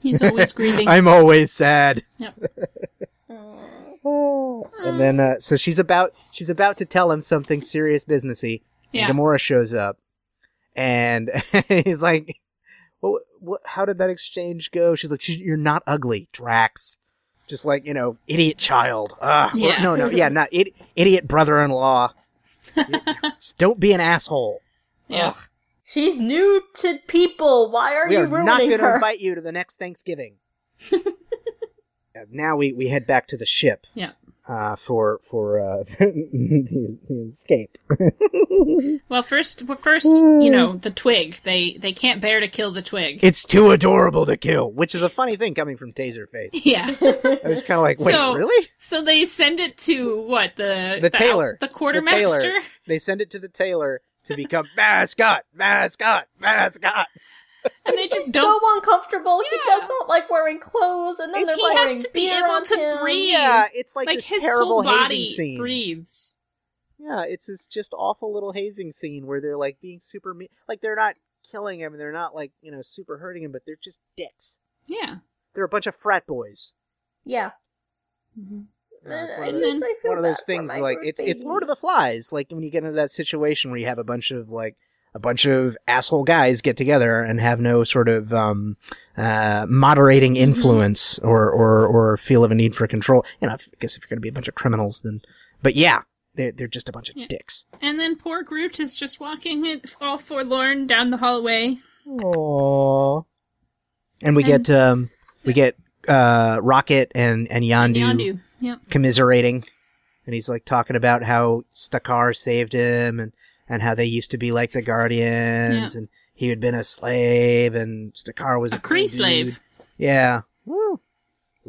S3: He's always grieving.
S2: I'm always sad.
S1: Aw.
S2: And then uh, so she's about she's about to tell him something serious businessy.
S3: yeah.
S2: And Gamora shows up, and he's like, "What? What? How did that exchange go?" She's like, "You're not ugly, Drax." Just like you know, idiot child. Ugh. Or-
S3: Yeah.
S2: No, no, yeah, not id- idiot brother-in-law. Just Don't be an asshole.
S3: yeah.
S1: She's new to people. Why are
S2: we
S1: you
S2: are
S1: ruining
S2: not going to
S1: her?
S2: invite you to the next Thanksgiving. Uh, now we, we head back to the ship.
S3: Yeah.
S2: Uh, for for uh, the, the escape.
S3: Well, first, well, first,
S2: Hmm.
S3: you know, the twig. They they can't bear to kill the twig.
S2: It's too adorable to kill, which is a funny thing coming from Taserface.
S3: yeah.
S2: I was kind of like, wait,
S3: So-
S2: really?
S3: So they send it to what the
S2: The tailor.
S3: the quartermaster.
S2: tailor. They send it to the tailor to become mascot, mascot, mascot.
S3: and they just
S1: He's
S3: don't.
S1: so uncomfortable. He
S3: Yeah.
S1: does not like wearing clothes, and then
S2: It's-
S1: they're
S3: he has
S1: wearing
S3: to be
S1: beer
S3: able
S1: on
S3: to
S1: him.
S3: breathe.
S2: Yeah, it's like,
S3: like
S2: this
S3: his whole
S2: terrible
S3: body
S2: hazing scene.
S3: breathes.
S2: Yeah, it's this just awful little hazing scene where they're like being super me- like they're not killing him and they're not like, you know, super hurting him, but they're just dicks.
S3: Yeah.
S2: They're a bunch of frat boys.
S1: Yeah, Uh,
S2: You know, it's
S1: I
S2: one of
S1: just-
S2: those-
S1: I feel
S2: one of
S1: bad
S2: those
S1: for
S2: things
S1: my
S2: like
S1: poor
S2: it's it's
S1: baby.
S2: Lord of the Flies, like when you get into that situation where you have a bunch of like a bunch of asshole guys get together and have no sort of um, uh, moderating
S3: Mm-hmm.
S2: influence or, or or feel of a need for control. You know, I guess if you're going to be a bunch of criminals, then but yeah, they're they're just a bunch of
S3: Yeah.
S2: dicks.
S3: And then poor Groot is just walking it all forlorn down the hallway.
S2: Aww. And we
S3: And-
S2: get um, we get uh, Rocket and
S3: And
S2: and Yondu,
S3: Yondu. Yep.
S2: commiserating, and he's like talking about how Stakar saved him and and how they used to be like the Guardians and he had been a slave and Stakar was
S3: A
S2: a,
S3: Kree
S2: cool
S3: slave.
S2: dude. Yeah. Woo.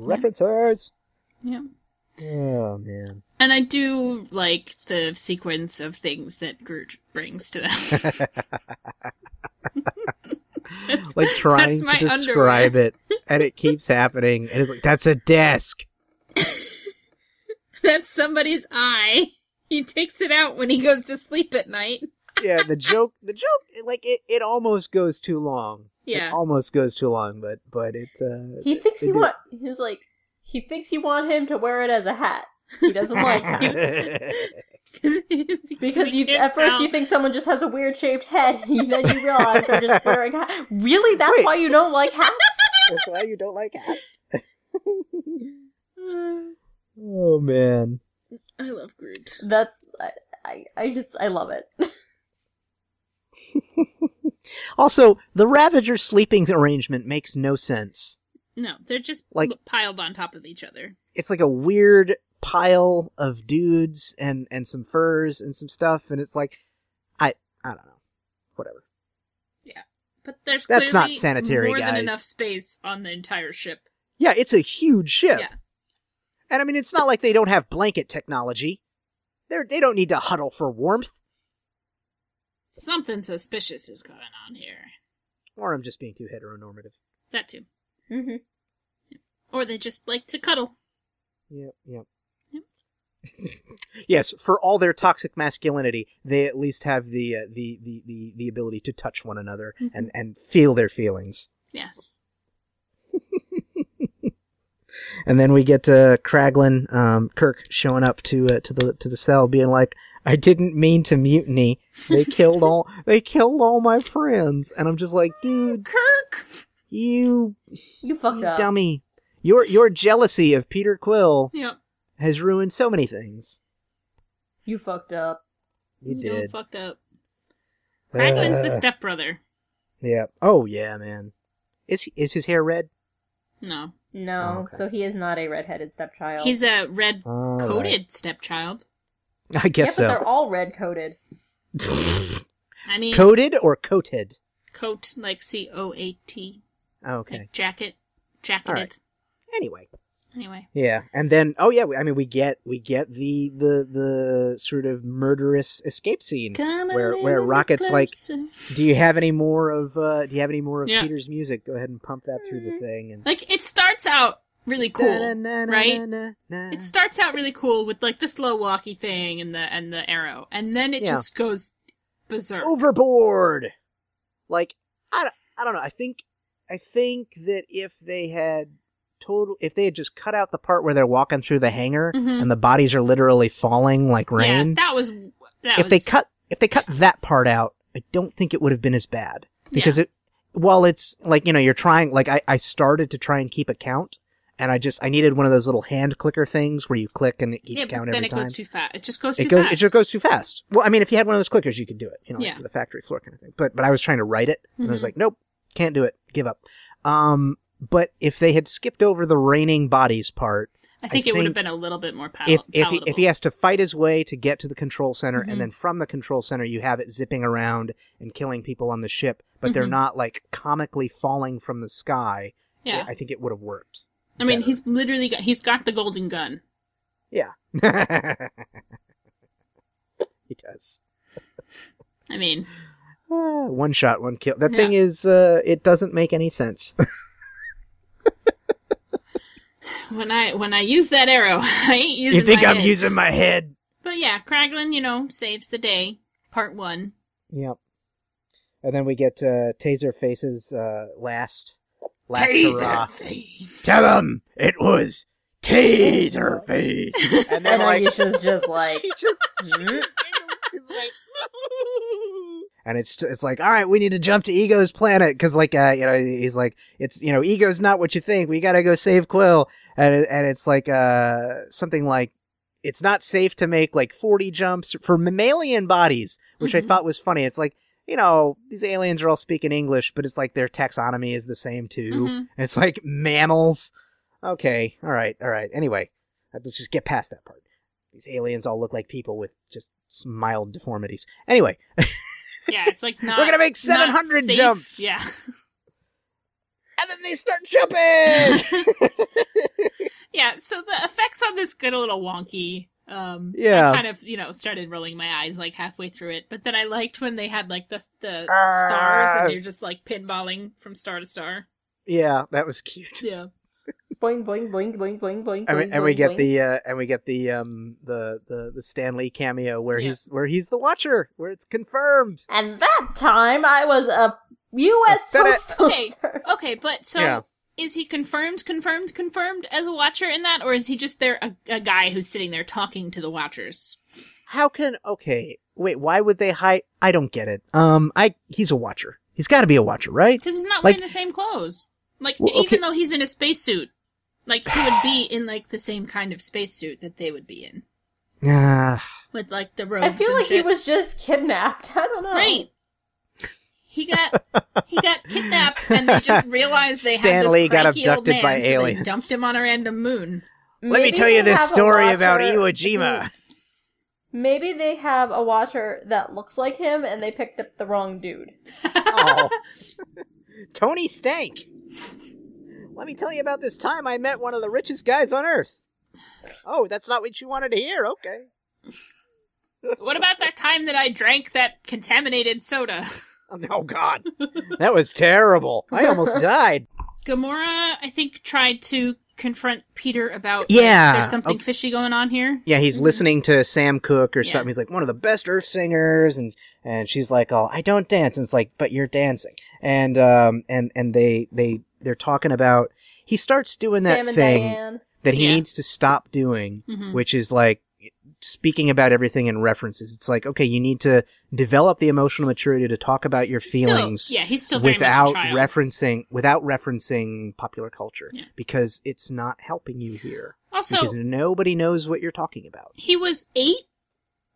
S2: References.
S3: Yep.
S2: Oh man.
S3: And I do like the sequence of things that Groot brings to them. That's-
S2: like trying
S3: that's my
S2: to describe it, and it keeps happening. And it's like that's a desk.
S3: That's somebody's eye. He takes it out when he goes to sleep at night.
S2: yeah, the joke, the joke, like it, it almost goes too long.
S3: Yeah.
S2: it almost goes too long, but but it. Uh,
S1: He thinks
S2: They
S1: you
S2: do.
S1: want. He's like, he thinks you want him to wear it as a hat. He doesn't like it because you
S3: can't
S1: at first
S3: tell.
S1: you think someone just has a weird shaped head, and then you realize they're just wearing hat. Really, that's
S2: Wait.
S1: why you don't like hats.
S2: That's why you don't like hats. oh man.
S3: I love Groot.
S1: That's I, I, I just I love it.
S2: Also, the Ravager's sleeping arrangement makes no sense.
S3: No, they're just
S2: Like-
S3: like piled on top of each other.
S2: It's like a weird pile of dudes and and some furs and some stuff, and it's like, I I don't know, whatever.
S3: But there's
S2: That's not
S3: clearly
S2: sanitary,
S3: more than
S2: guys.
S3: enough space on the entire ship.
S2: Yeah, it's a huge ship.
S3: Yeah.
S2: And I mean, it's not like they don't have blanket technology. They're, they don't need to huddle for warmth.
S3: Something suspicious is going on here.
S2: Or I'm just being too heteronormative.
S3: That too.
S1: Mm-hmm.
S3: Or they just like to cuddle.
S2: Yep, yep.
S3: Yep.
S2: yes, for all their toxic masculinity, they at least have the uh, the, the, the the ability to touch one another
S3: Mhm.
S2: and, and feel their feelings.
S3: Yes.
S2: And then we get uh, Kraglin, um, Kirk showing up to uh, to the to the cell, being like, "I didn't mean to mutiny. They killed all they killed all my friends." And I'm just like, "Dude,
S3: Kirk!
S2: You,
S1: You
S2: you
S1: fucked up.
S2: dummy. Your your jealousy of Peter Quill
S3: Yep.
S2: has ruined so many things.
S1: You fucked up.
S2: You
S3: done
S2: did.
S3: fucked up. Craglin's the
S2: Uh.
S3: stepbrother.
S2: Yeah. Oh yeah, man. Is he- is his hair red?
S3: No.
S1: No,
S2: Oh, okay.
S1: so he is not a redheaded stepchild.
S3: He's a red
S2: All right.
S3: coated stepchild.
S2: I guess
S1: yeah, but they're all red coated.
S2: so.
S3: I mean,
S2: Coated or coated?
S3: coat, like C O A T.
S2: Oh,
S3: Like
S2: okay.
S3: jacket. Jacketed.
S2: All right. Anyway.
S3: Anyway.
S2: Yeah, and then oh yeah, we- I mean we get we get the the the sort of murderous escape scene.
S3: Come
S2: Where- where Rocket's like- Do you have any more of uh Do you have any more of
S3: Yeah.
S2: Peter's music? Go ahead and pump that through the thing. And
S3: Like, it starts out really cool. right?
S2: Na-na-na-na-na.
S3: It starts out really cool with like the slow walky thing and the and the arrow, and then it
S2: Yeah.
S3: just goes berserk.
S2: overboard. Like I don't, I don't know. I think I think that if they had total if they had just cut out the part where they're walking through the hangar
S3: Mhm.
S2: and the bodies are literally falling like rain.
S3: Yeah, that was that
S2: if they
S3: was-
S2: cut if they cut that part out, I don't think it would have been as bad because it while it's like you know you're trying like I, I started to try and keep a count and I just I needed one of those little hand clicker things where you click and it keeps
S3: yeah,
S2: count
S3: but then
S2: every
S3: it
S2: time
S3: goes too fast. It just goes too
S2: it goes
S3: fast.
S2: it just goes too fast. Well, I mean, if you had one of those clickers, you could do it, you know, like
S3: Yeah.
S2: for the factory floor kind of thing. But but I was trying to write it, and I was
S3: Mhm.
S2: like, nope, can't do it, give up. Um, but if they had skipped over the raining bodies part,
S3: I think
S2: I
S3: it would
S2: think
S3: have been a little bit more pal-
S2: if if he,
S3: palatable.
S2: if he has to fight his way to get to the control center,
S3: Mhm.
S2: and then from the control center, you have it zipping around and killing people on the ship, but they're
S3: Mhm.
S2: not like comically falling from the sky.
S3: yeah,
S2: I think it would have worked.
S3: I mean
S2: better.
S3: he's literally got he's got the golden gun.
S2: Yeah, he does.
S3: I mean,
S2: Ah, one shot, one kill. That
S3: Yeah.
S2: thing is, uh, it doesn't make any sense.
S3: when I when I use that arrow, I ain't using. my head.
S2: my head?
S3: But yeah, Kraglin, you know, saves the day. Part one.
S2: Yep. And then we get uh, Taser Face's uh, last, last hurrah.
S3: face.
S2: Tell him it was Taser Face. and then
S1: And
S2: like,
S1: Aisha's just like,
S2: she just,
S1: "Hmm?"
S2: she's like. And it's it's like all right, we need to jump to Ego's planet because like uh, you know he's like it's you know Ego's not what you think. We gotta go save Quill, and it, and it's like uh something like it's not safe to make like forty jumps for mammalian bodies, which I
S3: Mhm.
S2: thought was funny. It's like you know these aliens are all speaking English, but it's like their taxonomy is the same too.
S3: Mhm.
S2: And It's like mammals. Okay, all right, all right. Anyway, uh, let's just get past that part. These aliens all look like people with just s- mild deformities. Anyway,
S3: Yeah, it's like not.
S2: we're gonna make
S3: not
S2: 700
S3: safe.
S2: jumps,
S3: Yeah.
S2: and then they start jumping.
S3: yeah, so the effects on this get a little wonky. Um,
S2: Yeah.
S3: I kind of, you know, started rolling my eyes like halfway through it, but then I liked when they had like the the
S2: Ah.
S3: stars and you're just like pinballing from star to star.
S2: yeah, that was cute.
S3: Yeah.
S1: boing, boing, boing, boing, boing, boing.
S2: And we,
S1: boing,
S2: and we
S1: boing,
S2: get
S1: boing.
S2: the uh, and we get the um the the the Stanley cameo where
S3: Yeah.
S2: he's where he's the Watcher where it's confirmed.
S1: And that time I was a U.S.
S2: A FedEx-
S1: postal
S3: Okay.
S1: service.
S3: Okay, but so
S2: Yeah.
S3: is he confirmed, confirmed, confirmed as a watcher in that, or is he just there a, a guy who's sitting there talking to the watchers?
S2: How can okay wait? Why would they hide? I don't get it. Um, I he's a Watcher. He's got to be a Watcher, right?
S3: Because he's not
S2: Like-
S3: wearing the same clothes. Like
S2: Well, okay.
S3: even though he's in a spacesuit, like he would be in like the same kind of spacesuit that they would be in
S2: Yeah.
S3: with like the robes.
S1: I feel
S3: and
S1: like he
S3: shit.
S1: was just kidnapped. I don't know.
S3: right. He got he got kidnapped, and they just realized they
S2: Stanley
S3: had
S2: got
S3: this cranky old
S2: abducted
S3: man,
S2: by
S3: so they
S2: aliens.
S3: dumped him on a random moon.
S2: Let me
S1: Maybe
S2: tell
S1: they
S2: you this
S1: have a
S2: story about
S1: watcher-
S2: Iwo Jima.
S1: Maybe they have a watcher that looks like him and they picked up the wrong dude.
S2: Tony Stank. Let me tell you about this time I met one of the richest guys on earth. Oh, that's not what you wanted to hear. Okay.
S3: What about that time that I drank that contaminated soda?
S2: Oh God, that was terrible. I almost died.
S3: Gamora, I think, tried to confront Peter about
S2: Yeah.
S3: there's something
S2: Okay.
S3: fishy going on here.
S2: Yeah, he's
S1: Mhm.
S2: listening to Sam Cooke or
S3: Yeah.
S2: something. He's like one of the best Earth singers, and and she's like, "Oh, I don't dance." And it's like, "But you're dancing." And um and and they they they're talking about. He starts doing that
S1: Sam and
S2: thing
S1: Diane.
S2: that he
S3: Yeah.
S2: needs to stop doing,
S3: Mhm.
S2: which is like speaking about everything in references. It's like, okay, you need to develop the emotional maturity to talk about your feelings
S3: Still, yeah, he's still very
S2: without
S3: much a child.
S2: referencing without referencing popular culture
S3: Yeah.
S2: because it's not helping you here
S3: Also,
S2: because nobody knows what you're talking about.
S3: he was eight,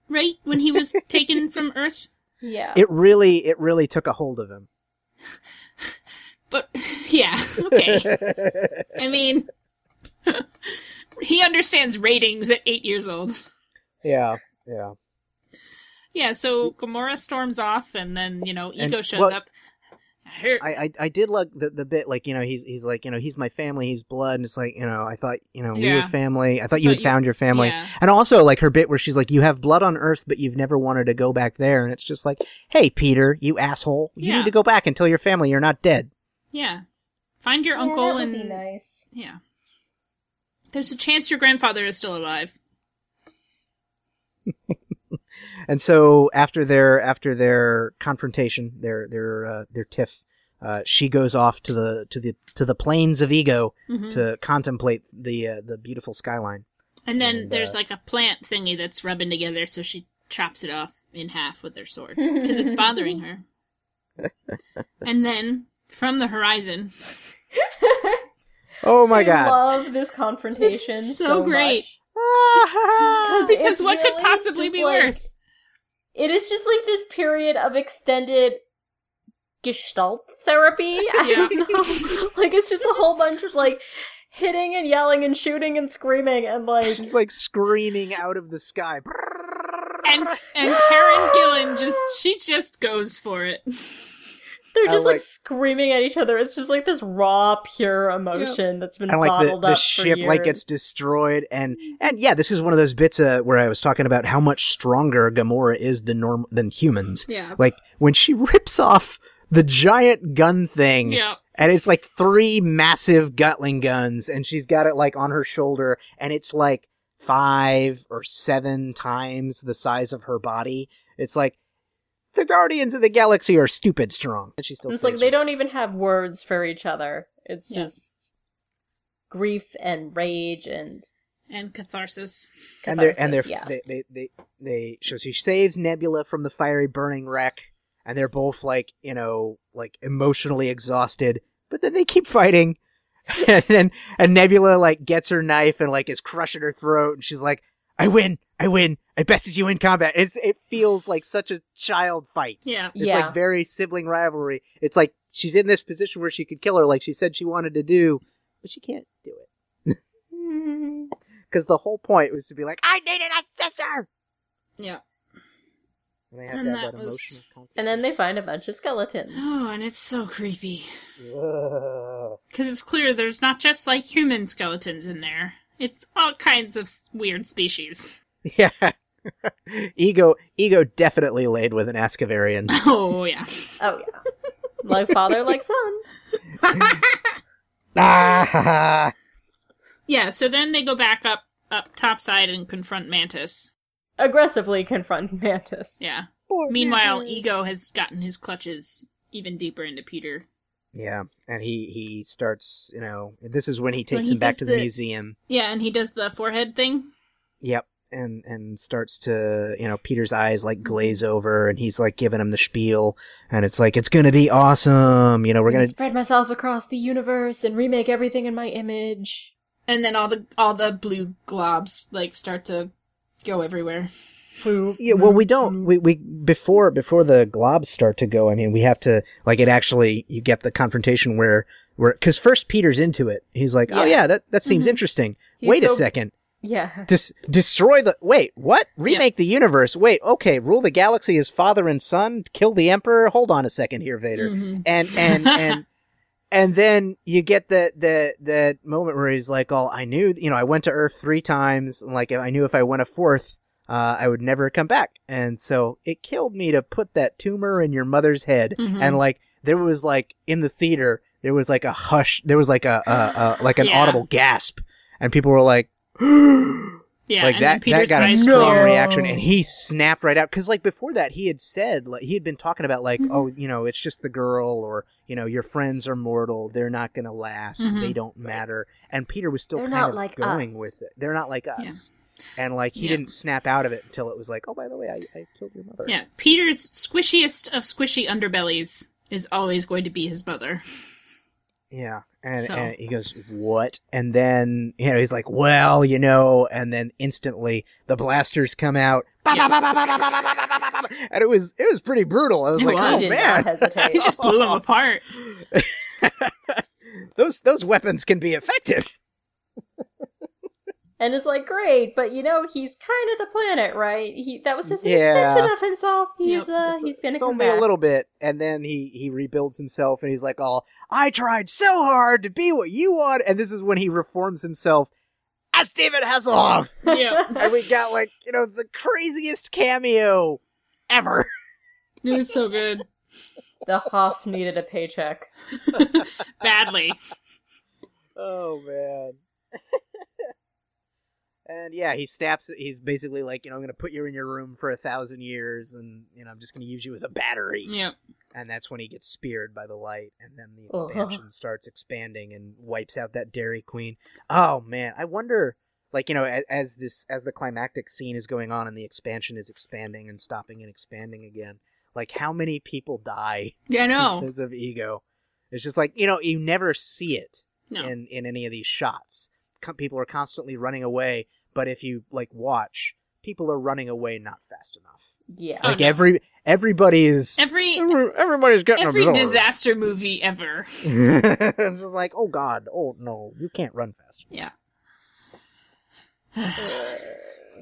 S3: right? When he was taken from Earth,
S1: Yeah.
S2: It really it really took a hold of him.
S3: but yeah, okay. I mean, he understands ratings at eight years old.
S2: yeah. Yeah.
S3: Yeah, so Gamora storms off, and then you know Ego
S2: And-
S3: shows
S2: well,
S3: up. I heard.
S2: I, I I did like the, the bit like you know he's he's like you know he's my family he's blood and it's like you know I thought you know we were
S3: Yeah.
S2: family I thought you
S3: But
S2: had
S3: you-
S2: found your family
S3: Yeah.
S2: And also, like her bit where she's like, "You have blood on Earth, but you've never wanted to go back there," and it's just like, "Hey, Peter, you asshole! You
S3: Yeah.
S2: need to go back and tell your family you're not dead."
S3: yeah. Find your
S1: Yeah,
S3: uncle
S1: that would
S3: and
S1: be nice.
S3: yeah. There's a chance your grandfather is still alive.
S2: And so after their after their confrontation, their their uh, their tiff, uh, she goes off to the to the to the plains of ego
S3: Mhm.
S2: to contemplate the uh, the beautiful skyline.
S3: And then
S2: And,
S3: there's
S2: uh,
S3: like a plant thingy that's rubbing together, so she chops it off in half with her sword because it's bothering her. and then from the horizon,
S2: Oh my
S1: I
S2: god!
S1: love this confrontation.
S3: This is so
S1: so,
S3: great.
S1: Because
S3: because
S1: it's
S3: what could
S1: really
S3: possibly
S1: just
S3: be
S1: like-
S3: worse?
S1: Much. It is just like this period of extended gestalt therapy. I
S3: Yeah.
S1: don't know. like it's just a whole bunch of like hitting and yelling and shooting and screaming and like
S2: She's like screaming out of the sky.
S3: And and Karen Gillan just she just goes for it.
S1: they're
S2: I
S1: just like,
S2: like-
S1: screaming at each other. It's just like this raw, pure emotion that's been
S2: and like the,
S1: bottled
S2: the
S1: up
S2: ship
S1: for years.
S2: like gets destroyed and and yeah this is one of those bits uh, where i was talking about how much stronger gamora is than norm than humans
S3: Yeah.
S2: like when she rips off the giant gun thing
S3: Yeah.
S2: and it's like three massive gatling guns and she's got it like on her shoulder and it's like five or seven times the size of her body it's like the guardians of the galaxy are stupid strong and she's still
S1: It's like
S2: saves
S1: they
S2: her.
S1: don't even have words for each other. It's
S3: Yeah.
S1: just grief and rage and
S3: And catharsis.
S2: and they're and they're
S1: catharsis, yeah.
S2: they, they they they so she saves Nebula from the fiery burning wreck, and they're both like you know like emotionally exhausted, but then they keep fighting, and then and Nebula like gets her knife and like is crushing her throat, and she's like, "I win, I win, I bested you in combat." It's it feels like such a child fight.
S3: Yeah.
S2: It's
S1: yeah.
S2: like very sibling rivalry. It's like she's in this position where she could kill her, like she said she wanted to do, but she can't do it. Because the whole point was to be like, I needed a sister.
S3: Yeah.
S2: And they have
S3: And
S2: to have
S3: that
S2: that
S3: was-
S2: emotional.
S1: and then they find a bunch of skeletons.
S3: Oh, and it's so creepy.
S2: Ugh.
S3: Because it's clear there's not just like human skeletons in there. It's all kinds of s- weird species.
S2: Yeah. ego, ego definitely laid with an Ascavarian.
S3: Oh yeah.
S1: Oh yeah. like father, like son.
S2: ah!
S3: yeah. So then they go back up up topside and confront Mantis.
S1: Aggressively confront Mantis.
S3: Yeah.
S2: Poor
S3: Meanwhile, e
S2: Mantis.
S3: Ego has gotten his clutches even deeper into Peter.
S2: Yeah, and he he starts. You know, this is when he takes
S3: he
S2: him back
S3: does
S2: to the,
S3: the-
S2: museum.
S3: Yeah, and he does the forehead thing.
S2: Yep. And and starts to you know Peter's eyes like glaze over and he's like giving him the spiel and it's like it's gonna be awesome you know we're
S1: I'm
S2: gonna
S1: spread myself across the universe and remake everything in my image.
S3: And then all the all the blue globs like start to go everywhere.
S1: Who?
S2: Yeah, well, we
S1: Mm-hmm.
S2: don't. We, we before before the globs start to go. I mean, we have to like it. Actually, you get the confrontation where where because first Peter's into it. He's like, oh
S3: Yeah.
S2: yeah, that that seems
S3: Mhm.
S2: interesting.
S1: Mm-hmm. He's
S2: wait a
S1: so-
S2: second,
S1: Yeah.
S2: Dis- destroy the wait what remake the universe? Wait, okay, rule the galaxy as father and son, kill the emperor. Hold on a second here, Vader,
S3: Mhm.
S2: and and and. And then you get the the that moment where he's like, "All I knew, you know, I went to Earth three times, and like I knew if I went a fourth, uh, I would never come back. And so it killed me to put that tumor in your mother's head.
S3: Mhm.
S2: And like there was like in the theater, there was like a hush. There was like a, a, a like an
S3: Yeah.
S2: audible gasp, and people were like. "Oh,
S3: Yeah,
S2: like
S3: and then
S2: that, that
S3: Peter's
S2: got a
S3: eyes
S2: strong
S3: glow.
S2: reaction, and he snapped right out. Because like before that, he had said like he had been talking about like,
S3: Mhm.
S2: oh, you know, it's just the girl, or you know, your friends are mortal; they're not gonna last;
S3: Mhm.
S2: they don't matter. And Peter was still
S1: They're
S2: kind
S1: not
S2: of
S1: like
S2: going
S1: us.
S2: with it. They're not like
S3: Yeah.
S2: us, and like he
S3: Yeah.
S2: didn't snap out of it until it was like, oh, by the way, I, I killed your mother.
S3: Yeah, Peter's squishiest of squishy underbellies is always going to be his mother.
S2: Yeah. And,
S3: So-
S2: and he goes, What? And then, you know, he's like, Well, you know, and then instantly the blasters come out. Ba, ba, ba, ba, ba, ba, ba, ba, ba, ba, ba, ba, ba. And it was it was pretty brutal. I was
S3: It
S2: like,
S3: was.
S1: he did
S2: Oh
S1: not
S2: man.
S1: hesitate.
S3: He just blew him apart.
S2: those those weapons can be effective.
S1: and it's like great, but you know he's kind of the planet, right? He that was just an
S2: Yeah.
S1: extension of himself. He's
S3: Yep.
S1: uh
S2: it's
S1: he's gonna
S2: it's
S1: come
S2: only
S1: back.
S2: a little bit. And then he, he rebuilds himself and he's like, Oh, I tried so hard to be what you want and this is when he reforms himself as David Hasselhoff.
S3: Yeah.
S2: and we got like, you know, the craziest cameo ever.
S3: It was so good.
S1: the Hoff needed a paycheck.
S3: Badly.
S2: Oh man. And yeah, he snaps. He's basically like, you know, I'm going to put you in your room for a thousand years, and you know, I'm just going to use you as a battery.
S3: Yep.
S2: And that's when he gets speared by the light, and then the
S1: Oh.
S2: expansion starts expanding and wipes out that Dairy Queen. Oh man, I wonder, like you know, as, as this as the climactic scene is going on and the expansion is expanding and stopping and expanding again, like how many people die
S3: Yeah, I know.
S2: because of ego? It's just like you know, you never see it
S3: No.
S2: in in any of these shots. Co- people are constantly running away, but if you like watch, people are running away not fast enough.
S1: Yeah.
S3: Oh,
S2: like
S3: no.
S2: every everybody is
S3: every
S2: every- everybody's getting
S3: every
S2: absorbed.
S3: disaster movie ever.
S2: it's just like, oh god, oh no, you can't run fast.
S3: Uh,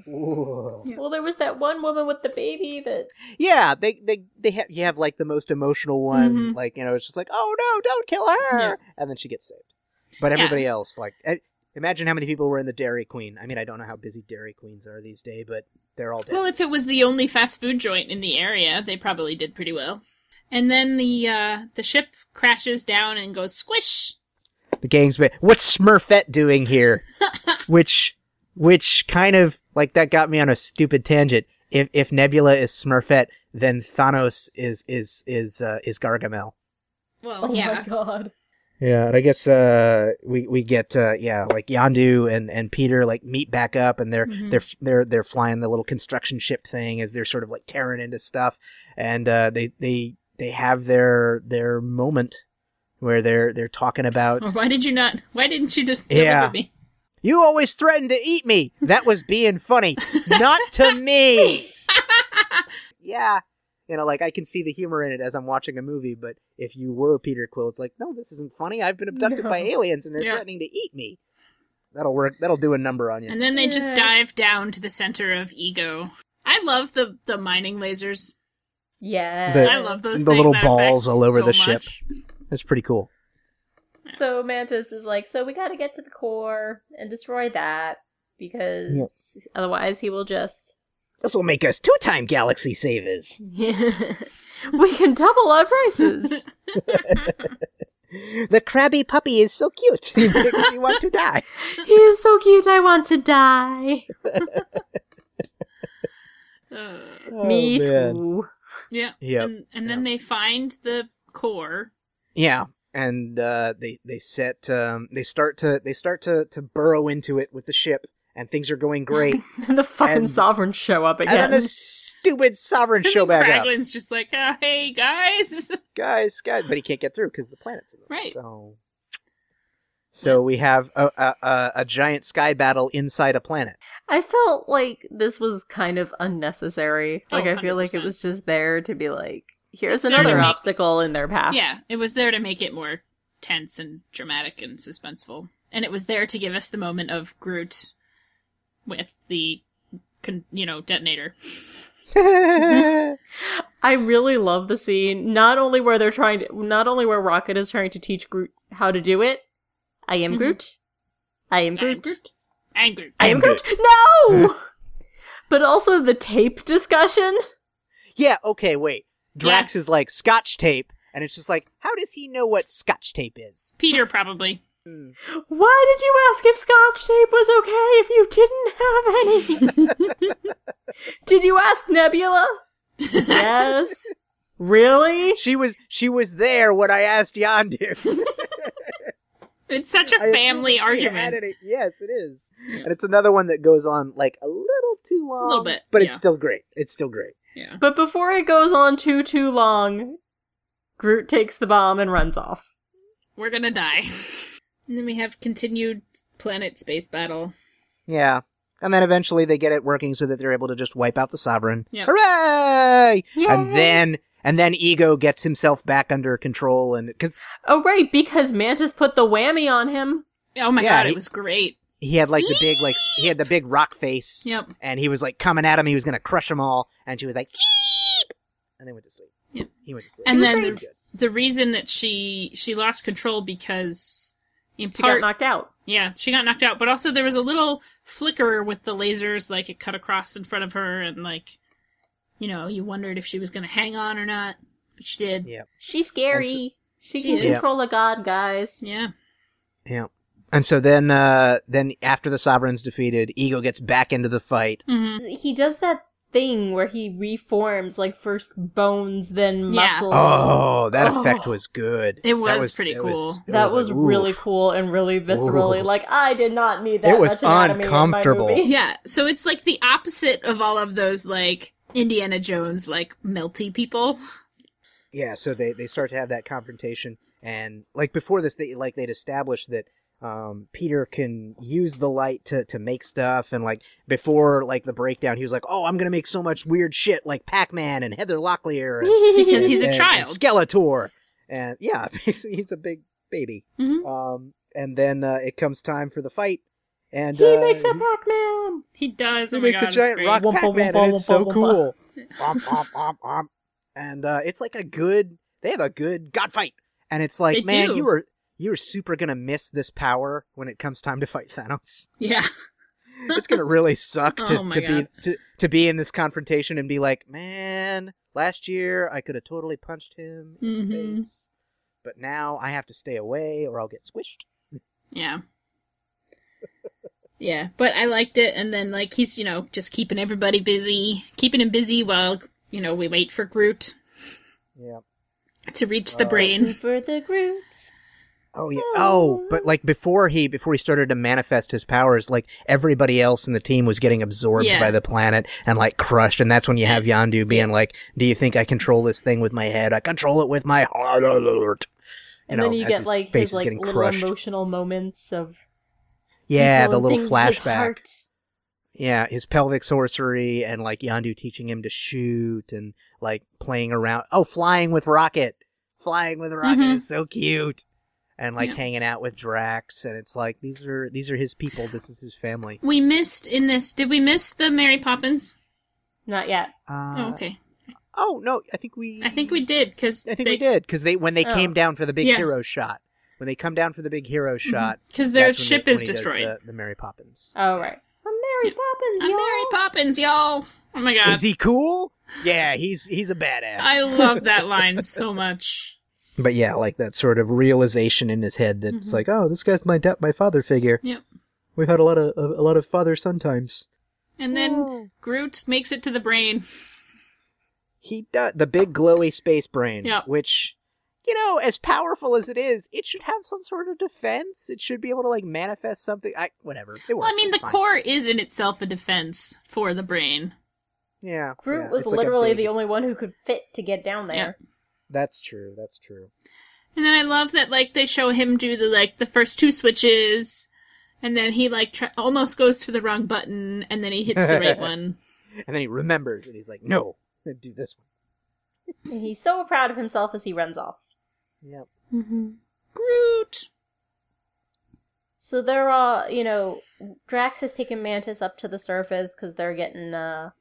S2: Ooh.
S1: well, there was that one woman with the baby that
S2: Yeah, they they they have you have like the most emotional one,
S3: Mhm.
S2: like you know, it's just like, oh no, don't kill her,
S3: Yeah.
S2: and then she gets saved. But everybody else, like, I, imagine how many people were in the Dairy Queen. I mean, I don't know how busy Dairy Queens are these days, but they're all dead.
S3: Well, if it was the only fast food joint in the area, they probably did pretty well. And then the uh, the ship crashes down and goes squish.
S2: the gang's ba- what's smurfette doing here which which kind of like that got me on a stupid tangent if if nebula is smurfette then thanos is is is uh, is gargamel
S3: Well,
S1: Oh my
S3: yeah,
S1: god.
S2: yeah and i guess uh we we get uh yeah like yandu and and peter like meet back up and they're
S3: Mhm.
S2: they're they're they're flying the little construction ship thing as they're sort of like tearing into stuff and uh they they they have their their moment where they're they're talking about
S3: Or why did you not? Why didn't you just
S2: Yeah.
S3: deliver me?
S2: You always threaten to eat me. That was being funny, not to me. yeah. You know, like I can see the humor in it as I'm watching a movie, but if you were Peter Quill, it's like, no, this isn't funny. I've been abducted by
S1: No.
S2: aliens and they're
S3: Yeah.
S2: threatening to eat me. That'll work. That'll do a number on you.
S3: And then they just
S1: Yeah.
S3: dive down to the center of ego. I love the the mining lasers.
S1: Yeah.
S2: The-
S3: I love those.
S2: the
S3: things.
S2: little
S3: That affects
S2: balls all over
S3: so
S2: the ship.
S3: much.
S2: That's pretty cool.
S1: So Mantis is like, so we got to get to the core and destroy that because otherwise he will just.
S2: This will make us two-time galaxy savers.
S1: we can double our prices.
S2: The crabby puppy is so cute. He makes me want to die.
S1: he is so cute. I want to die.
S3: Uh,
S2: Oh,
S1: Oh, Me too.
S3: yeah.
S2: Yep.
S3: And, and then they find the core.
S2: Yeah, and uh, they they set um, they start to they start to to burrow into it with the ship, and things are going great.
S1: And the fucking
S2: And-
S1: sovereigns show up
S2: And then
S1: again.
S2: this stupid sovereign show
S3: and then
S2: back up,
S3: Kraglin's just like, oh, hey guys.
S2: guys, guys, but he can't get through because the planet's in there.
S3: Right.
S2: So, so we have a, a a a giant sky battle inside a planet.
S1: I felt like this was kind of unnecessary.
S3: Oh,
S1: Like I feel like it
S3: 100%.
S1: was just there to be like,
S3: It's
S1: here's
S3: there to
S1: another
S3: make-
S1: obstacle in their path.
S3: Yeah, it was there to make it more tense and dramatic and suspenseful. And it was there to give us the moment of Groot with the, con- you know, detonator.
S1: I really love the scene. Not only where they're trying to, not only where Rocket is trying to teach Groot how to do it. I am
S3: Mhm.
S1: Groot. Mm-hmm. I am
S3: I am
S1: Groot.
S3: Groot. And Groot.
S1: I am
S2: I'm
S1: Groot.
S2: Mm.
S1: No. but also the tape discussion.
S2: yeah. Okay. Wait.
S3: Yes.
S2: Drax is like Scotch tape, and it's just like, how does he know what Scotch tape is?
S3: Peter, probably.
S1: Why did you ask if Scotch tape was okay if you didn't have any? did you ask Nebula? Yes. really?
S2: She was she was there when I asked Yondu.
S3: It's such a
S2: I assume
S3: family
S2: it's really
S3: argument.
S2: added it- Yes, it is,
S3: Yeah.
S2: and it's another one that goes on like a little too long,
S3: Little bit,
S2: but it's
S3: yeah.
S2: still great. It's still great.
S3: Yeah.
S1: But before it goes on too too long, Groot takes the bomb and runs off.
S3: We're gonna die. and then we have continued planet space battle.
S2: Yeah, and then eventually they get it working so that they're able to just wipe out the sovereign.
S3: Yep.
S2: Hooray! And
S1: Yay!
S2: then and then Ego gets himself back under control, and because
S1: Oh right, because Mantis put the whammy on him.
S3: Oh my
S2: Yeah,
S3: god,
S2: he-
S3: it was great.
S2: he had like the big like s- he had the big rock face,
S3: Yep.
S2: and he was like coming at him. He was gonna crush them all, and she was like, "Keep!" and they went to sleep.
S3: Yep.
S2: He went to sleep,
S3: And then
S2: Very
S3: the,
S2: good.
S3: the reason that she she lost control because in
S1: She
S3: part
S1: got knocked out.
S3: Yeah, she got knocked out, but also there was a little flicker with the lasers, like it cut across in front of her, and like, you know, you wondered if she was gonna hang on or not, but she did.
S2: Yeah.
S1: She's
S2: And
S1: scary. she
S3: she
S1: can
S3: is.
S1: control a god, guys.
S3: Yeah.
S2: Yeah. And so then, uh, then after the Sovereign's defeated, Ego gets back into the fight.
S3: hmm
S1: He does that thing where he reforms like first bones, then
S3: Yeah.
S1: muscle.
S2: Oh, that
S1: Oh.
S2: effect was good.
S3: It
S2: That
S3: was pretty
S2: that
S3: cool.
S2: it
S1: that was
S2: like, ooh.
S1: really cool and really viscerally.
S2: Ooh.
S1: Like I did not need that.
S2: It was
S1: much anatomy in my
S2: uncomfortable.
S1: movie.
S3: Yeah, so it's like the opposite of all of those like Indiana Jones like melty people.
S2: yeah so they they start to have that confrontation and like before this they like they'd established that um peter can use the light to to make stuff and like before like the breakdown he was like oh i'm gonna make so much weird shit like pac-man and heather locklear and,
S3: Because he's a
S2: and- and
S3: child.
S2: skeletor and yeah basically he's a big baby
S3: Mhm.
S2: um and then uh, it comes time for the fight and
S1: he
S2: uh,
S1: makes a
S2: he-
S1: Pac-Man.
S3: He does.
S2: he
S3: oh my
S2: makes
S3: God,
S2: a
S3: it's
S2: giant
S3: great.
S2: rock
S1: Wumpa,
S2: Pac-Man,
S1: wumpa,
S2: and it's so
S1: wumpa,
S2: cool. Omp, omp, omp, omp. And uh, it's like a good. They have a good god fight, and it's like,
S3: They
S2: man,
S3: do.
S2: you were you were super gonna miss this power when it comes time to fight Thanos.
S3: Yeah.
S2: It's gonna really suck to,
S3: Oh my
S2: to be
S3: God.
S2: to, to be in this confrontation and be like, man, last year I could have totally punched him in the
S3: Mhm.
S2: face, but now I have to stay away or I'll get swished.
S3: Yeah. Yeah, but I liked it, and then like he's you know just keeping everybody busy, keeping him busy while you know we wait for Groot
S2: Yeah.
S3: to reach the
S2: Uh,
S1: Waiting
S3: brain.
S1: for the Groot.
S2: Oh yeah.
S1: Oh.
S2: Oh, but like before he before he started to manifest his powers, like everybody else in the team was getting absorbed
S3: Yeah.
S2: by the planet and like crushed, and that's when you have Yandu being like, "Do you think I control this thing with my head? I control it with my heart."
S1: And
S2: know,
S1: then you
S2: as
S1: get
S2: his
S1: like
S2: face
S1: his
S2: is
S1: like
S2: getting
S1: little
S2: crushed.
S1: emotional moments of
S2: Yeah,
S1: people
S2: the
S1: and
S2: little
S1: things with
S2: flashback.
S1: heart.
S2: Yeah, his pelvic sorcery and like Yandu teaching him to shoot and like playing around. Oh, flying with Rocket. Flying with Rocket
S3: Mhm.
S2: is so cute. And like
S3: Yeah.
S2: hanging out with Drax and it's like these are these are his people. This is his family.
S3: We missed in this. Did we miss the Mary Poppins?
S1: Not yet.
S2: Uh,
S3: oh, okay,
S2: Oh no, I think we.
S3: I think we did because
S2: I think we did because they when they
S1: Oh.
S2: came down for the big
S3: Yeah.
S2: hero shot when they come down for the big hero shot.
S3: because their
S2: Mm-hmm. that's when
S3: ship
S2: they-
S3: is
S2: when he does
S3: destroyed.
S2: The, the Mary Poppins.
S1: Oh right. I'm Mary
S3: Yeah.
S1: Poppins.
S3: I'm
S1: y'all.
S3: Mary Poppins, y'all. Oh my god,
S2: Is he cool? Yeah, he's he's a badass.
S3: I love that line so much.
S2: but yeah, like that sort of realization in his head that it's
S3: Mhm.
S2: like, oh, this guy's my da- my father figure.
S3: Yep.
S2: We've had a lot of a, a lot of father son times.
S3: And then Groot makes it to the brain.
S2: He does the big glowy space brain,
S3: Yeah.
S2: which you know, as powerful as it is, it should have some sort of defense. It should be able to like manifest something. I whatever. It
S3: Well, I
S2: works,
S3: mean, the
S2: it's fine.
S3: core is in itself a defense for the brain.
S2: Yeah,
S1: Groot
S2: yeah,
S1: was
S2: it's like a
S1: literally
S2: big-
S1: the only one who could fit to get down there.
S2: That's true. That's true.
S3: And then I love that like they show him do the like the first two switches, and then he like tr- almost goes for the wrong button, and then he hits the right one.
S2: And then he remembers, and he's like, "No, I'm gonna do this
S1: And he's so proud of himself as he runs off.
S2: one." Yep.
S3: Mm-hmm. Groot.
S1: So they're all, you know, Drax has taken Mantis up to the surface because they're getting uh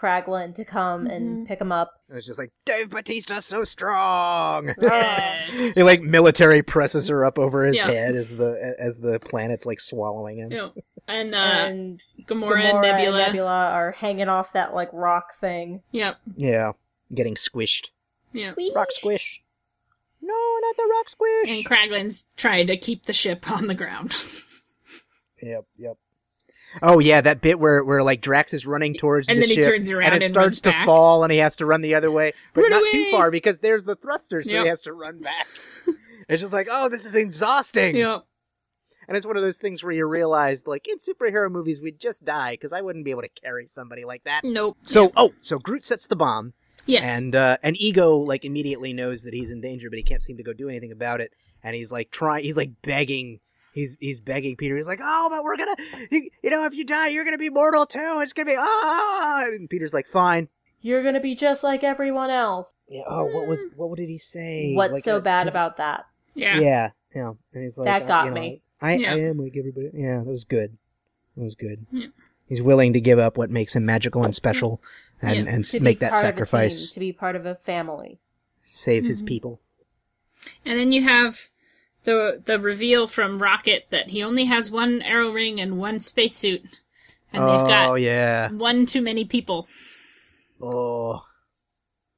S1: Kraglin to come and pick him up.
S2: And it's just like Dave Batista's so strong.
S3: Yes.
S2: He like military presses her up over his
S3: Yeah.
S2: head as the as the planet's like swallowing him.
S3: Yeah. And uh,
S1: and
S3: Gamora,
S1: Gamora
S3: and
S1: and
S3: Nebula.
S1: Nebula are hanging off that like rock thing.
S3: Yep.
S2: Yeah, getting squished.
S3: Yep.
S2: Rock squish. No, not the rock squish.
S3: And Kraglin's trying to keep the ship on the ground.
S2: Yep, yep. Oh yeah, that bit where where like Drax is running towards
S3: And
S2: the
S3: then he
S2: ship,
S3: turns around
S2: and it
S3: and
S2: starts
S3: runs
S2: to
S3: back.
S2: fall, and he has to run the other way, but
S3: Run
S2: not too
S3: away!
S2: far because there's the thruster, so
S3: Yep.
S2: he has to run back. it's just like, oh, this is exhausting,
S3: yep.
S2: and it's one of those things where you realize, like in superhero movies, we'd just die because I wouldn't be able to carry somebody like that.
S3: Nope.
S2: So, oh, so Groot sets the bomb,
S3: Yes.
S2: and uh, and Ego like immediately knows that he's in danger, but he can't seem to go do anything about it. And he's like trying, he's like begging, he's he's begging Peter. He's like, oh, but we're gonna, you, you know, if you die, you're gonna be mortal too. It's gonna be ah. And Peter's like, fine.
S1: You're gonna be just like everyone else.
S2: Yeah. Oh, what was what did he say?
S1: What's
S2: Like,
S1: so
S2: uh,
S1: bad
S2: 'cause-
S1: about that?
S3: yeah.
S2: Yeah. Yeah. And he's like,
S1: That
S2: I-
S1: got
S2: you know,
S1: me.
S2: I, I
S3: Yeah.
S2: am like everybody. Yeah, that was good. That was good.
S3: Yeah.
S2: He's willing to give up what makes him magical and special, and
S3: Yeah.
S2: and s-
S1: To be
S2: make that
S1: part of a
S2: sacrifice,
S1: team, to be part of a family.
S2: save his
S3: Mhm.
S2: people.
S3: And then you have the the reveal from Rocket that he only has one arrow ring and one spacesuit, and
S2: oh
S3: they've got
S2: yeah.
S3: one too many people.
S2: Oh,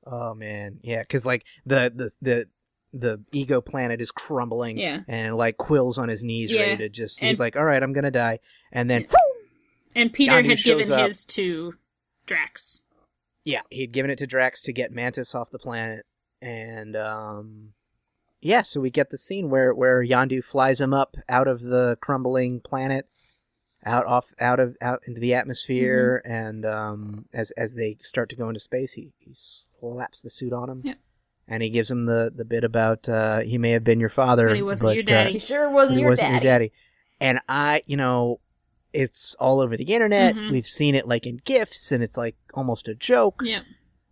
S2: oh man, yeah, because like the the the the ego planet is crumbling
S3: Yeah.
S2: and like Quill's on his knees
S3: Yeah.
S2: ready to just he's
S3: And-
S2: like, Alright, I'm gonna die and then
S3: Yeah. And Peter
S2: Yandu
S3: had given
S2: shows up.
S3: his to Drax.
S2: yeah, he'd given it to Drax to get Mantis off the planet, and um, yeah, so we get the scene where where Yandu flies him up out of the crumbling planet, out off out of out into the atmosphere,
S3: Mm-hmm.
S2: and um, as as they start to go into space, he, he slaps the suit on him,
S3: Yep.
S2: and he gives him the the bit about uh, he may have been your father,
S3: But he wasn't your
S2: uh,
S3: daddy.
S1: He sure wasn't,
S2: he
S1: your,
S2: wasn't
S1: daddy.
S2: your daddy. And I, you know, it's all over the internet.
S3: Mhm.
S2: We've seen it like in gifs, and it's like almost a joke.
S3: Yeah,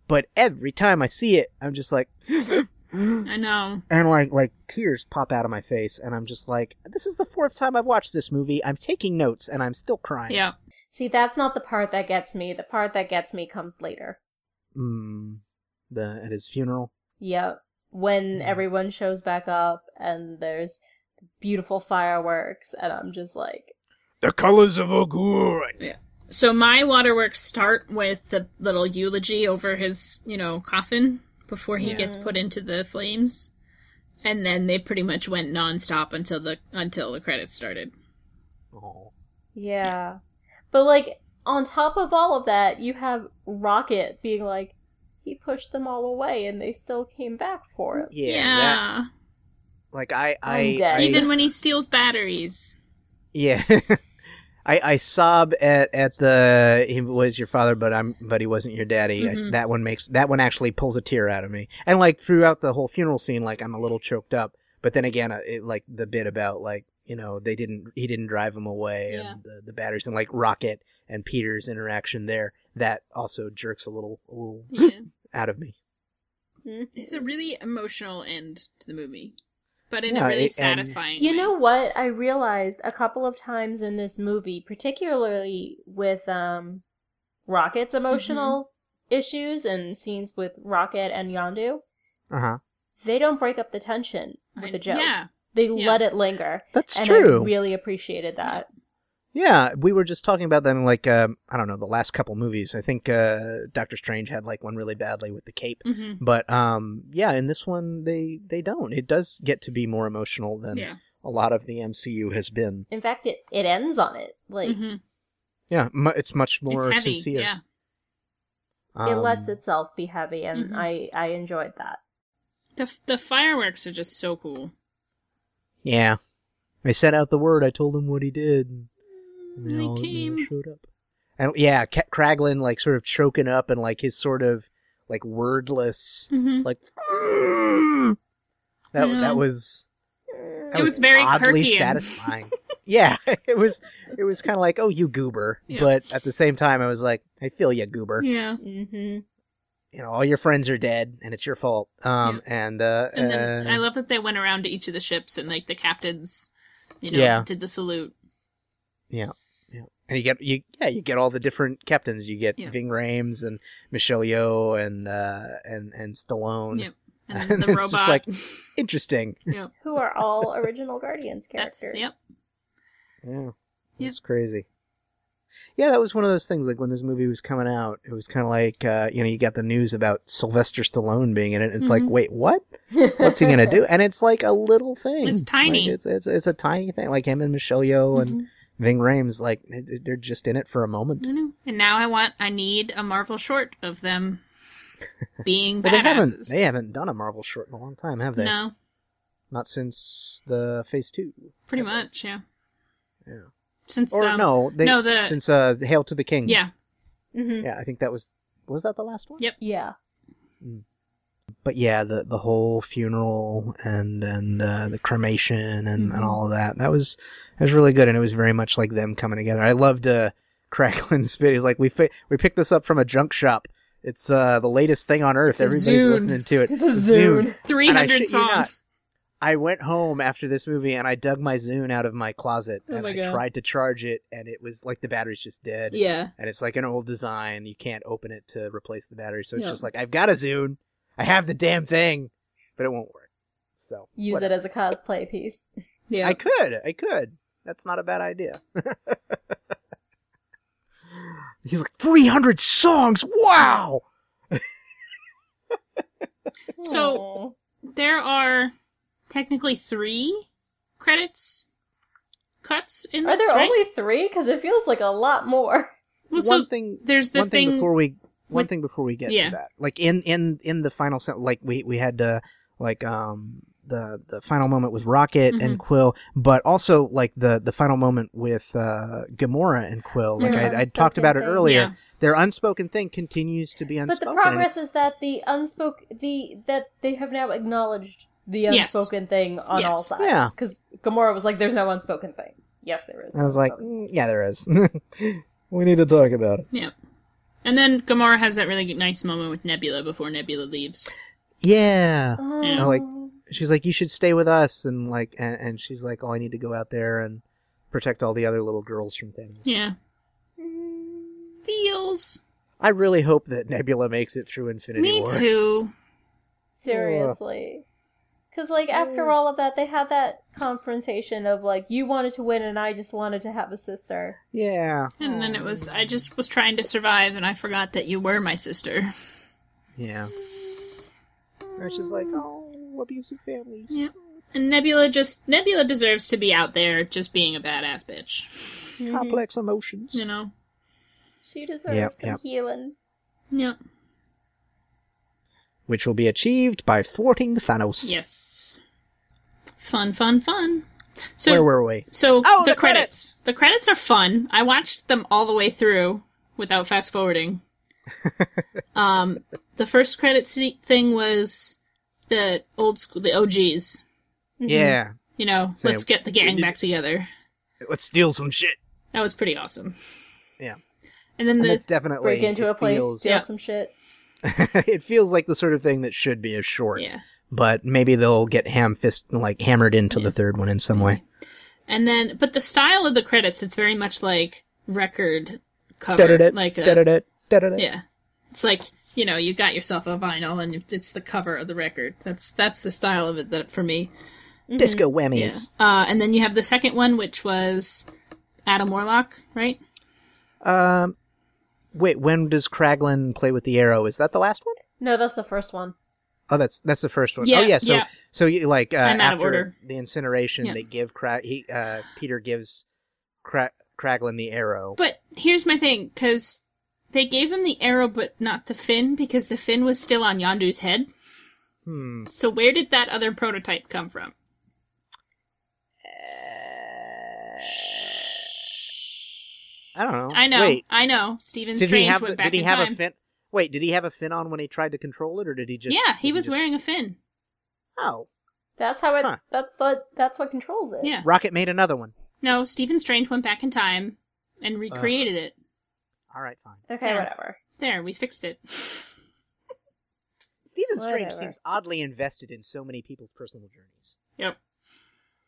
S2: But every time I see it, I'm just like, and
S3: I know.
S2: like like tears pop out of my face, and I'm just like, this is the fourth time I've watched this movie. I'm taking notes, and I'm still crying.
S3: Yeah.
S1: See, that's not the part that gets me. The part that gets me comes later.
S2: Mm, the at his funeral.
S1: Yep. When
S2: Yeah.
S1: everyone shows back up and there's beautiful fireworks, and I'm just like,
S2: The colors of Ogur.
S3: So my waterworks start with the little eulogy over his, you know, coffin before he
S2: Yeah.
S3: gets put into the flames. And then they pretty much went nonstop until the until the credits started.
S2: Oh,
S1: yeah. But like, on top of all of that, you have Rocket being like, he pushed them all away and they still came back for him.
S2: yeah. that-
S3: Yeah.
S2: like I, I,
S1: I'm dead.
S2: I-
S3: Even when he steals batteries.
S2: Yeah. I, I sob at, at the he was your father but I'm but he wasn't your daddy. I-
S3: Mhm.
S2: that one makes that one actually pulls a tear out of me. And like throughout the whole funeral scene like I'm a little choked up. But then again uh, it, like the bit about like you know they didn't he didn't drive him away
S3: Yeah.
S2: and the, the batters and like Rocket and Peter's interaction there that also jerks a little a little
S3: Yeah.
S2: out of me.
S3: it's a really emotional end to the movie. But in
S2: Yeah,
S3: a really
S2: it- and-
S3: satisfying
S1: You
S3: way.
S1: know what? I realized a couple of times in this movie, particularly with um, Rocket's
S3: Mm-hmm.
S1: emotional issues and scenes with Rocket and Yondu,
S2: Uh-huh.
S1: they don't break up the tension with
S3: I-
S1: a joke.
S3: Yeah.
S1: They
S3: yeah.
S1: let it linger.
S2: That's
S1: and
S2: true.
S1: I really appreciated that.
S2: Yeah, we were just talking about that in like um, I don't know the last couple movies. I think uh, Doctor Strange had like one really badly with the cape,
S3: hmm
S2: but um, yeah, in this one they they don't. It does get to be more emotional than
S3: Yeah.
S2: a lot of the MCU has been.
S1: In fact, it, it ends on it. Like,
S3: Mhm.
S2: Yeah, mu it's much more
S3: It's heavy.
S2: sincere.
S3: Yeah.
S1: it lets
S2: Um,
S1: itself be heavy, and
S3: Mhm.
S1: I, I enjoyed that.
S3: The the fireworks are just so cool.
S2: Yeah, they sent out the word. I told them what he did. And
S3: They
S2: they, all, they all
S3: came.
S2: showed up. And yeah, Ca- Kraglin like sort of choking up and like his sort of like wordless
S3: Mm-hmm.
S2: like that
S3: Yeah.
S2: that was that
S3: It was very
S2: oddly
S3: Kirkian.
S2: satisfying. yeah, it was it was kind of like oh you goober,
S3: Yeah.
S2: but at the same time I was like I feel you goober.
S3: Yeah.
S1: hmm
S2: You know all your friends are dead and it's your fault. Um and uh,
S3: And then
S2: uh,
S3: I love that they went around to each of the ships and like the captains, you know,
S2: Yeah.
S3: did the salute.
S2: and you get you yeah you get all the different captains. You get
S3: Yeah.
S2: Ving Rhames and Michelle Yeoh and uh, and and Stallone.
S3: Yep. And then the
S2: it's
S3: robot.
S2: just like interesting.
S3: Yep.
S1: Who are all original Guardians
S3: That's-
S1: characters.
S3: yep.
S2: Yeah.
S3: Yeah.
S2: It's crazy. Yeah, that was one of those things. Like when this movie was coming out, it was kind of like uh, you know you got the news about Sylvester Stallone being in it. It's like,
S3: Mhm.
S2: wait, what? What's he gonna do? And it's like a little thing.
S3: It's tiny.
S2: Like, it's, it's it's a tiny thing. Like him and Michelle Yeoh and
S3: Mhm.
S2: Ving Rhames, like they- they're just in it for a moment.
S3: I know. And now I want, I need a Marvel short of them being
S2: But they haven't
S3: badasses.
S2: they haven't done a Marvel short in a long time, have they?
S3: no,
S2: Not since the Phase Two.
S3: pretty much, yeah.
S2: Yeah.
S3: Since
S2: Or
S3: um,
S2: no, they
S3: no, the
S2: since uh, Hail to the King.
S3: yeah,
S1: hmm
S2: Yeah, I think that was was that the last one.
S3: Yep.
S1: Yeah.
S2: but yeah, the the whole funeral and and uh, the cremation and,
S1: Mm-hmm.
S3: Mhm.
S2: and all of that that was that was really good, and it was very much like them coming together. I loved uh, Cracklin's bit. He's like, we fi- we picked this up from a junk shop. It's uh, the latest thing on earth.
S3: a
S2: Everybody's
S3: Zune.
S2: listening to it.
S1: It's a Zune.
S3: three
S2: shit you
S3: hundred
S2: not,
S3: songs.
S2: I went home after this movie and I dug my Zune out of my closet
S1: Oh
S2: and
S1: my
S2: I
S1: God.
S2: tried to charge it, and it was like the battery's just dead.
S3: Yeah,
S2: And it's like an old design. You can't open it to replace the battery, so it's
S3: Yeah.
S2: just like I've got a Zune. I have the damn thing, but it won't work. So
S1: Use
S2: whatever.
S1: it as a cosplay piece.
S3: yeah.
S2: I could. I could. That's not a bad idea. He's like, 300 songs? Wow!
S3: So-
S1: Aw.
S3: there are technically three credits cuts in
S1: Are
S3: this,
S1: there
S3: right?
S1: only three? Because it feels like a lot more.
S3: well,
S2: one
S3: so
S2: thing
S3: there's the
S2: one thing, before we one
S3: with-
S2: thing before we get
S3: Yeah.
S2: to that like in in in the final se- like we we had uh like um the the final moment with rocket
S3: Mm-hmm.
S2: and quill but also like the the final moment with uh gamora and quill like
S1: Their
S2: I, I talked
S1: unspoken
S2: about it
S1: thing.
S2: earlier
S3: Mm-hmm. Yeah.
S2: their unspoken thing continues to be
S1: But
S2: unspoken
S1: the
S2: and
S1: progress is that the unspoken the that they have now acknowledged the
S3: Yes.
S1: unspoken thing on all
S3: Yes.
S1: sides.
S2: Yeah.
S1: Because Gamora was like, "There's no unspoken thing." Yes, there is.
S2: i was like "Mm, yeah there is we need to talk about it
S3: and then Gamora has that really nice moment with Nebula before Nebula leaves.
S2: yeah
S1: Oh.
S3: Yeah.
S2: like, she's like you should stay with us and like and, and she's like oh i need to go out there and protect all the other little girls from things
S3: Yeah,
S1: Mm.
S3: feels.
S2: I really hope that Nebula makes it through Infinity
S3: Me
S2: War.
S3: too.
S1: Seriously. Because, like, after all of that, they had that confrontation of, like, you wanted to win and I just wanted to have a sister.
S2: Yeah.
S3: And then it was I just was trying to survive, and I forgot that you were my sister.
S2: Yeah. And she's like, oh, abusive families.
S3: Yeah. And Nebula just Nebula deserves to be out there just being a badass bitch.
S2: Complex emotions.
S3: You know?
S1: She deserves
S2: Mm-hmm. Yep,
S1: some
S2: yep.
S1: healing.
S3: Yeah.
S2: Which will be achieved by thwarting Thanos.
S3: Yes. Fun, fun, fun. So
S2: Where were we?
S3: so
S2: Oh,
S3: the,
S2: the
S3: credits. The credits are fun. I watched them all the way through without fast forwarding. um the first credit se- thing was the old school the OGs.
S2: Yeah.
S3: You know,
S2: Say,
S3: let's get the gang back together.
S2: Let's steal some shit.
S3: That was pretty awesome.
S2: Yeah.
S3: And then
S2: And
S3: the
S2: it's definitely
S1: Break into
S2: it
S1: a place,
S2: feels-
S1: steal
S3: Yeah.
S1: some shit.
S2: it feels like the sort of thing that should be a short.
S3: yeah.
S2: But maybe they'll get ham fist like hammered into
S3: Yeah. Mm-hmm.
S2: the third one in some way.
S3: And then, but the style of the credits, it's very much like record cover,
S2: Da-da-da,
S3: like a,
S2: da-da-da, da-da-da.
S3: yeah. It's like you know, you got yourself a vinyl, and it's the cover of the record. That's that's the style of it that for me. Mm-hmm.
S2: Disco
S3: Yeah.
S2: whammies.
S3: Uh, and then you have the second one, which was Adam Warlock, right?
S2: Um wait, when does Kraglin play with the arrow? Is that the last one?
S1: No, that's the first one.
S2: Oh, that's that's the first one.
S3: Yeah,
S2: oh yeah, so
S3: yeah.
S2: so you, like uh,
S3: I'm out of
S2: after
S3: order.
S2: the incineration,
S3: Yeah.
S2: they give Cra- he uh, Peter gives Cra- Kraglin the arrow.
S3: But here's my thing, because they gave him the arrow, but not the fin, because the fin was still on Yondu's head.
S2: Hmm.
S3: So where did that other prototype come from?
S2: I don't know.
S3: I know,
S2: Wait,
S3: I know. Stephen
S2: did he
S3: Strange
S2: have
S3: went
S2: the,
S3: back
S2: did he
S3: in
S2: have
S3: time.
S2: a fin? Wait, did he have a fin on when he tried to control it, or did he just?
S3: yeah, he was
S2: just-
S3: wearing a fin.
S2: Oh,
S1: That's how it.
S2: Huh.
S1: That's the. That's what controls it.
S3: Yeah.
S2: Rocket made another one.
S3: No, Stephen Strange went back in time and recreated it.
S2: All right, fine.
S1: Okay,
S3: Yeah.
S1: whatever.
S3: There, we fixed it.
S2: Stephen Strange
S1: Whatever.
S2: seems oddly invested in so many people's personal journeys.
S3: Yep.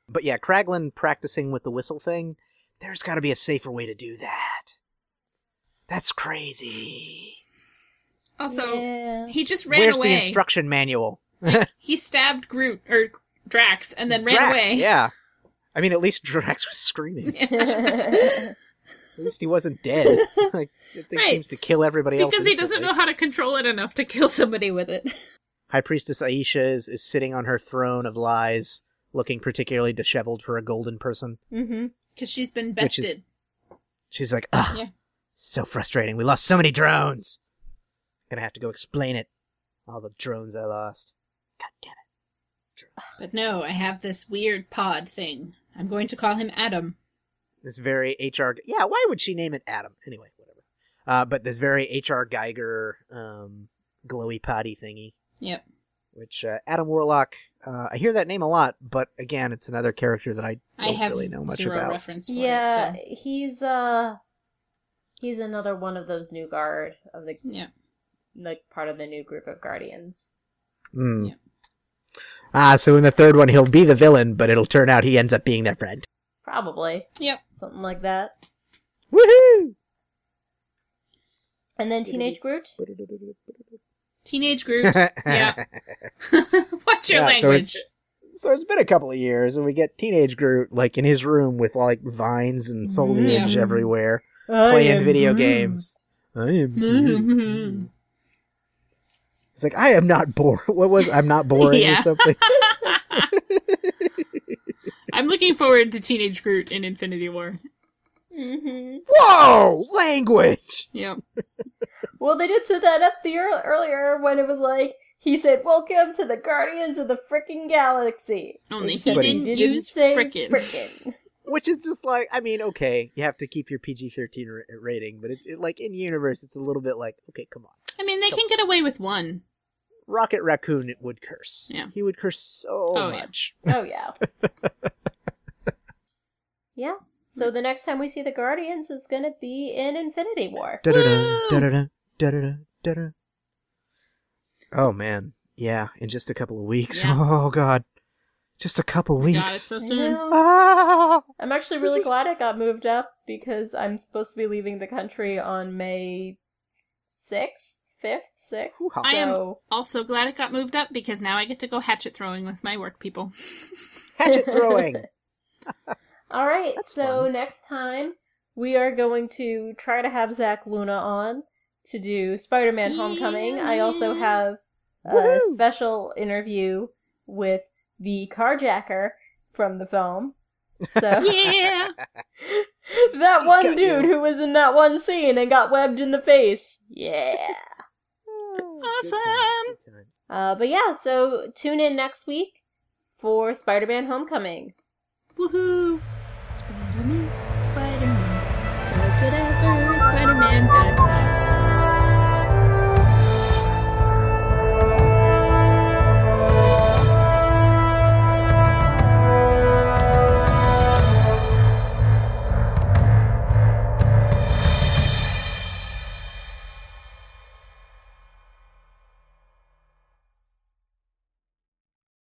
S2: But yeah, Kraglin practicing with the whistle thing, there's got to be a safer way to do that. That's crazy.
S3: Also,
S1: Yeah.
S3: he just ran
S2: Where's
S3: away.
S2: the instruction manual?
S3: he stabbed Groot or Drax and then ran
S2: Drax,
S3: away.
S2: Yeah. I mean, at least Drax was screaming.
S1: Mm-hmm.
S3: Yes.
S2: At least he wasn't dead. like, that thing
S3: Right.
S2: seems to kill everybody else.
S3: because he doesn't
S2: instantly.
S3: know how to control it enough to kill somebody with it.
S2: High Priestess Aisha is, is sitting on her throne of lies, looking particularly disheveled for a golden person.
S1: mm-hmm.
S3: Because she's been
S2: Which is-
S3: bested.
S2: She's like, ugh,
S3: Yeah.
S2: so frustrating. We lost so many drones. Gonna have to go explain it. All the drones I lost. God damn it.
S3: But no, I have this weird pod thing. I'm going to call him Adam.
S2: This very HR. g- Yeah, why would she name it Adam? Anyway, whatever. Uh, but this very HR Geiger um, glowy potty thingy,
S3: Yep.
S2: which uh, Adam Warlock. Uh, I hear that name a lot, but again, it's another character that I don't
S3: I have
S2: really know much
S3: zero
S2: about.
S3: reference for
S1: Yeah.
S3: it. so-
S1: He's uh. He's another one of those new guard of the
S3: Yeah.
S1: like part of the new group of guardians.
S2: Mm.
S3: Yeah.
S2: Ah, so in the third one, he'll be the villain, but it'll turn out he ends up being their friend.
S1: Probably.
S3: Yep.
S1: Something like that.
S2: Woohoo!
S1: And then Teenage Groot?
S3: Teenage Groot. yeah. What's your
S2: Yeah, so
S3: language?
S2: it's- So it's been a couple of years, and we get teenage Groot like in his room with like vines and foliage
S1: Yeah.
S2: everywhere, playing video games. I am. Groot. He's like, I am not bored. What was I'm not boring
S3: Yeah.
S2: or something?
S3: I'm looking forward to Teenage Groot in Infinity War.
S1: hmm
S2: Whoa, language.
S3: Yep.
S1: Well, they did set that up the ear- earlier when it was like he said, "Welcome to the Guardians of the frickin' galaxy."
S3: Only Oh, he
S1: Except
S3: didn't, use
S1: say
S3: frickin'.
S1: frickin'.
S2: Which is just like, I mean, okay, you have to keep your PG-13 ra- rating, but it's it, like in universe, it's a little bit like, okay, come on.
S3: I mean, they can get away with one.
S2: Rocket Raccoon would curse.
S3: Yeah.
S2: He would curse so
S3: Oh, yeah.
S2: much.
S1: Oh yeah. yeah. So the next time we see the Guardians is gonna be in Infinity War.
S2: Da-da-da,
S3: Woo!
S2: da-da-da, da-da-da, da-da. Oh man. Yeah, in just a couple of weeks.
S3: Yeah. Oh
S2: Oh god. Just a couple
S3: God, it's
S2: weeks.
S3: so
S1: I
S3: soon.
S1: know.
S2: Ah!
S1: I'm actually really glad it got moved up because I'm supposed to be leaving the country on May 6th, 5th, 6th.
S2: Hoo-ha.
S3: I am-
S1: So
S3: Also, glad it got moved up because now I get to go hatchet throwing with my work people.
S2: Hatchet throwing.
S1: all right.
S2: That's
S1: so
S2: fun.
S1: next time we are going to try to have Zach Luna on to do Spider-Man Homecoming. I also
S3: Yeah.
S1: have a
S2: Woohoo.
S1: special interview with the carjacker from the film. So
S3: yeah!
S1: that
S2: He
S1: one
S2: got
S1: dude
S2: you.
S1: who was in that one scene and got webbed in the face. Yeah.
S3: Awesome.
S2: Good times, good times.
S1: Uh, but yeah, so tune in next week for Spider Man Homecoming.
S3: Woohoo! Spider Man, Spider Man, does whatever Spider Man does.